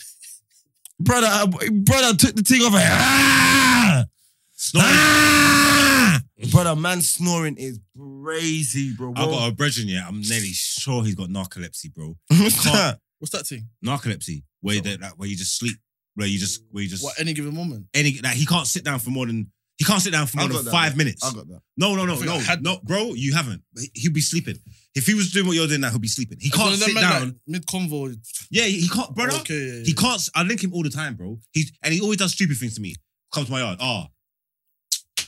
Brother, I, brother took the thing off. and- Ah! Ah! Brother, man snoring is crazy, bro.
I got a brethren, yeah. I'm nearly sure he's got narcolepsy, bro.
What's that?
What's that thing?
Narcolepsy, where that, like, where you just sleep, where you just, where you just,
What any given moment?
any, like he can't sit down for more than, he can't sit down for
I
more
got
than
that,
five
man.
minutes.
I got that.
No, no,
I
no,
think
no,
I had-
no, bro, you haven't. He'll be sleeping. If he was doing what you're doing now, he'll be sleeping. He can't sit down.
Mid convo.
yeah, he, he can't, brother.
Okay.
He can't. I link him all the time, bro. He and he always does stupid things to me. Come to my yard. Ah.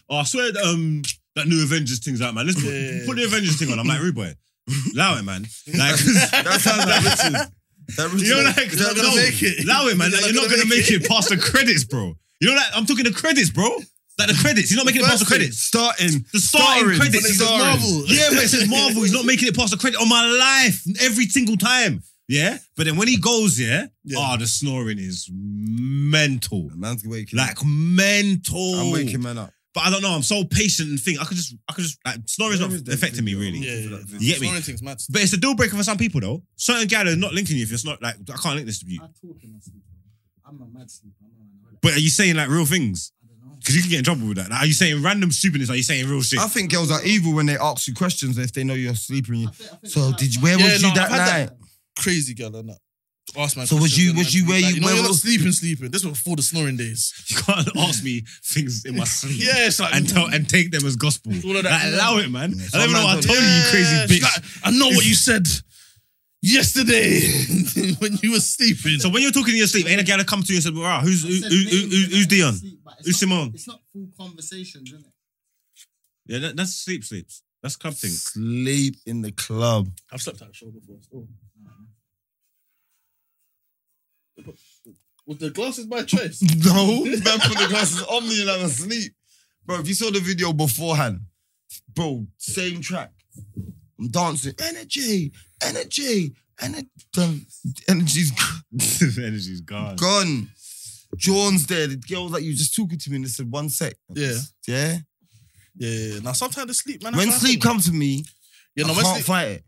Oh, I swear that, um, that new Avengers thing's out, man. Let's put,
Yeah.
put the Avengers thing on. I'm like, Ruboy, allow it, man. Like, 'cause that sounds like Richard.
That
You know, like,
You're not gonna
no,
make it.
allow it, man.
You're
Like,
not
you're not
gonna
gonna
make
make it past the credits, bro. You know, like, I'm talking the credits, bro. Like the credits, he's not making it past the credits.
Starting.
The starting
Starring,
credits
but
is
it's starring.
Marvel. Yeah, but it says Marvel. He's not making it past the credit on my life every single time. Yeah, but then when he goes, yeah,
Yeah.
ah, the snoring is mental,
Man's waking.
like mental.
I'm waking man up.
but I don't know. I'm so patient and think I could just, I could just like snoring's not affecting me really.
Yeah, yeah, yeah.
You get me?
Snoring things mad.
But it's a deal breaker for some people though. Certain guy are not linking you if it's not like I can't link this to you.
I talk in my sleep. though. I'm a mad sleeper. I'm not an
But are you saying like real things?
I don't know.
Because you can get in trouble with that. Like, are you saying random stupidness? Are you saying real shit?
I think girls are evil when they ask you questions if they know you're sleeping.
I
You.
think- I think
So
that-
did you- where
Yeah,
was
no,
you that
I've had
night?
that. Crazy girl and that. Ask my
So was
questions
you-
and
was
I'd
you
be
where
like,
you-
you know
where
you're not
was-
sleeping sleeping. This was before the snoring days.
You can't ask me things in my sleep.
Yeah, it's like
and tell and take them as gospel.
all of that.
Like, allow it, man.
Yeah,
I don't even know what I told you, you
Yeah,
crazy
she's
bitch.
like, I know what you said yesterday when you were sleeping.
so when you're talking in your sleep, ain't a guy to come to you and say, "Bruh, who's
I
who,
said
who, who,
names
who-
in
who's
my
Dion?"
sleep, but it's
Who's
not-
Simone?
It's not full conversations, isn't it?
Yeah, that, that's sleep, sleeps. That's club thing.
Sleep in the club.
I've slept at a show before. so- With the glasses by choice.
No, man put the glasses on me and I'm asleep. Bro, if you saw the video beforehand, bro, same track. I'm dancing. Energy, energy, energy. Energy's
Energy's gone.
gone. John's there. The girl was like, you just talking to me and they said, one sec.
Yeah.
Yeah.
Yeah, yeah, yeah. Now sometimes the sleep, man.
when
that's
sleep
what happens.
comes to me,
yeah,
I
no, when,
can't
sleep,
fight it.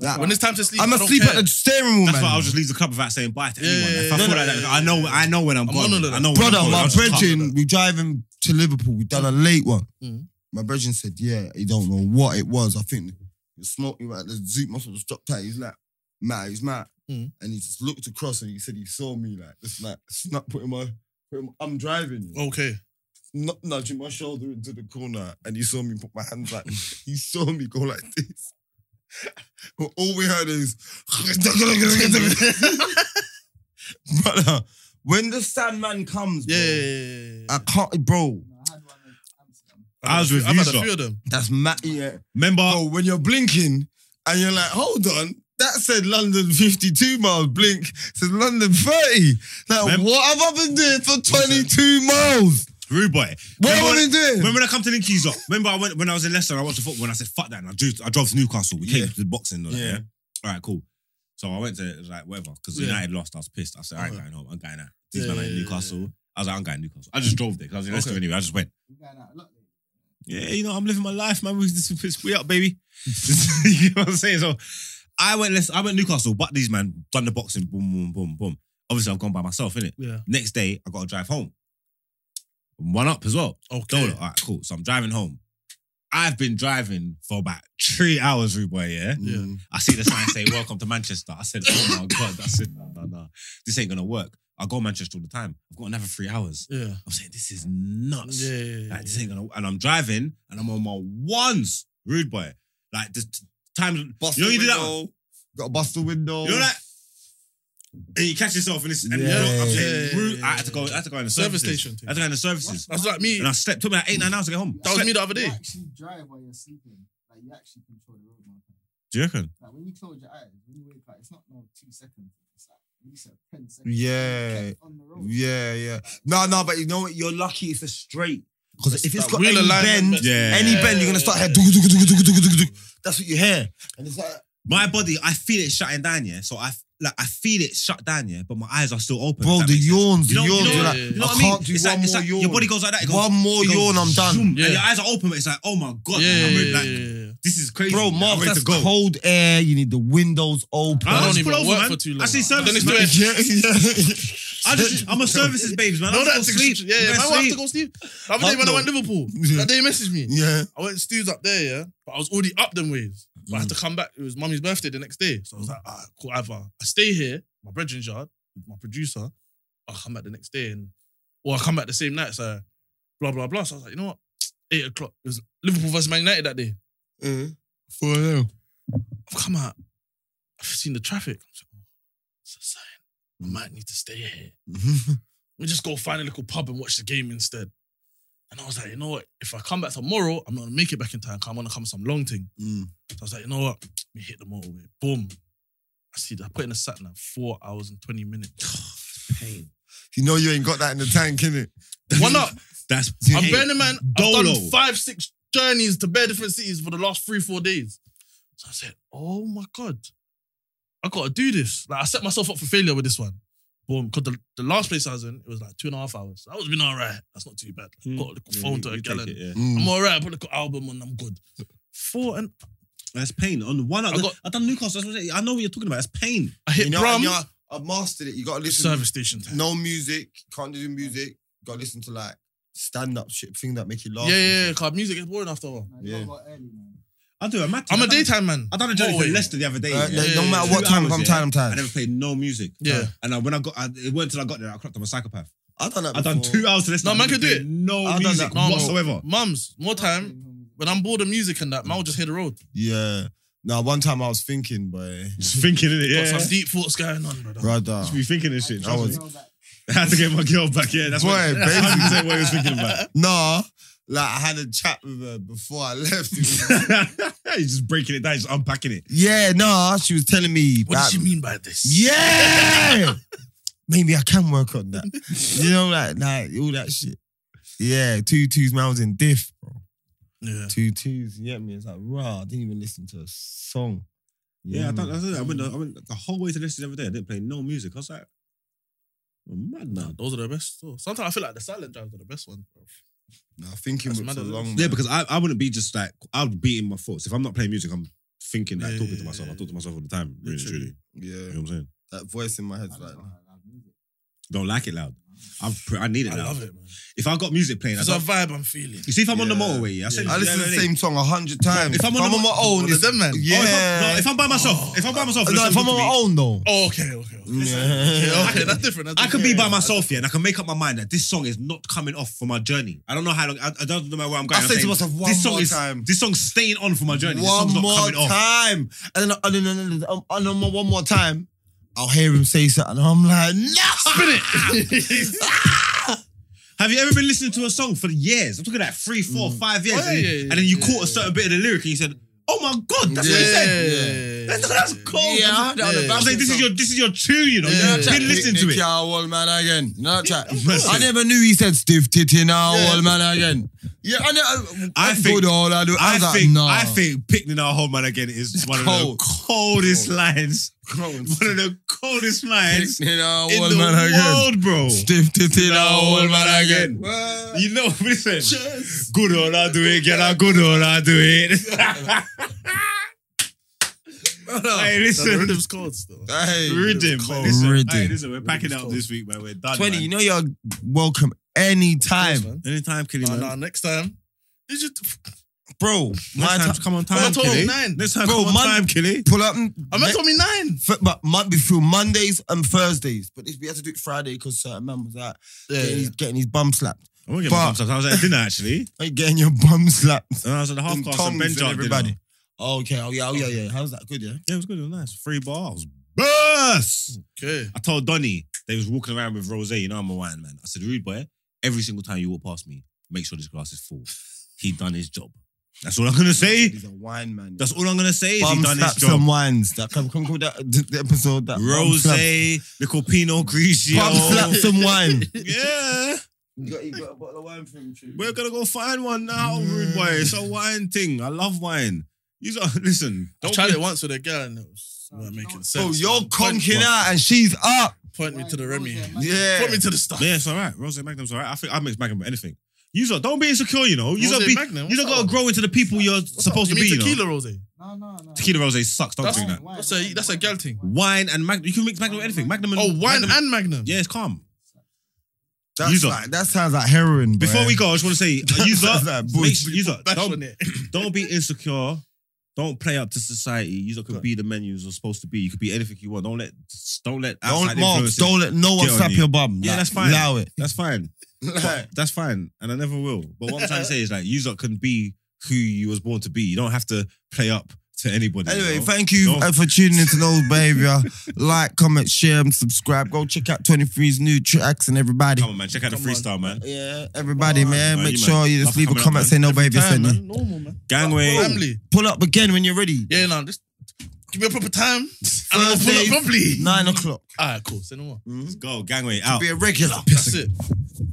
Like,
when it's time to sleep,
I'm
I don't
asleep
care.
at the steering wheel,
That's
man.
why I'll just leave the club without saying bye to
Yeah,
anyone. If
yeah,
I
yeah,
feel
yeah,
like that,
yeah,
I know, I know when I'm,
I'm on
gone.
all of
I
that.
know when
Brother,
I'm gone.
my
I'll just come.
brethren, we driving to Liverpool. We done a late one.
Mm.
My brethren said, "Yeah, he don't know what it was. I think the smoke he was at the zoo must have just dropped out. He's like, Matt, he's Matt,
Mm.
and he just looked across and he said he saw me like just like snap putting my, putting my I'm driving,
Okay.
nu- nudging my shoulder into the corner, and he saw me put my hands like he saw me go like this. But all we heard is, brother, uh, when the Sandman comes, bro,
Yeah, yeah, yeah, yeah, yeah.
I can't, bro.
No, I had one in Amsterdam.
I was with
I've
you,
had a
lot.
few of them.
That's mad. Yeah.
Remember,
Oh, when you're blinking and you're like, hold on, that said London 52 miles. Blink says London 30. Like,
Mem-
what have I been doing for 22 miles?
rude boy.
What have
Remember
I
when-
been doing?
Remember when I come to Linky's up? Remember I went when I was in Leicester, I watched the football and I said, fuck that. And I, drew, I drove to Newcastle. We
Yeah.
came to the boxing. Like,
Yeah.
yeah. All right, cool. So I went to like whatever, because
Yeah.
United lost. I was pissed. I said, I ain't
Uh-huh.
going home. I'm going out. These
Yeah,
men are in
yeah, yeah,
Newcastle. I was like, I'm going to Newcastle. I just drove there because I was in Leicester
Okay.
anyway. I just went.
We're going out a lot.
Yeah, you know, I'm living my life, man. We, this, this, we up, baby. you know what I'm saying? So I went Leic- I went Newcastle, but these man done the boxing, boom, boom, boom, boom. Obviously, I've gone by myself, innit?
Yeah.
Next day, I got to drive home. One up as well.
Okay.
Dolo. All right, cool. So I'm driving home. I've been driving for about three hours, rude boy. Yeah.
Yeah.
I see the sign say, Welcome to Manchester. I said, Oh my God. I said, No, no, no. This ain't going to work. I go to Manchester all the time. I've got another three hours.
Yeah.
I'm saying, This is nuts.
Yeah, yeah, yeah,
Like, this ain't going to And I'm driving and I'm on my ones, rude boy. Like, this time.
Bust
you know,
the
you do that. one?
window. Got to bust the window.
You know that? And you catch yourself in this. And
Yeah.
you know, I'm saying,
Yeah.
rude. I had to go. I had to go in the
Service
services.
station thing.
I had to go in the services.
That's like me.
And I slept. Took me like eight, nine hours to get home.
That was me the other
You
day.
actually drive while you're sleeping. Like, you actually control the road, man.
Do you reckon?
Like, when you close your eyes, when you wake up, it's not no two seconds. It's like, at least a 10 seconds.
Yeah.
Kept On the road.
Yeah, yeah. No, no, but you know what? You're lucky it's a straight. Because if it's
That
got
wheel
any
alignment
bend,
mess.
Yeah.
any bend, you're going to start hearing. doo doo doo doo doo doo doo. That's what you hear. And it's like,
My body, I feel it shutting down, yeah. So I f- like I feel it shut down, yeah, but my eyes are still open.
bro,
if that
the
makes sense.
yawns, the
You know, you
yawns.
know,
You're
yeah,
like,
you know
I
what I
can't
mean?
do
it's
one
like, it's
more
like
yawn.
your body goes like that. It goes,
One more
it goes
yawn, I'm done.
zoom,
Yeah.
And your eyes are open, but it's like, oh my god,
Yeah,
man,
yeah,
I'm
yeah,
really, like,
yeah, yeah.
this is crazy.
Bro,
I'm
Mark,
ready
that's
to go.
cold air. You need the windows open.
I
I
don't
don't
just
even
pull over,
work
man.
for too long.
I see
But then
services.
it's doing-
man.
yeah, yeah.
I just, I'm a services babes, man.
No,
I
that's
just go sleep.
Yeah,
I'm
yeah. Man,
gonna
I have to
sleep.
go sleep. The other day when I went to Liverpool,
Yeah.
that day he messaged me.
yeah.
I went to Stu's up there, yeah, but I was already up them ways. But I had to come back. It was mummy's birthday the next day, so I was like, ah, cool. Either I stay here, my brethren's yard, with my producer. I'll come back the next day, and or I come back the same night. So blah blah blah. So I was like, you know what? Eight o'clock. It was Liverpool versus Man United that day.
For real.
I've come out. I've seen the traffic. I was like, oh, it's a sign. I might need to stay here. me just go find a little pub and watch the game instead. And I was like, you know what? If I come back tomorrow, I'm not gonna make it back in time. 'cause I'm gonna come some long thing.
Mm.
So I was like, you know what? We hit the motorway. Boom. I see that. I put in a sat nav, four hours and 20 minutes.
Pain.
You know you ain't got that in the tank, innit?
One up.
That's
I'm
Hey,
bearing in mind, I've
Dolo.
done five, six journeys to bare different cities for the last three, four days. So I said, oh my God, I gotta do this. Like I set myself up for failure with this one. Boom. Because the, the last place I was in, it was like two and a half hours. I was been all right. That's not too bad. Like,
Mm.
Got a little
Yeah,
phone
you-
to a
you take
gallon.
it, yeah.
Mm.
I'm all right. I put a little album on, I'm good. Four and
That's pain. On one,
I
I,
got-
I done Newcastle. That's what I'm saying. I know what you're talking about. It's pain.
I hit
You know,
Brum.
and you're- I've mastered it. You gotta listen.
service station time.
No music. Can't do music. Gotta listen to like stand up shit, thing that make you laugh.
yeah,
and
yeah, yeah.
shit.
Cause music is boring after a while.
Like, you
Yeah.
got up early, man.
I do. I'm,
I'm a daytime man.
I done a journey
Always.
to Leicester the other day.
Uh,
yeah.
no, no
Yeah.
matter
Two
what time,
hours,
I'm
yeah.
tired, I'm
I
tired.
never played no music. Uh,
Yeah.
And I, when I got, I, it wasn't until I got there I cracked. I'm a psychopath.
I've done that
I done
before.
two hours to Leicester.
No, man can do
played
it.
No
I done
music
that. No, no.
whatsoever.
Mums, more time. When I'm bored of music and that, man, I'll just hit the road.
Yeah. No, one time I was thinking, boy.
Just thinking in it.
Got
Yeah.
some deep thoughts going on, brother.
Brother.
Just be thinking this shit.
I
trust
was-
me. I had to get my girl back. Yeah, that's what.
Boy,
That's
basically.
100% what he was thinking about.
Nah. Like I had a chat with her before I left. It was-
He's just breaking it down. He's just unpacking it.
yeah, nah. She was telling me.
What
that-
did you mean by this?
Yeah. Maybe I can work on that. You know, like, like all that shit. Yeah, two twos, man I was in diff, bro.
Yeah.
Two twos, you get me? It's like, raw, I didn't even listen to a song. You
Yeah, I,
know?
thought, I, said, I, went, the- I went the whole way to Leicester the other day. I didn't play no music. I was like, I'm mad
Nah,
now.
those are the best. though. Sometimes I feel like the silent drives are the best ones. Bro.
Nah, thinking
That's
was
mad
so
as well.
long.
Yeah,
man.
because I, I wouldn't be just like I would be in my thoughts. If I'm not playing music, I'm thinking like
Yeah,
talking
yeah,
to myself.
yeah.
I talk to myself all the time. Really, and
Literally.
truly. You know
yeah,
what I'm saying?
that voice in my head's like,
Like,
Don't like it loud. I pr- I need it
I
loud.
love it, man.
If I got music playing, I
It's a
got,
vibe I'm feeling.
you see if I'm on the
Yeah.
motorway, yeah, I said
Yeah.
I
this
listen to
the other
the
day.
same song a hundred times.
If I'm on the
my
mo-
own,
One of
it's
them, man.
yeah. Oh.
Oh, if I'm, no, if I'm by myself, if I'm by myself,
no, if
listen
I'm on
to
my
me,
own though.
Oh, okay, okay, okay.
Yeah.
Yeah, okay, that's different. that's
I could be
different.
by myself here, and I can make up my mind that this song is not coming off for my journey. I don't know how long. I, I don't know where I'm going.
I
I'm
say
saying,
to myself, one
this song
more
is,
time.
This song's staying on for my journey. this
One
song's not
more
coming off.
time. And then, and then, and then, um, and then one more time, I'll hear him say something. And I'm like, no.
Have you ever been listening to a song for years? I'm talking like three, four,
Mm.
five years,
Oh, yeah,
and,
yeah, yeah,
and then you
yeah,
caught a certain bit of the lyric, and you said, "Oh my god, that's
Yeah.
what he said."
Yeah.
That's, that's cold.
Yeah, I had it on the
I
back
was like,
of
this
the
is your this is your tune, you know.
Yeah.
You've been listening to it.
Nicky Howell, man again. You know that track?
of course.
I never knew he said stiff titty now,
Yeah.
old man again. Yeah, I know.
I think-
Good old, I, do. I,
I
was
think
like, nah.
I think picking our whole man again is one
cold.
of the coldest lines. One of the coldest lines
Picking our
in
old
the
man again.
world, bro.
Stiff titty now, old man again.
You know, listen. Good old I do it, girl. Good old I do it. hey,
The
listen.
rhythm's cold still.
Hey,
Rhythm,
cold.
man. Listen,
Rhythm.
Hey, listen, we're packing
Rhythm's
out
cold.
this week, man. We're done.
20,
man.
you know you're welcome anytime.
Anytime, Killy,
Nah,
man.
nah, next time. Did you?
Bro, my
Next
time,
time, come on
I
time,
told him
Killy.
nine.
Next time,
Bro,
come on
man-
time, Killy.
pull up.
I meant told me nine.
F- but might be through Mondays and Thursdays, but this, we had to do it Friday because certain man was out getting, his, getting his bum slapped.
I'm gonna get
But-
my thumbs up. I was at dinner actually,
Are you getting your bum slapped?
and I was at the half
And
cast
tongs
and Ben
and
Jar
everybody.
dinner.
Oh, okay. Oh yeah. Oh yeah. Yeah. How's that? Good. Yeah.
Yeah, it was good. It was nice. Free bars. Burst.
Okay.
I told Donny they was walking around with rosé. You know I'm a wine man. I said, rude boy. Every single time you walk past me, make sure this glass is full. He done his job. That's all I'm gonna say.
He's a wine man.
That's all I'm gonna say. Is he
Bum
done his
slaps
job.
some wines. That come come come that the the episode that bum slaps.
Rosé, little Pinot Grigio.
Bum slap some wine.
Yeah,
You got, you got a bottle of wine for him, Tree.
we're gonna go find one now, rude boy. It's a wine thing. I love wine. You don't- listen.
I
Don't
tried
be-
it once with a girl and it was not making sense.
Bro, you're
Point-
Oh, conking out and she's up.
Point me to the Remy.
Yeah.
Point me to the stuff.
Yeah, it's all right. Rose Magnum's all right. I think I mix Magnum with anything. You lot, don't be insecure, you know. You
Rosé
lot, be,
Magnum?
you
What's
lot
that
gotta
one?
grow into the people you're supposed to
You
be,
mean
you know.
tequila rosé?
No, no, no.
Tequila rose sucks. Don't
That's-
drink that.
That's a- that's a girl thing.
Wine and Magnum. You can mix Magnum with anything. Magnum and
Oh, wine
Magnum-
and Magnum.
Yeah, it's calm.
That's
User.
like, that sounds like heroin.
Before
bruh.
we go, I just want to say, user,
That bullshit.
make, sure- user
Bash
don't,
on it.
don't be insecure. Don't play up to society. You can be the men you're supposed to be. You could be anything you want. Don't let, don't let outside
don't mark,
influences-
don't let no one
get on
slap
you.
your bum.
Yeah,
Like,
that's fine.
Allow it.
That's fine. But that's fine, and I never will. But what I'm trying to say is like, you lot can be who you was born to be. You don't have to play up to anybody. you
Anyway,
know?
thank you
No.
uh, for tuning into No's Behavior. like, comment, share, and subscribe. Go check out 23's new tracks and everybody.
Come on, man. Check out the
Come on.
freestyle, man.
Yeah, everybody,
Come on,
man.
man.
Make
You,
sure
man.
you
Love
just leave a
coming up,
comment
man.
saying no baby
Time,
sent you.
man. Normal, man.
Gangway.
Family.
Pull up again when you're ready.
Yeah, no, just give me a proper time. And I'll pull
Thursdays,
up properly.
Nine o'clock. Mm-hmm.
All right, cool. Say no more.
Let's go. Gangway out.
Be a regular.
That's it.